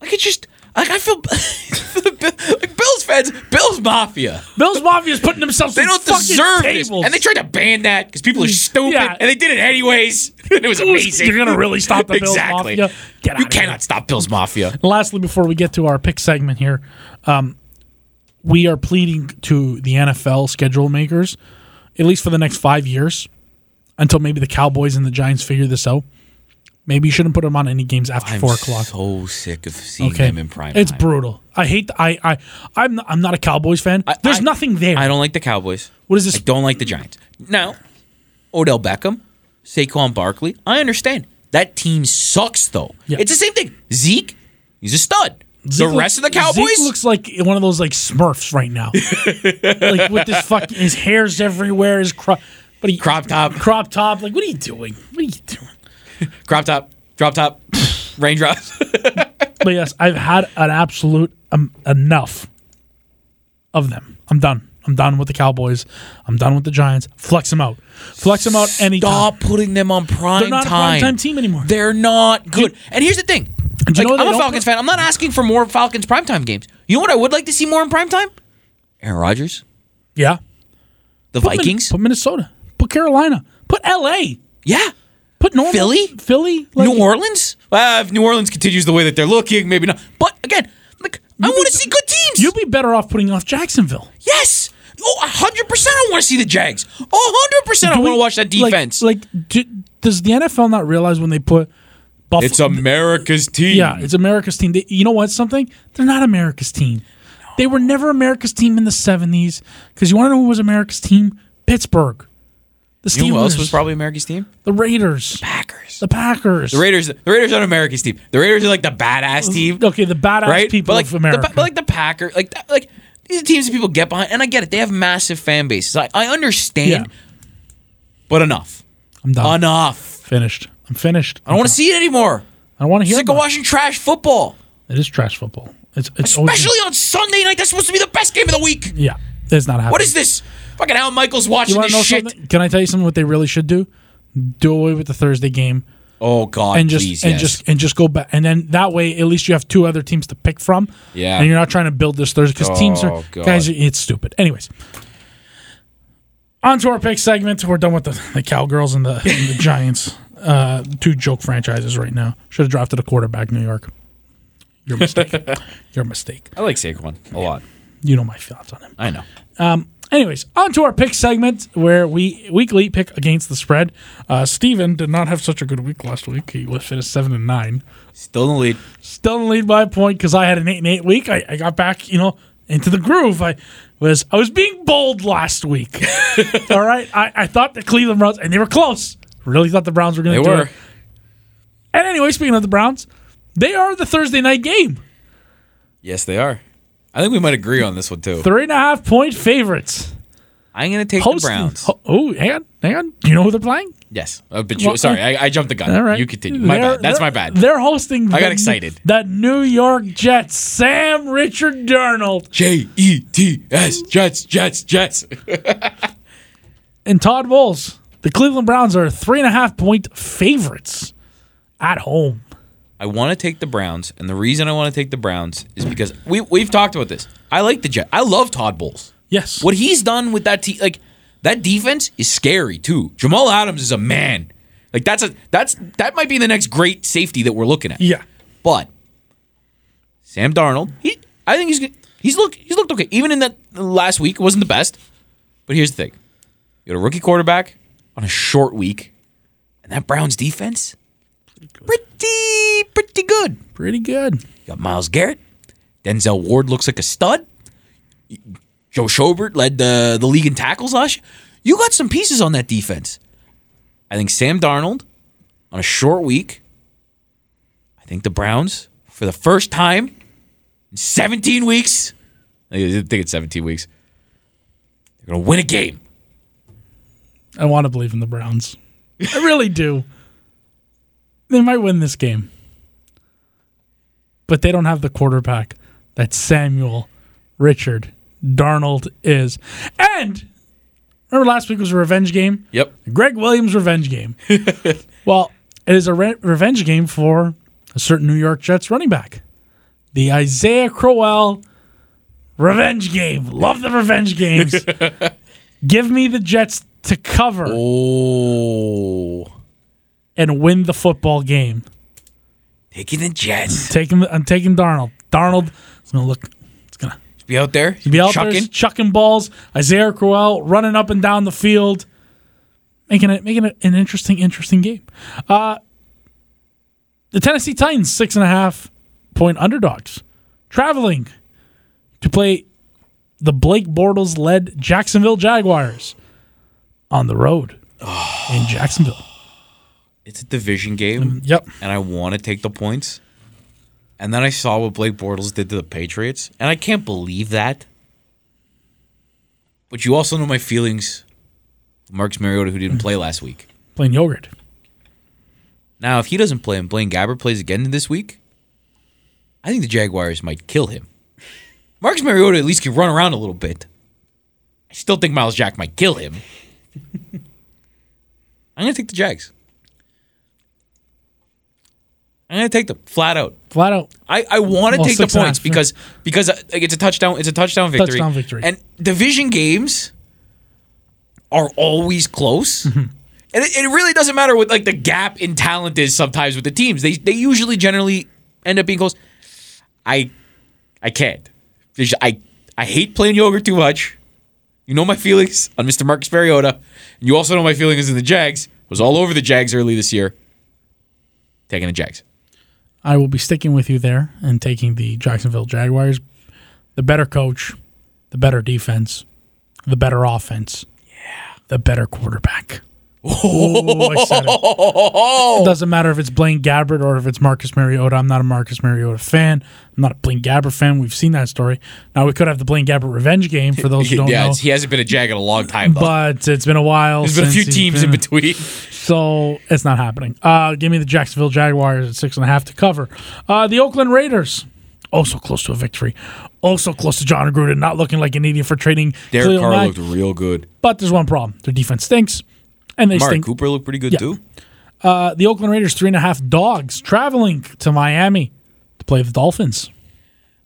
Speaker 3: Like it just like I feel for the Bill- like Bills fans, Bills Mafia.
Speaker 2: Bill's Mafia's putting themselves.
Speaker 3: They
Speaker 2: in
Speaker 3: don't
Speaker 2: fucking
Speaker 3: deserve
Speaker 2: tables. Mm.
Speaker 3: this, and they tried to ban that because people are stupid,
Speaker 2: Yeah.
Speaker 3: and they did it anyways. it was amazing.
Speaker 2: You're gonna really stop the Bills
Speaker 3: exactly.
Speaker 2: Mafia? Get
Speaker 3: you
Speaker 2: outta here.
Speaker 3: cannot stop Bills Mafia.
Speaker 2: And lastly, before we get to our pick segment here, um, we are pleading to the NFL schedule makers, at least for the next five years, until maybe the Cowboys and the Giants figure this out. Maybe you shouldn't put them on any games after four o'clock.
Speaker 3: So sick of seeing
Speaker 2: okay,
Speaker 3: them in prime.
Speaker 2: it's
Speaker 3: time.
Speaker 2: brutal. I hate. The, I I I'm not, I'm not a Cowboys fan. There's
Speaker 3: I-
Speaker 2: nothing there.
Speaker 3: I don't like the Cowboys.
Speaker 2: What is this?
Speaker 3: I don't like the Giants. Now, Odell Beckham, Saquon Barkley, I understand. That team sucks, though.
Speaker 2: Yeah.
Speaker 3: It's the same thing. Zeke, he's a stud.
Speaker 2: Zeke
Speaker 3: the rest of the
Speaker 2: looks-
Speaker 3: Cowboys,
Speaker 2: Zeke looks like one of those like Smurfs right now, like with this fucking his hair's everywhere, his crop, but he
Speaker 3: Crop top.
Speaker 2: crop top. Like, what are you doing? What are you doing?
Speaker 3: crop top, drop top, raindrops.
Speaker 2: But yes, I've had an absolute um, enough of them. I'm done. I'm done with the Cowboys. I'm done with the Giants. Flex them out. Flex them out any
Speaker 3: Stop putting them on prime
Speaker 2: They're not
Speaker 3: time.
Speaker 2: a prime time team anymore.
Speaker 3: They're not good. and here's the thing.
Speaker 2: you
Speaker 3: Like,
Speaker 2: know they
Speaker 3: I'm a
Speaker 2: don't
Speaker 3: Falcons fan. I'm not asking for more Falcons primetime games. You know what I would like to see more in primetime? Aaron Rodgers,
Speaker 2: yeah.
Speaker 3: the
Speaker 2: Put Min-
Speaker 3: Vikings.
Speaker 2: Put Minnesota. Put Carolina. Put L.A.
Speaker 3: yeah.
Speaker 2: Put normal
Speaker 3: Philly?
Speaker 2: Philly. Like,
Speaker 3: New Orleans? Well, if New Orleans continues the way that they're looking, maybe not. But again, like I
Speaker 2: You
Speaker 3: want to
Speaker 2: be-
Speaker 3: see good teams.
Speaker 2: You'd be better off putting off Jacksonville.
Speaker 3: yes. Oh, 100% I want to see the Jags. Oh, 100% I
Speaker 2: Do
Speaker 3: want to
Speaker 2: we-
Speaker 3: watch that
Speaker 2: like-
Speaker 3: defense.
Speaker 2: Like, do, does the NFL not realize when they put Buffalo?
Speaker 3: America's team.
Speaker 2: yeah, it's America's team. They, you know what? Something they're not America's team. They were never America's team in the seventies. Because you want to know who was America's team? Pittsburgh, the Steelers,
Speaker 3: You know who else was probably America's team?
Speaker 2: the Raiders,
Speaker 3: Packers.
Speaker 2: the Packers.
Speaker 3: The Raiders. The Raiders aren't America's team. The Raiders are like the badass team,
Speaker 2: Okay, the badass
Speaker 3: right?
Speaker 2: people
Speaker 3: but like
Speaker 2: of America.
Speaker 3: The, but like the Packers, like that- like these are teams that people get behind, and I get it. They have massive fan bases. I, I understand,
Speaker 2: yeah,
Speaker 3: but enough,
Speaker 2: I'm done.
Speaker 3: enough.
Speaker 2: finished. I'm finished.
Speaker 3: I don't want to see it anymore.
Speaker 2: I don't want to hear
Speaker 3: It's like a
Speaker 2: about
Speaker 3: watching trash football.
Speaker 2: it. It is trash football. It's it's always-
Speaker 3: Especially on Sunday night. That's supposed to be the best game of the week.
Speaker 2: yeah. It's not happening.
Speaker 3: What is this? Fucking Al Michaels watching
Speaker 2: You want
Speaker 3: this
Speaker 2: to know
Speaker 3: shit.
Speaker 2: something? Can I tell you something? What they really should do? Do away with the Thursday game
Speaker 3: Oh God!
Speaker 2: and just
Speaker 3: please,
Speaker 2: and
Speaker 3: yes.
Speaker 2: just and just go back. And then that way, at least you have two other teams to pick from.
Speaker 3: Yeah.
Speaker 2: And you're not trying to build this Thursday because teams are
Speaker 3: Oh, God.
Speaker 2: guys. It's stupid. Anyways, on to our pick segment. We're done with the, the cowgirls and the, and the Giants. Uh, two joke franchises right now. Should have drafted a quarterback. New York. Your mistake. Your mistake.
Speaker 3: I like Saquon a lot.
Speaker 2: You know my thoughts on him.
Speaker 3: I know.
Speaker 2: Anyways, on to our pick segment where we weekly pick against the spread. Uh, Steven did not have such a good week last week. He was finished seven and nine.
Speaker 3: Still in the lead.
Speaker 2: Still in the lead by a point because I had an eight and eight week. I, I got back, you know, into the groove. I was I was being bold last week. All right. I, I thought the Cleveland Browns and they were close. Really thought the Browns were gonna
Speaker 3: They
Speaker 2: do
Speaker 3: were.
Speaker 2: it. And anyway, speaking of the Browns, they are the Thursday night game.
Speaker 3: Yes, they are. I think we might agree on this one too.
Speaker 2: Three and a half point favorites.
Speaker 3: I'm gonna take
Speaker 2: Hosting-
Speaker 3: the Browns.
Speaker 2: ho- oh, hang on, hang on. Do you know who they're playing?
Speaker 3: yes, Uh, but
Speaker 2: Well,
Speaker 3: you, sorry, I, I jumped the gun.
Speaker 2: All right.
Speaker 3: You continue. My
Speaker 2: They're-
Speaker 3: bad. That's
Speaker 2: they're-
Speaker 3: my bad.
Speaker 2: They're hosting.
Speaker 3: I got
Speaker 2: the-
Speaker 3: excited.
Speaker 2: The New York Jets, Sam Richard Darnold,
Speaker 3: J E T S Jets Jets Jets.
Speaker 2: and Todd Bowles. The Cleveland Browns are three and a half point favorites at home.
Speaker 3: I want to take the Browns, and the reason I want to take the Browns is because we we've talked about this. I like the Jets. I love Todd Bowles.
Speaker 2: Yes.
Speaker 3: What he's done with that team, like that defense, is scary too. Jamal Adams is a man. Like that's a that's that might be the next great safety that we're looking at.
Speaker 2: Yeah.
Speaker 3: But Sam Darnold, he I think he's good. he's look he's looked okay. Even in that last week it wasn't the best. But here's the thing: you got a rookie quarterback on a short week, and that Browns defense, pretty pretty good.
Speaker 2: Pretty good.
Speaker 3: You got Miles Garrett. Denzel Ward looks like a stud. Joe Schobert led the, the league in tackles last year. You got some pieces on that defense. I think Sam Darnold on a short week. I think the Browns, for the first time in 17 weeks, I think it's 17 weeks, they're going to win a game.
Speaker 2: I want to believe in the Browns. I really do. They might win this game. But they don't have the quarterback that Samuel Richard Darnold is. And remember last week was a revenge game?
Speaker 3: Yep.
Speaker 2: Greg Williams revenge game. well, it is a re- revenge game for a certain New York Jets running back, the Isaiah Crowell revenge game. Love the revenge games. Give me the Jets to cover
Speaker 3: Oh.
Speaker 2: and win the football game.
Speaker 3: Taking the Jets.
Speaker 2: Taking, I'm taking Darnold. Darnold is going to look. It's gonna
Speaker 3: Be out there.
Speaker 2: be out there
Speaker 3: chucking.
Speaker 2: just chucking balls. Isaiah Crowell running up and down the field, making it making it an interesting, interesting game. Uh, the Tennessee Titans six and a half point underdogs, traveling to play the Blake Bortles led Jacksonville Jaguars on the road in Jacksonville.
Speaker 3: It's a division game,
Speaker 2: Yep,
Speaker 3: and I want to take the points. And then I saw what Blake Bortles did to the Patriots, and I can't believe that. But you also know my feelings, Marcus Mariota, who didn't play last week.
Speaker 2: playing yogurt.
Speaker 3: Now, if he doesn't play and Blaine Gabbert plays again this week, I think the Jaguars might kill him. Marcus Mariota at least can run around a little bit. I still think Miles Jack might kill him. I'm going to take the Jags. I'm going to take them flat out.
Speaker 2: Flat out,
Speaker 3: I, I want to
Speaker 2: Well,
Speaker 3: take the
Speaker 2: six and a
Speaker 3: points
Speaker 2: half, yeah.
Speaker 3: because because uh, like, it's a touchdown it's a touchdown victory.
Speaker 2: Touchdown victory.
Speaker 3: And division games are always close.
Speaker 2: Mm-hmm.
Speaker 3: And it, it really doesn't matter what like the gap in talent is sometimes with the teams. They they usually generally end up being close. I I can't. There's- I I hate playing yogurt too much. You know my feelings on Mr. Marcus Mariota, and you also know my feelings in the Jags. Was all over the Jags early this year. Taking the Jags.
Speaker 2: I will be sticking with you there and taking the Jacksonville Jaguars. The better coach, the better defense, the better offense. Yeah. The better quarterback. Oh, I said it. It doesn't matter if it's Blaine Gabbert or if it's Marcus Mariota. I'm not a Marcus Mariota fan. I'm not a Blaine Gabbert fan. We've seen that story. Now we could have the Blaine Gabbert revenge game for those who don't
Speaker 3: yeah,
Speaker 2: know.
Speaker 3: it's- he hasn't been a Jag in a long time though.
Speaker 2: But it's been a while.
Speaker 3: There's been a few
Speaker 2: since he's
Speaker 3: teams
Speaker 2: been-
Speaker 3: in between.
Speaker 2: so it's not happening. Uh, give me the Jacksonville Jaguars at six and a half to cover. Uh, the Oakland Raiders, also close to a victory, also close to John Gruden, not looking like an idiot for trading Cleo Mack.
Speaker 3: real good.
Speaker 2: But there's one problem: their defense stinks, and they
Speaker 3: Mark
Speaker 2: stink.
Speaker 3: Cooper looked pretty good too.
Speaker 2: Uh, the Oakland Raiders three and a half dogs traveling to Miami to play the Dolphins.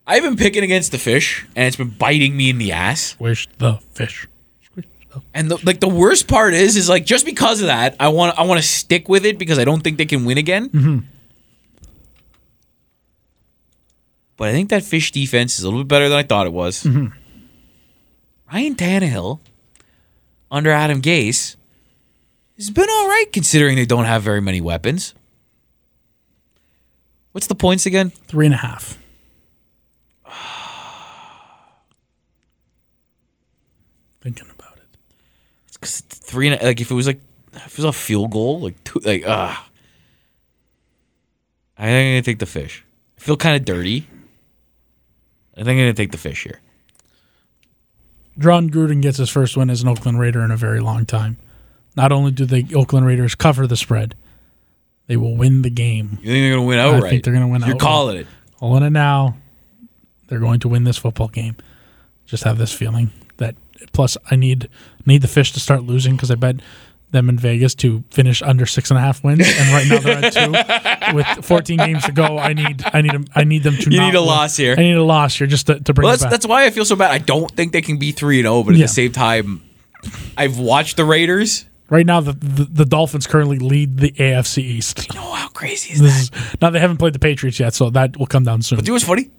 Speaker 3: I've been picking against the fish, and it's been biting me in the ass.
Speaker 2: Wish the fish.
Speaker 3: And the, like the worst part is, is like just because of that, I want I want to stick with it because I don't think they can win again. But I think that fish defense is a little bit better than I thought it was. Ryan Tannehill under Adam Gase has been all right considering they don't have very many weapons. What's the points again?
Speaker 2: Three and a half. Thinking about it.
Speaker 3: Cause it's three and like if it was like if it was a field goal, like two, like ah. I think I'm gonna take the fish. I feel kind of dirty. I think I'm gonna take the fish here.
Speaker 2: John Gruden gets his first win as an Oakland Raider in a very long time. Not only do the Oakland Raiders cover the spread, they will win the game.
Speaker 3: You think they're gonna win outright?
Speaker 2: they're gonna win
Speaker 3: You're
Speaker 2: outright.
Speaker 3: calling it.
Speaker 2: All in it now, they're going to win this football game. Just have this feeling that. Plus, I need need the fish to start losing because I bet them in Vegas to finish under six and a half wins, and right now they're at two with 14 games to go. I need I need 'em- I need them to.
Speaker 3: You
Speaker 2: not
Speaker 3: need a
Speaker 2: win.
Speaker 3: loss here.
Speaker 2: I need a loss here just to, to bring it
Speaker 3: Well, that's
Speaker 2: back.
Speaker 3: that's why I feel so bad. I don't think they can be three and zero, but at
Speaker 2: Yeah.
Speaker 3: the same time, I've watched the Raiders.
Speaker 2: right now, the, the the Dolphins currently lead the AFC East.
Speaker 3: Oh, how crazy is
Speaker 2: This
Speaker 3: that?
Speaker 2: is now they haven't played the Patriots yet, so that will come down soon.
Speaker 3: Do you know what's funny?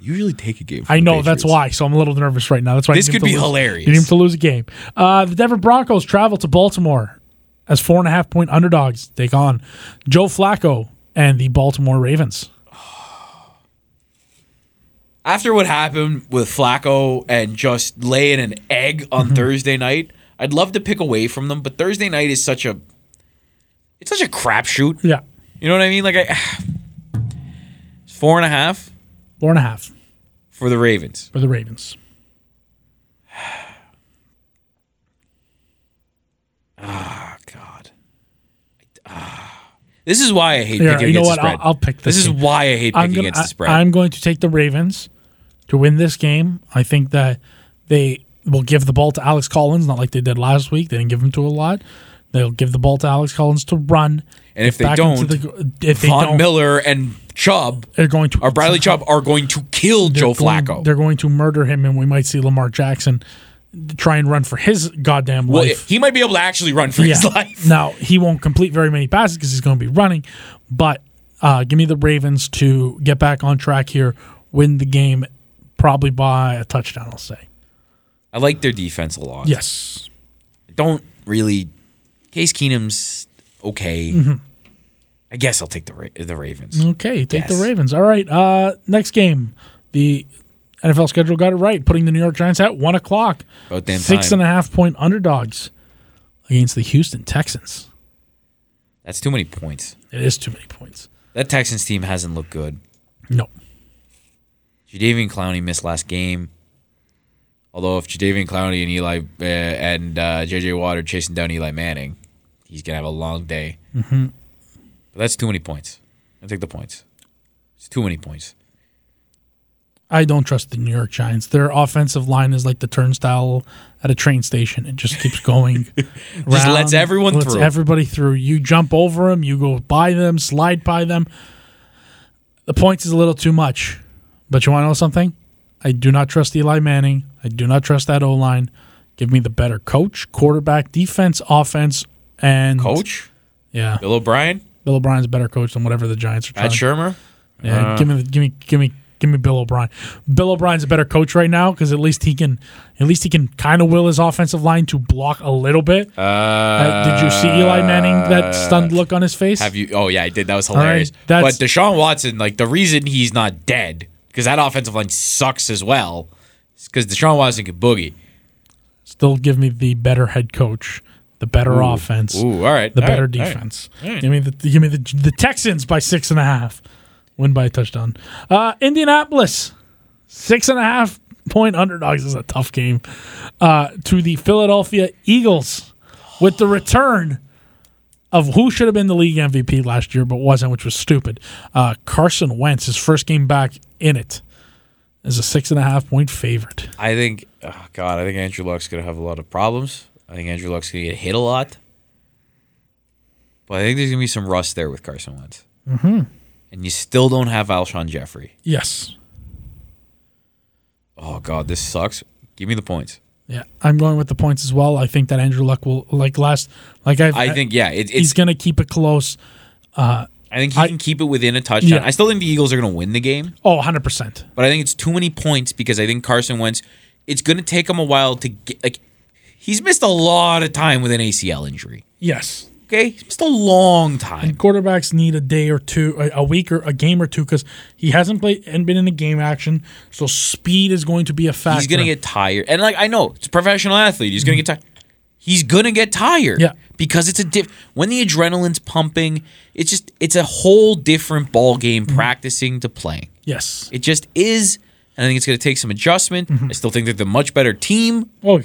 Speaker 3: You usually take a game. From
Speaker 2: I
Speaker 3: the
Speaker 2: know that's
Speaker 3: Patriots.
Speaker 2: why, so I'm a little nervous right now. That's why I
Speaker 3: This
Speaker 2: need him
Speaker 3: could
Speaker 2: to
Speaker 3: be
Speaker 2: lose.
Speaker 3: hilarious.
Speaker 2: You need him to lose a game. Uh, the Denver Broncos travel to Baltimore as four and a half point underdogs. Take on Joe Flacco and the Baltimore Ravens.
Speaker 3: after what happened with Flacco and just laying an
Speaker 2: Mm-hmm.
Speaker 3: egg on Thursday night, I'd love to pick away from them, but Thursday night is such a it's such a crapshoot.
Speaker 2: Yeah,
Speaker 3: You know what I mean? Like I, it's four and a half
Speaker 2: four and a half
Speaker 3: for the Ravens.
Speaker 2: for the Ravens.
Speaker 3: Oh God. Ah. This is why I hate
Speaker 2: Here,
Speaker 3: picking
Speaker 2: you know
Speaker 3: against
Speaker 2: what?
Speaker 3: the
Speaker 2: I'll-
Speaker 3: spread.
Speaker 2: I'll pick
Speaker 3: This
Speaker 2: this
Speaker 3: is
Speaker 2: game.
Speaker 3: why I hate picking
Speaker 2: I'm gonna,
Speaker 3: against the spread.
Speaker 2: I, am going to take the Ravens to win this game. I think that they will give the ball to Alex Collins, not like they did last week. They didn't give him to a lot. They'll give the ball to Alex Collins to run.
Speaker 3: and if they
Speaker 2: back into
Speaker 3: don't,
Speaker 2: the, if they
Speaker 3: Von
Speaker 2: don't,
Speaker 3: Miller and Chubb
Speaker 2: they're going to
Speaker 3: or Bradley Chubb are going to kill
Speaker 2: they're
Speaker 3: Joe
Speaker 2: going-
Speaker 3: Flacco.
Speaker 2: They're going to murder him, and we might see Lamar Jackson try and run for his goddamn
Speaker 3: Well,
Speaker 2: life.
Speaker 3: he might be able to actually run for his life.
Speaker 2: Now he won't complete very many passes because he's going to be running. But uh, give me the Ravens to get back on track here, win the game, probably by a touchdown. I'll say
Speaker 3: I like their defense a lot.
Speaker 2: yes.
Speaker 3: Don't really. Case Keenum's okay.
Speaker 2: Mm-hmm.
Speaker 3: I guess I'll take the Ra- the Ravens.
Speaker 2: Okay, take
Speaker 3: Yes.
Speaker 2: the Ravens. All right, uh, next game, the NFL schedule got it right, putting the New York Giants at one o'clock,
Speaker 3: About damn
Speaker 2: six
Speaker 3: time.
Speaker 2: and a half point underdogs against the Houston Texans.
Speaker 3: That's too many points.
Speaker 2: It is too many points.
Speaker 3: That Texans team hasn't looked good.
Speaker 2: No,
Speaker 3: Jadavian Clowney missed last game. Although if Jadavian Clowney and Eli uh, and uh, JJ Watt are chasing down Eli Manning, he's gonna have a long day. Mm-hmm. But that's too many points. I take the points. It's too many points.
Speaker 2: I don't trust the New York Giants. Their offensive line is like the turnstile at a train station. It just keeps going.
Speaker 3: Just
Speaker 2: round,
Speaker 3: lets everyone
Speaker 2: lets
Speaker 3: through.
Speaker 2: Everybody through. You jump over them. You go by them. Slide by them. The points is a little too much. But you want to know something? I do not trust Eli Manning. I do not trust that O line. Give me the better coach, quarterback, defense, offense, and
Speaker 3: Coach
Speaker 2: Yeah,
Speaker 3: Bill O'Brien,
Speaker 2: Bill O'Brien's a better coach than whatever the Giants are trying.
Speaker 3: Matt Shermer.
Speaker 2: Yeah, give me, the, give me, give me, give me Bill O'Brien. Bill O'Brien's a better coach right now because at least he can, at least he can kind of will his offensive line to block a little bit.
Speaker 3: Uh,
Speaker 2: Uh, did you see Eli Manning that stunned look on his face?
Speaker 3: Have you? Oh yeah, I did. That was
Speaker 2: right,
Speaker 3: hilarious.
Speaker 2: that's-
Speaker 3: but Deshaun Watson, like the reason he's not dead, because that offensive line sucks as well, is because Deshaun Watson can boogie.
Speaker 2: Still give me the better head coach, the better offense,
Speaker 3: Ooh, all right.
Speaker 2: the
Speaker 3: all
Speaker 2: better
Speaker 3: right, all right.
Speaker 2: defense. Give me the, give me the, the Texans by six and a half, win by a touchdown. Uh, Indianapolis, six and a half point underdogs is a tough game. Uh, to the Philadelphia Eagles with the return of who should have been the league MVP last year but wasn't, which was stupid. Uh, Carson Wentz, his first game back in it, is a six and a half point favorite.
Speaker 3: I think, oh God, I think Andrew Luck's going to have a lot of problems. I think Andrew Luck's going to get hit a lot. But I think there's going to be some rust there with Carson Wentz. Mm-hmm. And you still don't have Alshon Jeffrey.
Speaker 2: Yes.
Speaker 3: Oh God, this sucks. Give me the points.
Speaker 2: Yeah, I'm going with the points as well. I think that Andrew Luck will like last. Like I've,
Speaker 3: I think, yeah, it,
Speaker 2: he's
Speaker 3: it's.
Speaker 2: going to keep it close.
Speaker 3: I think he
Speaker 2: I-
Speaker 3: can keep it within a touchdown.
Speaker 2: Yeah.
Speaker 3: I still think the Eagles are going to win the game,
Speaker 2: Oh, 100%.
Speaker 3: but I think it's too many points because I think Carson Wentz. It's going to take him a while to get like. He's missed a lot of time with an ACL injury.
Speaker 2: Yes.
Speaker 3: Okay, he's missed a long time.
Speaker 2: Quarterbacks need a day or two, a, a week or a game or two, because he hasn't played and been in the game action. So speed is going to be a factor.
Speaker 3: He's gonna get tired, and like I know, it's a professional athlete. He's gonna get tired. He's gonna get tired.
Speaker 2: Yeah.
Speaker 3: because it's a diff. When the adrenaline's pumping, it's just it's a whole different ball game practicing to playing.
Speaker 2: Yes.
Speaker 3: It just is, and I think it's gonna take some adjustment. I still think they're the much better team,
Speaker 2: Oh,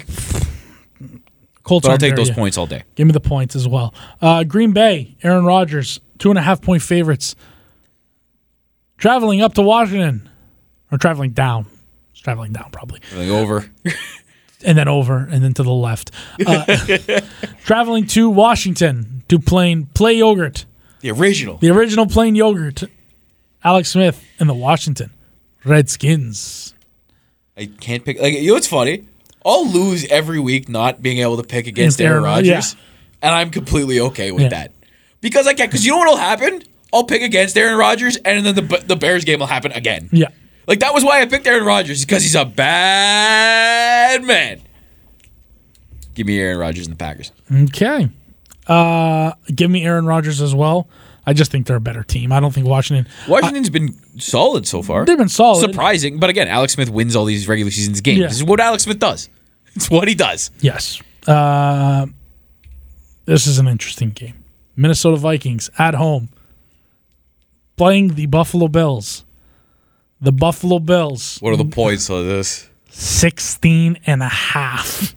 Speaker 2: Colts.
Speaker 3: but I'll
Speaker 2: aren't
Speaker 3: take
Speaker 2: there
Speaker 3: those
Speaker 2: yet.
Speaker 3: points all day.
Speaker 2: Give me the points as well. Uh, Green Bay, Aaron Rodgers, two and a half point favorites. Traveling up to Washington, or traveling down. It's traveling down, probably.
Speaker 3: Like over.
Speaker 2: and then over and then to the left. Uh, traveling to Washington to plain play yogurt,
Speaker 3: The original.
Speaker 2: the original plain yogurt, Alex Smith and the Washington Redskins.
Speaker 3: I can't pick. Like you know, what's funny. I'll lose every week not being able to pick against
Speaker 2: Against
Speaker 3: Aaron
Speaker 2: Aaron Rodgers,
Speaker 3: Rodgers, and I'm completely okay with
Speaker 2: Yeah.
Speaker 3: that because I can't. Because you know what'll happen? I'll pick against Aaron Rodgers, and then the B- the Bears game will happen again.
Speaker 2: Yeah,
Speaker 3: Like that was why I picked Aaron Rodgers because he's a bad man. Give me Aaron Rodgers and the Packers.
Speaker 2: okay. Uh, give me Aaron Rodgers as well. I just think they're a better team. I don't think Washington.
Speaker 3: Washington's been solid so far.
Speaker 2: They've been solid.
Speaker 3: Surprising, but again, Alex Smith wins all these regular seasons games.
Speaker 2: Yeah.
Speaker 3: This is what Alex Smith does. It's what he does.
Speaker 2: Yes. Uh, this is an interesting game. Minnesota Vikings at home playing the Buffalo Bills. The Buffalo Bills,
Speaker 3: What are the points of this?
Speaker 2: 16 and a half.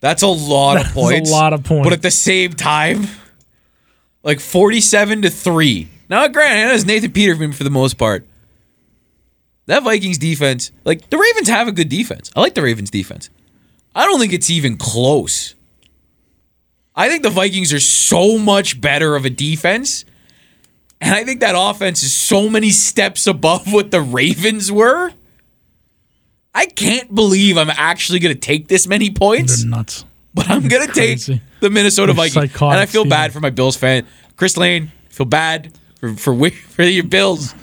Speaker 3: That's a lot
Speaker 2: That's
Speaker 3: of
Speaker 2: a
Speaker 3: points.
Speaker 2: lot of points.
Speaker 3: But at the same time, like forty-seven to three. Now, granted, that's Nathan Peterman for the most part. That Vikings defense, like the Ravens, have a good defense. I like the Ravens defense. I don't think it's even close. I think the Vikings are so much better of a defense. And I think that offense is so many steps above what the Ravens were. I can't believe I'm actually going to take this many points
Speaker 2: They're nuts.
Speaker 3: but I'm gonna take
Speaker 2: Crazy.
Speaker 3: the Minnesota
Speaker 2: They're
Speaker 3: Vikings, and
Speaker 2: psychotic,
Speaker 3: I feel
Speaker 2: Steven.
Speaker 3: bad for my Bills fan, Chris Lane. I Feel bad for for wi- for your Bills,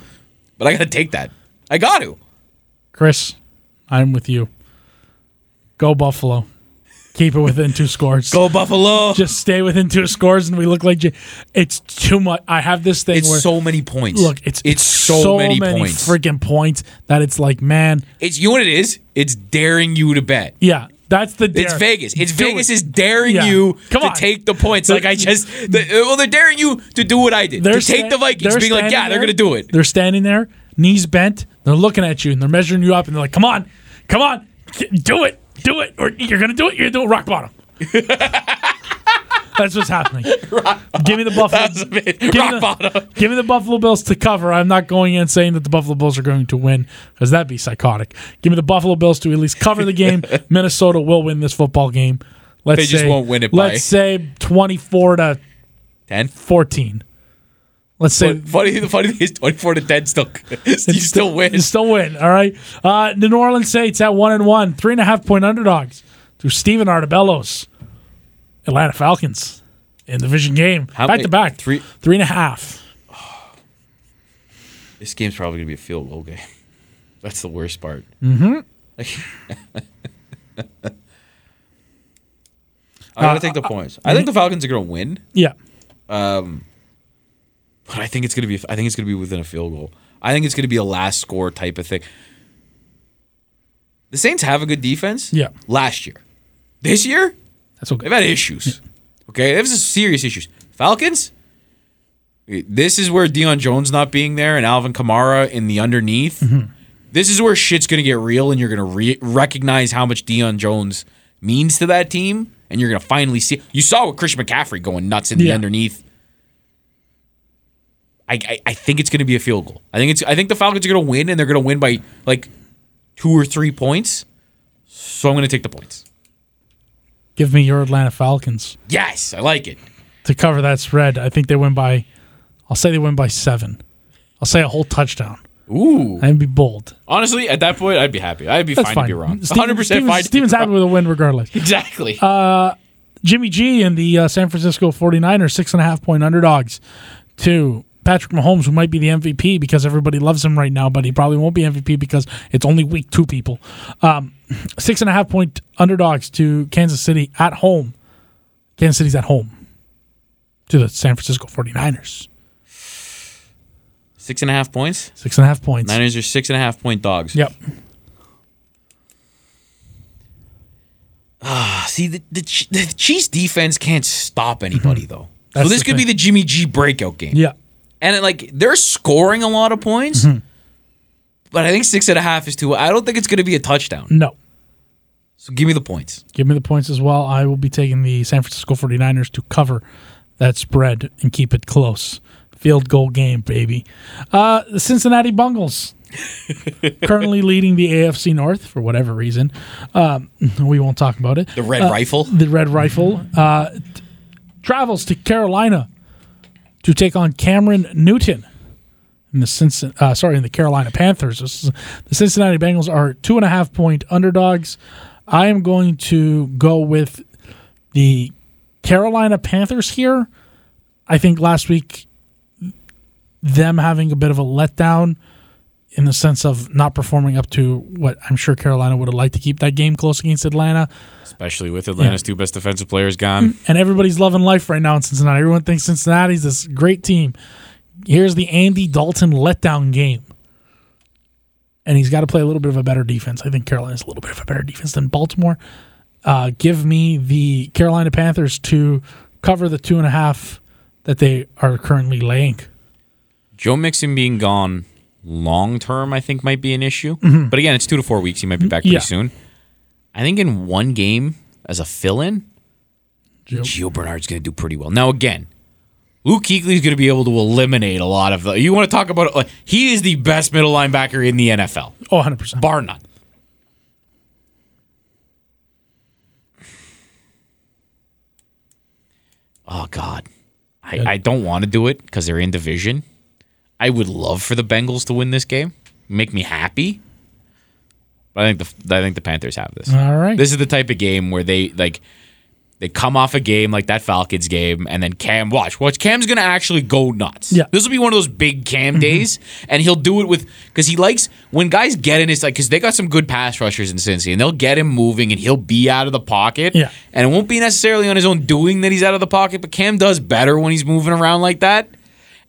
Speaker 3: but I gotta take that. I got to.
Speaker 2: Chris, I'm with you. Go Buffalo. Keep it within two scores.
Speaker 3: Go Buffalo!
Speaker 2: Just stay within two scores, and we look like j- it's too much. I have this thing
Speaker 3: It's
Speaker 2: where
Speaker 3: so many points.
Speaker 2: look, it's
Speaker 3: it's so, many, points.
Speaker 2: freaking points that it's like, man,
Speaker 3: it's you know what it is. It's daring you to bet.
Speaker 2: yeah, that's the.
Speaker 3: It's
Speaker 2: dare.
Speaker 3: Vegas. It's
Speaker 2: Do
Speaker 3: Vegas
Speaker 2: it.
Speaker 3: is daring
Speaker 2: Yeah.
Speaker 3: you
Speaker 2: Come
Speaker 3: to
Speaker 2: on.
Speaker 3: take the points. Like I just, the, well, they're daring you to do what I did. to take
Speaker 2: sta-
Speaker 3: the Vikings,
Speaker 2: they're
Speaker 3: being like,
Speaker 2: standing
Speaker 3: yeah, they're
Speaker 2: there-
Speaker 3: gonna do it.
Speaker 2: They're standing there, knees bent. They're looking at you and they're measuring you up, and they're like, "Come on, come on, K- do it, do it, or you're gonna do it. You're gonna do it. Rock bottom." That's what's happening. Give me the Buffalo.
Speaker 3: That's a bit
Speaker 2: give, me
Speaker 3: rock
Speaker 2: the,
Speaker 3: bottom.
Speaker 2: give me the Buffalo Bills to cover. I'm not going in saying that the Buffalo Bills are going to win because that'd be psychotic. Give me the Buffalo Bills to at least cover the game. Minnesota will win this football game. Let's
Speaker 3: They just
Speaker 2: say-
Speaker 3: won't win it by-
Speaker 2: Let's say 24 to
Speaker 3: Ten.
Speaker 2: 14. Let's say
Speaker 3: But funny, the funny thing is, twenty-four to ten still, you still win.
Speaker 2: You still win. All right. Uh, the New Orleans Saints at one and one, three and a half point underdogs to Steven Artabello's Atlanta Falcons in the division game.
Speaker 3: How
Speaker 2: back
Speaker 3: many-
Speaker 2: to back.
Speaker 3: three-
Speaker 2: three and a half.
Speaker 3: This game's probably gonna be a field goal game. That's the worst part. Mm-hmm. I gotta take the points. I think the Falcons are gonna win,
Speaker 2: Yeah.
Speaker 3: but I think it's gonna be. I think it's gonna be within a field goal. I think it's gonna be a last score type of thing. The Saints have a good defense.
Speaker 2: Yeah.
Speaker 3: Last year, this year
Speaker 2: That's okay.
Speaker 3: they've had issues. Okay, they have some serious issues. Falcons. This is where Deion Jones not being there and Alvin Kamara in the underneath. This is where shit's going to get real, and you're going to re- recognize how much Deion Jones means to that team, and you're going to finally see. You saw with Christian McCaffrey going nuts in the
Speaker 2: Yeah.
Speaker 3: underneath. I, I, I think it's going to be a field goal. I think it's. I think the Falcons are going to win, and they're going to win by like two or three points. So I'm going to take the points.
Speaker 2: Give me your Atlanta Falcons
Speaker 3: Yes, I like it.
Speaker 2: to cover that spread. I think they win by. I'll say they win by seven. I'll say a whole touchdown.
Speaker 3: Ooh.
Speaker 2: I'd be bold.
Speaker 3: Honestly, at that point, I'd be happy. I'd be
Speaker 2: That's
Speaker 3: fine,
Speaker 2: fine.
Speaker 3: to be wrong.
Speaker 2: Steven-
Speaker 3: 100%
Speaker 2: Steven's,
Speaker 3: fine. to be
Speaker 2: Steven's Uh,
Speaker 3: wrong.
Speaker 2: happy with a win regardless.
Speaker 3: Exactly.
Speaker 2: Jimmy G and the uh, San Francisco 49ers, six and a half point underdogs to Patrick Mahomes, who might be the MVP because everybody loves him right now, but he probably won't be MVP because it's only week two people. Um, six and a half point underdogs to Kansas City at home. Kansas City's at home to the San Francisco 49ers.
Speaker 3: six and a half points.
Speaker 2: Six and a half points.
Speaker 3: Niners are six and a half point dogs.
Speaker 2: Yep.
Speaker 3: Ah, See, the, the, Ch- the Chiefs defense can't stop anybody, though.
Speaker 2: Mm-hmm. That's
Speaker 3: so this
Speaker 2: the
Speaker 3: could be
Speaker 2: thing.
Speaker 3: the Jimmy G breakout game.
Speaker 2: Yeah. Mm-hmm.
Speaker 3: And, it, like, they're scoring a lot of points, but I think six and a half is too. I don't think it's going to be a touchdown.
Speaker 2: No.
Speaker 3: So give me the points.
Speaker 2: Give me the points as well. I will be taking the San Francisco 49ers to cover that spread and keep it close. Field goal game, baby. Uh, the Cincinnati Bungles currently leading the AFC North for whatever reason. Um, we won't talk about it. Uh,
Speaker 3: The red rifle.
Speaker 2: The Red Rifle uh, t- travels to Carolina to take on Cameron Newton in the Cincinnati, uh, sorry, in the Carolina Panthers. This is- the Cincinnati Bengals are two and a half point underdogs. I am going to go with the Carolina Panthers here. I think last week them having a bit of a letdown in the sense of not performing up to what I'm sure Carolina would have liked to keep that game close against Atlanta
Speaker 4: Especially with Atlanta's two best defensive players gone.
Speaker 2: and everybody's loving life right now in Cincinnati. Everyone thinks Cincinnati's this great team. Here's the Andy Dalton letdown game. And he's got to play a little bit of a better defense. I think Carolina's a little bit of a better defense than Baltimore. Uh, give me the Carolina Panthers to cover the two and a half that they are currently laying.
Speaker 3: Joe Mixon being gone long term, I think, might be an issue. But again, it's two to four weeks. He might be back pretty
Speaker 2: Yeah.
Speaker 3: soon. I think in one game as a fill in,
Speaker 2: Joe-
Speaker 3: Gio Bernard's going to do pretty well. Now, again, Luke Kuechly's going to be able to eliminate a lot of the. You want to talk about like, he is the best middle linebacker in the NFL,
Speaker 2: Oh, 100%.
Speaker 3: bar none. Oh God, I, I don't want to do it because they're in division. I would love for the Bengals to win this game, make me happy. But I think the I think the Panthers have this.
Speaker 2: All right.
Speaker 3: This is the type of game where they like they come off a game like that Falcons game, and then Cam watch watch Cam's gonna actually go nuts.
Speaker 2: Yeah. Mm-hmm.
Speaker 3: this will be one of those big Cam days, and he'll do it with because he likes when guys get in. It's like because they got some good pass rushers in Cincy, and they'll get him moving, and he'll be out of the pocket.
Speaker 2: Yeah.
Speaker 3: and it won't be necessarily on his own doing that he's out of the pocket, but Cam does better when he's moving around like that.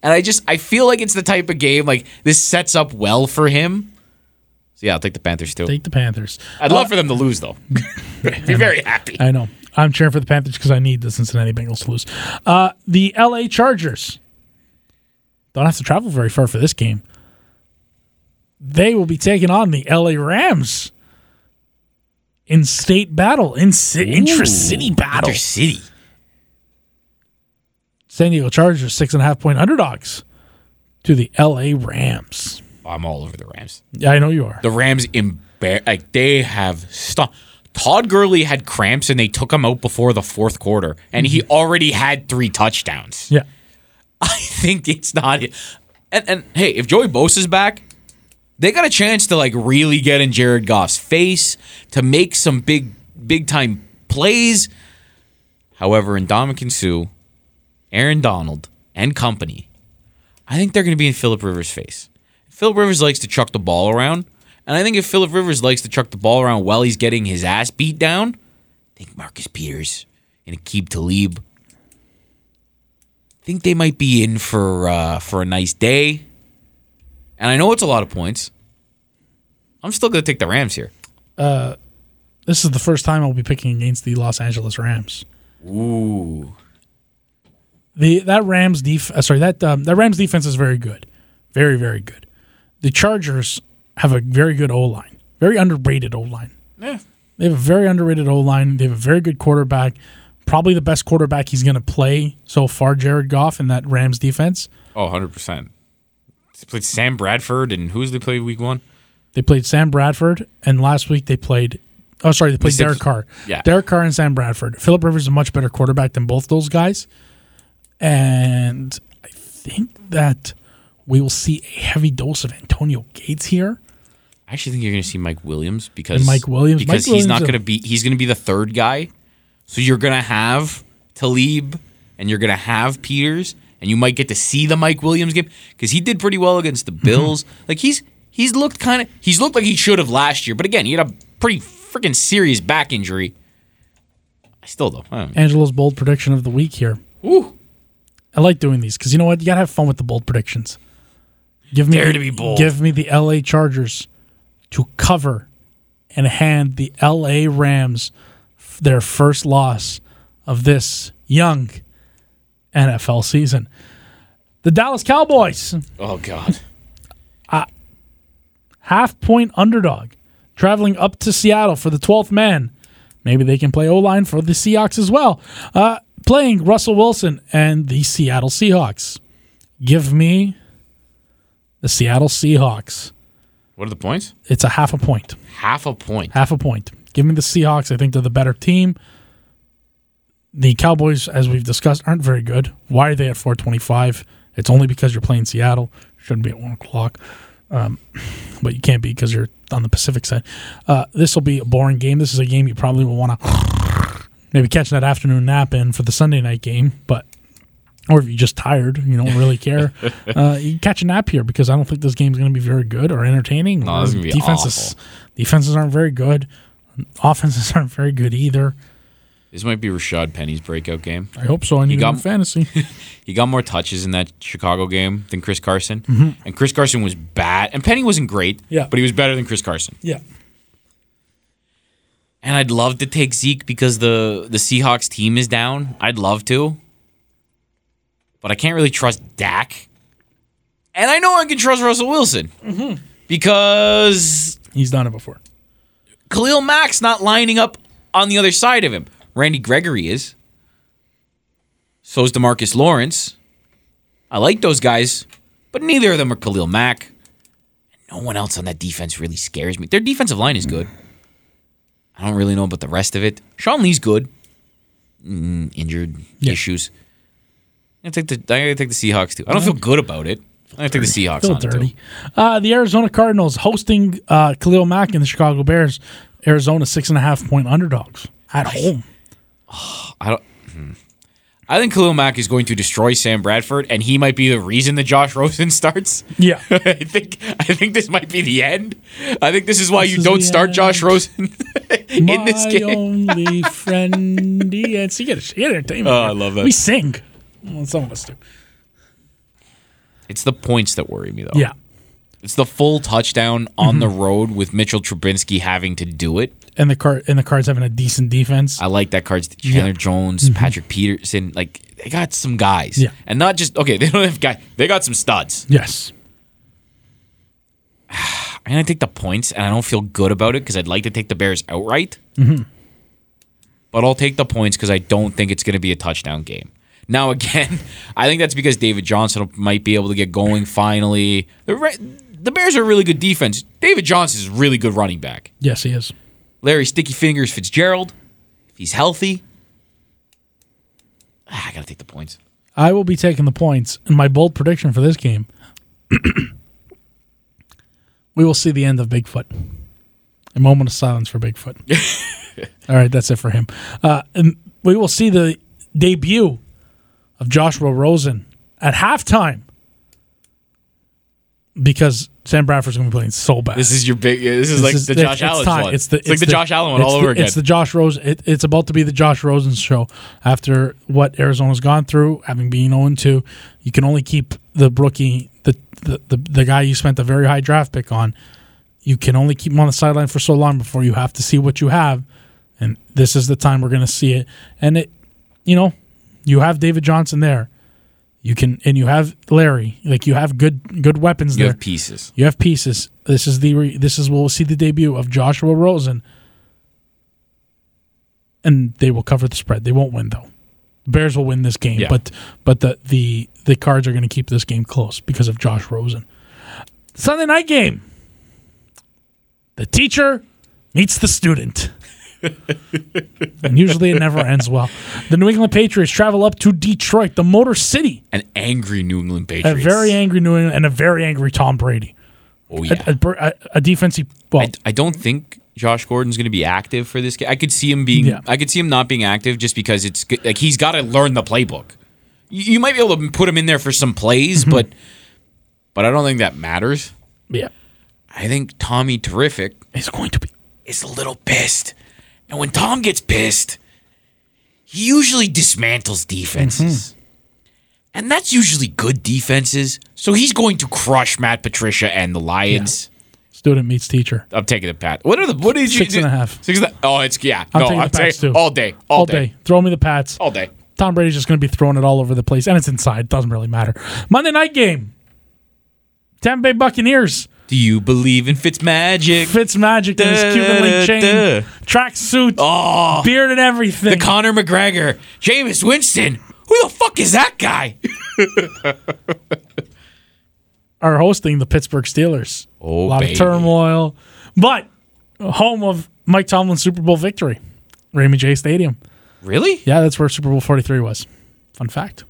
Speaker 3: And I just I feel like it's the type of game like this sets up well for him. So yeah, I'll take the Panthers too.
Speaker 2: Take the Panthers.
Speaker 3: I'd love for them to lose though. I'd be very happy.
Speaker 2: I know. I'm cheering for the Panthers because I need the Cincinnati Bengals to lose. Uh, the LA Chargers don't have to travel very far for this game. They will be taking on the LA Rams in state battle, in ci- intra-city battle.
Speaker 3: City.
Speaker 2: San Diego Chargers six and a half point underdogs to the LA Rams.
Speaker 3: I'm all over the Rams.
Speaker 2: Yeah, I know you are.
Speaker 3: The Rams embar- like they have stuff. Todd Gurley had cramps and they took him out before the fourth quarter, and
Speaker 2: Mm-hmm.
Speaker 3: he already had three touchdowns.
Speaker 2: yeah,
Speaker 3: I think it's not. And, and hey, if Joey Bosa's back, they got a chance to like really get in Jared Goff's face to make some big, big time plays. However, in Dominican Sue, Aaron Donald, and company, I think they're going to be in Philip Rivers' face. Philip Rivers likes to chuck the ball around, and I think if Philip Rivers likes to chuck the ball around while he's getting his ass beat down, I think Marcus Peters and Akib Talib think they might be in for uh, for a nice day. And I know it's a lot of points. I'm still going to take the Rams here.
Speaker 2: this is the first time I'll be picking against the Los Angeles Rams.
Speaker 3: Ooh,
Speaker 2: the that Rams def uh, sorry that um, that Rams defense is very good, very very good. The Chargers have a very good O line, very underrated O line. They have a very underrated O line. They have a very good quarterback, probably the best quarterback he's going to play so far. Jared Goff in that Rams defense.
Speaker 3: oh, 100 percent. Played Sam Bradford and who's they played week one?
Speaker 2: They played Sam Bradford, and last week they played. Oh, sorry, they played
Speaker 3: Six-
Speaker 2: Derek Carr.
Speaker 3: yeah.
Speaker 2: Derek Carr and Sam Bradford. Philip Rivers is a much better quarterback than both those guys, and I think that we will see a heavy dose of Antonio Gates here.
Speaker 3: I actually think you're going to see Mike Williams because
Speaker 2: And Mike Williams- Mike
Speaker 3: because he's
Speaker 2: Williams
Speaker 3: not
Speaker 2: is-
Speaker 3: going to be he's going to be the third guy. So you're going to have Talib and you're going to have Peters and you might get to see the Mike Williams game because he did pretty well against the
Speaker 2: Mm-hmm.
Speaker 3: Bills. Like he's he's looked kind of he's looked like he should have last year, but again he had a pretty freaking serious back injury. I still though. I don't know.
Speaker 2: Angelo's bold prediction of the week here.
Speaker 3: Ooh.
Speaker 2: I like doing these because you know what? You gotta have fun with the bold predictions. Give me
Speaker 3: Dare to be bold.
Speaker 2: Give me the L.A. Chargers to cover and hand the L.A. Rams f- their first loss of this young NFL season. The Dallas Cowboys
Speaker 3: Oh god.
Speaker 2: half point underdog, traveling up to Seattle for the 12th man. Maybe they can play O line for the Seahawks as well. Uh, playing Russell Wilson and the Seattle Seahawks. Give me the Seattle Seahawks.
Speaker 3: What are the points?
Speaker 2: It's a half a point.
Speaker 3: Half a point.
Speaker 2: Half a point. Give me the Seahawks. I think they're the better team. The Cowboys, as we've discussed, aren't very good. Why are they at 425? It's only because you're playing Seattle. Shouldn't be at 1 o'clock. Um, but you can't be because you're on the Pacific side. Uh, this will be a boring game. This is a game you probably will want to maybe catch that afternoon nap in for the Sunday night game. But Or if you're just tired, you don't really care, uh, you can catch a nap here because I don't think this game's going to be very good or entertaining.
Speaker 3: No, this is gonna be
Speaker 2: defenses, defenses aren't very good. Offenses aren't very good either.
Speaker 3: This might be Rashad Penny's breakout game.
Speaker 2: I hope so. I need
Speaker 3: got-
Speaker 2: him in fantasy.
Speaker 3: He got more touches in that Chicago game than Chris Carson. And Chris Carson was bad. And Penny wasn't great,
Speaker 2: Yeah.
Speaker 3: but he was better than Chris Carson.
Speaker 2: yeah.
Speaker 3: And I'd love to take Zeke because the, the Seahawks team is down. I'd love to. but I can't really trust Dak. And I know I can trust Russell Wilson because
Speaker 2: He's done it before.
Speaker 3: Khalil Mack's not lining up on the other side of him. Randy Gregory is. So is Demarcus Lawrence. I like those guys, but neither of them are Khalil Mack. No one else on that defense really scares me. Their defensive line is good. I don't really know about the rest of it. Sean Lee's good. Mm, injured issues. I take the I gotta take the Seahawks too. I don't feel good about it. I gotta take the Seahawks
Speaker 2: Feel
Speaker 3: on it, too.
Speaker 2: dirty. Uh, the Arizona Cardinals hosting uh, Khalil Mack and the Chicago Bears. Arizona six and a half point underdogs at home.
Speaker 3: I don't. hmm. I think Khalil Mack is going to destroy Sam Bradford, and he might be the reason that Josh Rosen starts.
Speaker 2: Yeah.
Speaker 3: I think I think this might be the end. I think this is why
Speaker 2: This
Speaker 3: you
Speaker 2: is
Speaker 3: don't
Speaker 2: the
Speaker 3: start
Speaker 2: end.
Speaker 3: Josh Rosen in this
Speaker 2: My
Speaker 3: game.
Speaker 2: only friend. Yeah, see, get it. Get entertainment.
Speaker 3: Oh, I
Speaker 2: here.
Speaker 3: love that.
Speaker 2: We sing. Well, some of us do.
Speaker 3: It's the points that worry me, though.
Speaker 2: Yeah, Mm-hmm.
Speaker 3: It's the full touchdown on the road with Mitchell Trubinsky having to do it.
Speaker 2: and the car and the Cards having a decent defense.
Speaker 3: I like that cards. Chandler Jones, Patrick Peterson, like they got some guys,
Speaker 2: Mm-hmm. Yeah.
Speaker 3: and not just okay. They don't have guys. They got some studs.
Speaker 2: yes.
Speaker 3: I'm gonna take the points, and I don't feel good about it because I'd like to take the Bears outright.
Speaker 2: Mm-hmm.
Speaker 3: But I'll take the points because I don't think it's gonna be a touchdown game. Now again, I think that's because David Johnson might be able to get going finally. The, Re- the Bears are a really good defense. David Johnson is a really good running back.
Speaker 2: Yes, he is.
Speaker 3: Larry Sticky Fingers Fitzgerald, if he's healthy, ah, I gotta take the points.
Speaker 2: I will be taking the points. And my bold prediction for this game we will see the end of Bigfoot. A moment of silence for Bigfoot. All right, that's it for him. Uh, and we will see the debut of Joshua Rosen at halftime because Sam Bradford's going to be playing so bad.
Speaker 3: This is your big. This is like
Speaker 2: This is-
Speaker 3: the
Speaker 2: it's-
Speaker 3: Josh
Speaker 2: it's
Speaker 3: Allen
Speaker 2: time.
Speaker 3: one.
Speaker 2: It's the
Speaker 3: like the,
Speaker 2: the-
Speaker 3: Josh Allen one
Speaker 2: it's
Speaker 3: all
Speaker 2: the-
Speaker 3: over again.
Speaker 2: It's the Josh Rosen. It, it's about to be the Josh Rosen show after what Arizona's gone through, having been 0 2. You can only keep the rookie, the, the the the guy you spent a very high draft pick on. You can only keep him on the sideline for so long before you have to see what you have, and this is the time we're going to see it. And it, you know, you have David Johnson there. You can and you have Larry. Like you have good good weapons
Speaker 3: you
Speaker 2: there.
Speaker 3: have pieces.
Speaker 2: You have pieces. This is the re- this is where we'll see the debut of Joshua Rosen, and they will cover the spread. They won't win though. The Bears will win this game,
Speaker 3: Yeah.
Speaker 2: but but the the the Cards are going to keep this game close because of Josh Rosen. Sunday night game. The teacher meets the student. and usually it never ends well. The New England Patriots travel up to Detroit, the Motor City.
Speaker 3: An angry New England Patriots.
Speaker 2: A very angry New England and a very angry Tom Brady
Speaker 3: Oh yeah.
Speaker 2: a, a, a defensive. Well,
Speaker 3: I, I don't think Josh Gordon's going to be active for this game. I could see him being.
Speaker 2: Yeah.
Speaker 3: I could see him not being active just because it's g- like he's got to learn the playbook. You, you might be able to put him in there for some plays, but but I don't think that matters.
Speaker 2: yeah,
Speaker 3: I think Tommy Terrific
Speaker 2: he's going to be.
Speaker 3: is a little pissed, and when Tom gets pissed, he usually dismantles defenses. And that's usually good defenses. So he's going to crush Matt Patricia and the Lions.
Speaker 2: Student meets teacher.
Speaker 3: I'm taking the Pat. What are the what did you
Speaker 2: Six and a half.
Speaker 3: Six and a, oh, it's yeah.
Speaker 2: I'm
Speaker 3: no,
Speaker 2: taking
Speaker 3: I'm
Speaker 2: the Pats
Speaker 3: saying
Speaker 2: too.
Speaker 3: all day, all, day.
Speaker 2: Throw me the Pats.
Speaker 3: all day.
Speaker 2: Tom Brady's just going to be throwing it all over the place, and it's inside. Doesn't really matter. Monday night game. Tampa Bay Buccaneers.
Speaker 3: Do you believe in Fitz magic?
Speaker 2: Fitz Magic in his Cuban link chain,
Speaker 3: Da-da-da.
Speaker 2: track suit,
Speaker 3: Oh,
Speaker 2: beard, and everything.
Speaker 3: Connor McGregor, Jameis Winston. Who the fuck is that guy?
Speaker 2: are hosting the Pittsburgh Steelers.
Speaker 3: Oh,
Speaker 2: a lot
Speaker 3: baby.
Speaker 2: of turmoil, but home of Mike Tomlin's Super Bowl victory, Raymond J Stadium.
Speaker 3: Really?
Speaker 2: Yeah, that's where Super Bowl Forty Three was. Fun fact.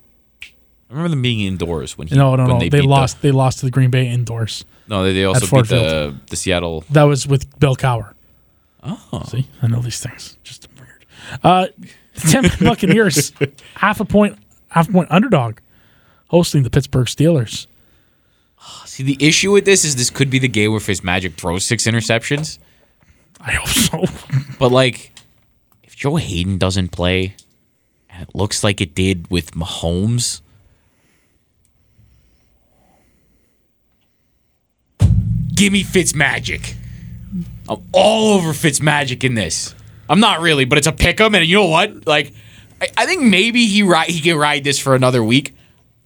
Speaker 3: I remember them being indoors when he.
Speaker 2: No, no,
Speaker 3: when
Speaker 2: no. They,
Speaker 3: beat the-
Speaker 2: lost. they lost to the Green Bay indoors.
Speaker 3: no, they, they also
Speaker 2: at Ford
Speaker 3: beat the, the Seattle.
Speaker 2: That was with Bill Cower. Oh, see, I know these things. Just weird. Uh, the Tampa Bay Buccaneers, half a point, half a point underdog, hosting the Pittsburgh Steelers.
Speaker 3: See, the issue with this is this could be the game where Fitz Magic throws six interceptions.
Speaker 2: I hope so.
Speaker 3: But like, if Joe Hayden doesn't play, and it looks like it did with Mahomes, give me Fitzmagic. I'm all over Fitzmagic in this. I'm not really, but it's a pick 'em, and you know what? Like, I, I think maybe he ri- he can ride this for another week.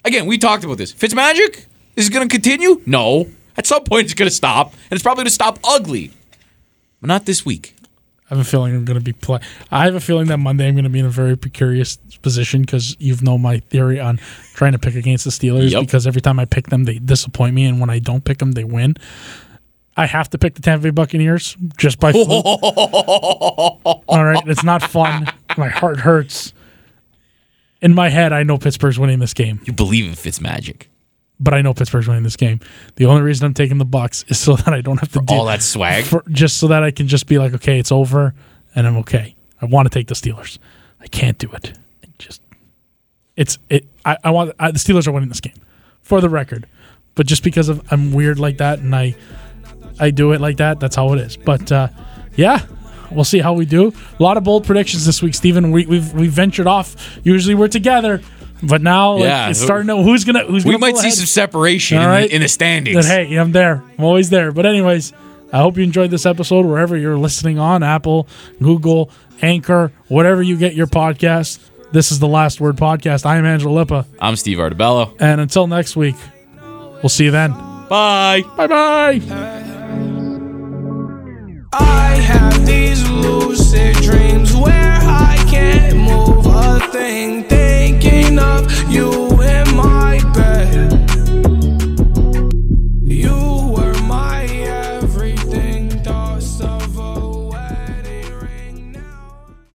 Speaker 3: Again, we talked about this. Fitzmagic is going to continue? No. At some point, it's going to stop, and it's probably going to stop ugly. But not this week.
Speaker 2: I have a feeling I'm going to be play. I have a feeling that Monday I'm going to be in a very precarious position because you've known my theory on trying to pick against the Steelers
Speaker 3: Yep.
Speaker 2: because every time I pick them they disappoint me, and when I don't pick them they win. I have to pick the Tampa Bay Buccaneers just by. fluke. All right, it's not fun. My heart hurts. In my head, I know Pittsburgh's winning this game,
Speaker 3: You believe in Fitzmagic.
Speaker 2: but I know Pittsburgh's winning this game. The only reason I'm taking the Bucks is so that I don't have to deal
Speaker 3: All that swag.
Speaker 2: for, just so that I can just be like, okay, it's over, and I'm okay. I want to take the Steelers. I can't do it. I just it's it. I, I want I, the Steelers are winning this game, for the record. But just because of I'm weird like that and I I do it like that, that's how it is. But uh, yeah. We'll see how we do. A lot of bold predictions this week, Steven. We, we've we ventured off. Usually we're together, but now like,
Speaker 3: Yeah.
Speaker 2: it's starting to. Who's gonna? Who's
Speaker 3: We
Speaker 2: gonna
Speaker 3: might
Speaker 2: pull
Speaker 3: see
Speaker 2: ahead?
Speaker 3: some separation
Speaker 2: All
Speaker 3: in,
Speaker 2: right.
Speaker 3: the, in the standings.
Speaker 2: that hey, I'm there. I'm always there. But anyways, I hope you enjoyed this episode wherever you're listening on Apple, Google, Anchor, whatever you get your podcast. This is the Last Word podcast. I am Angela Lippa,
Speaker 3: I'm Steve Artabello.
Speaker 2: and until next week, we'll see you then.
Speaker 3: Bye.
Speaker 2: Bye bye.
Speaker 1: I have these lucid dreams where I can't move a thing.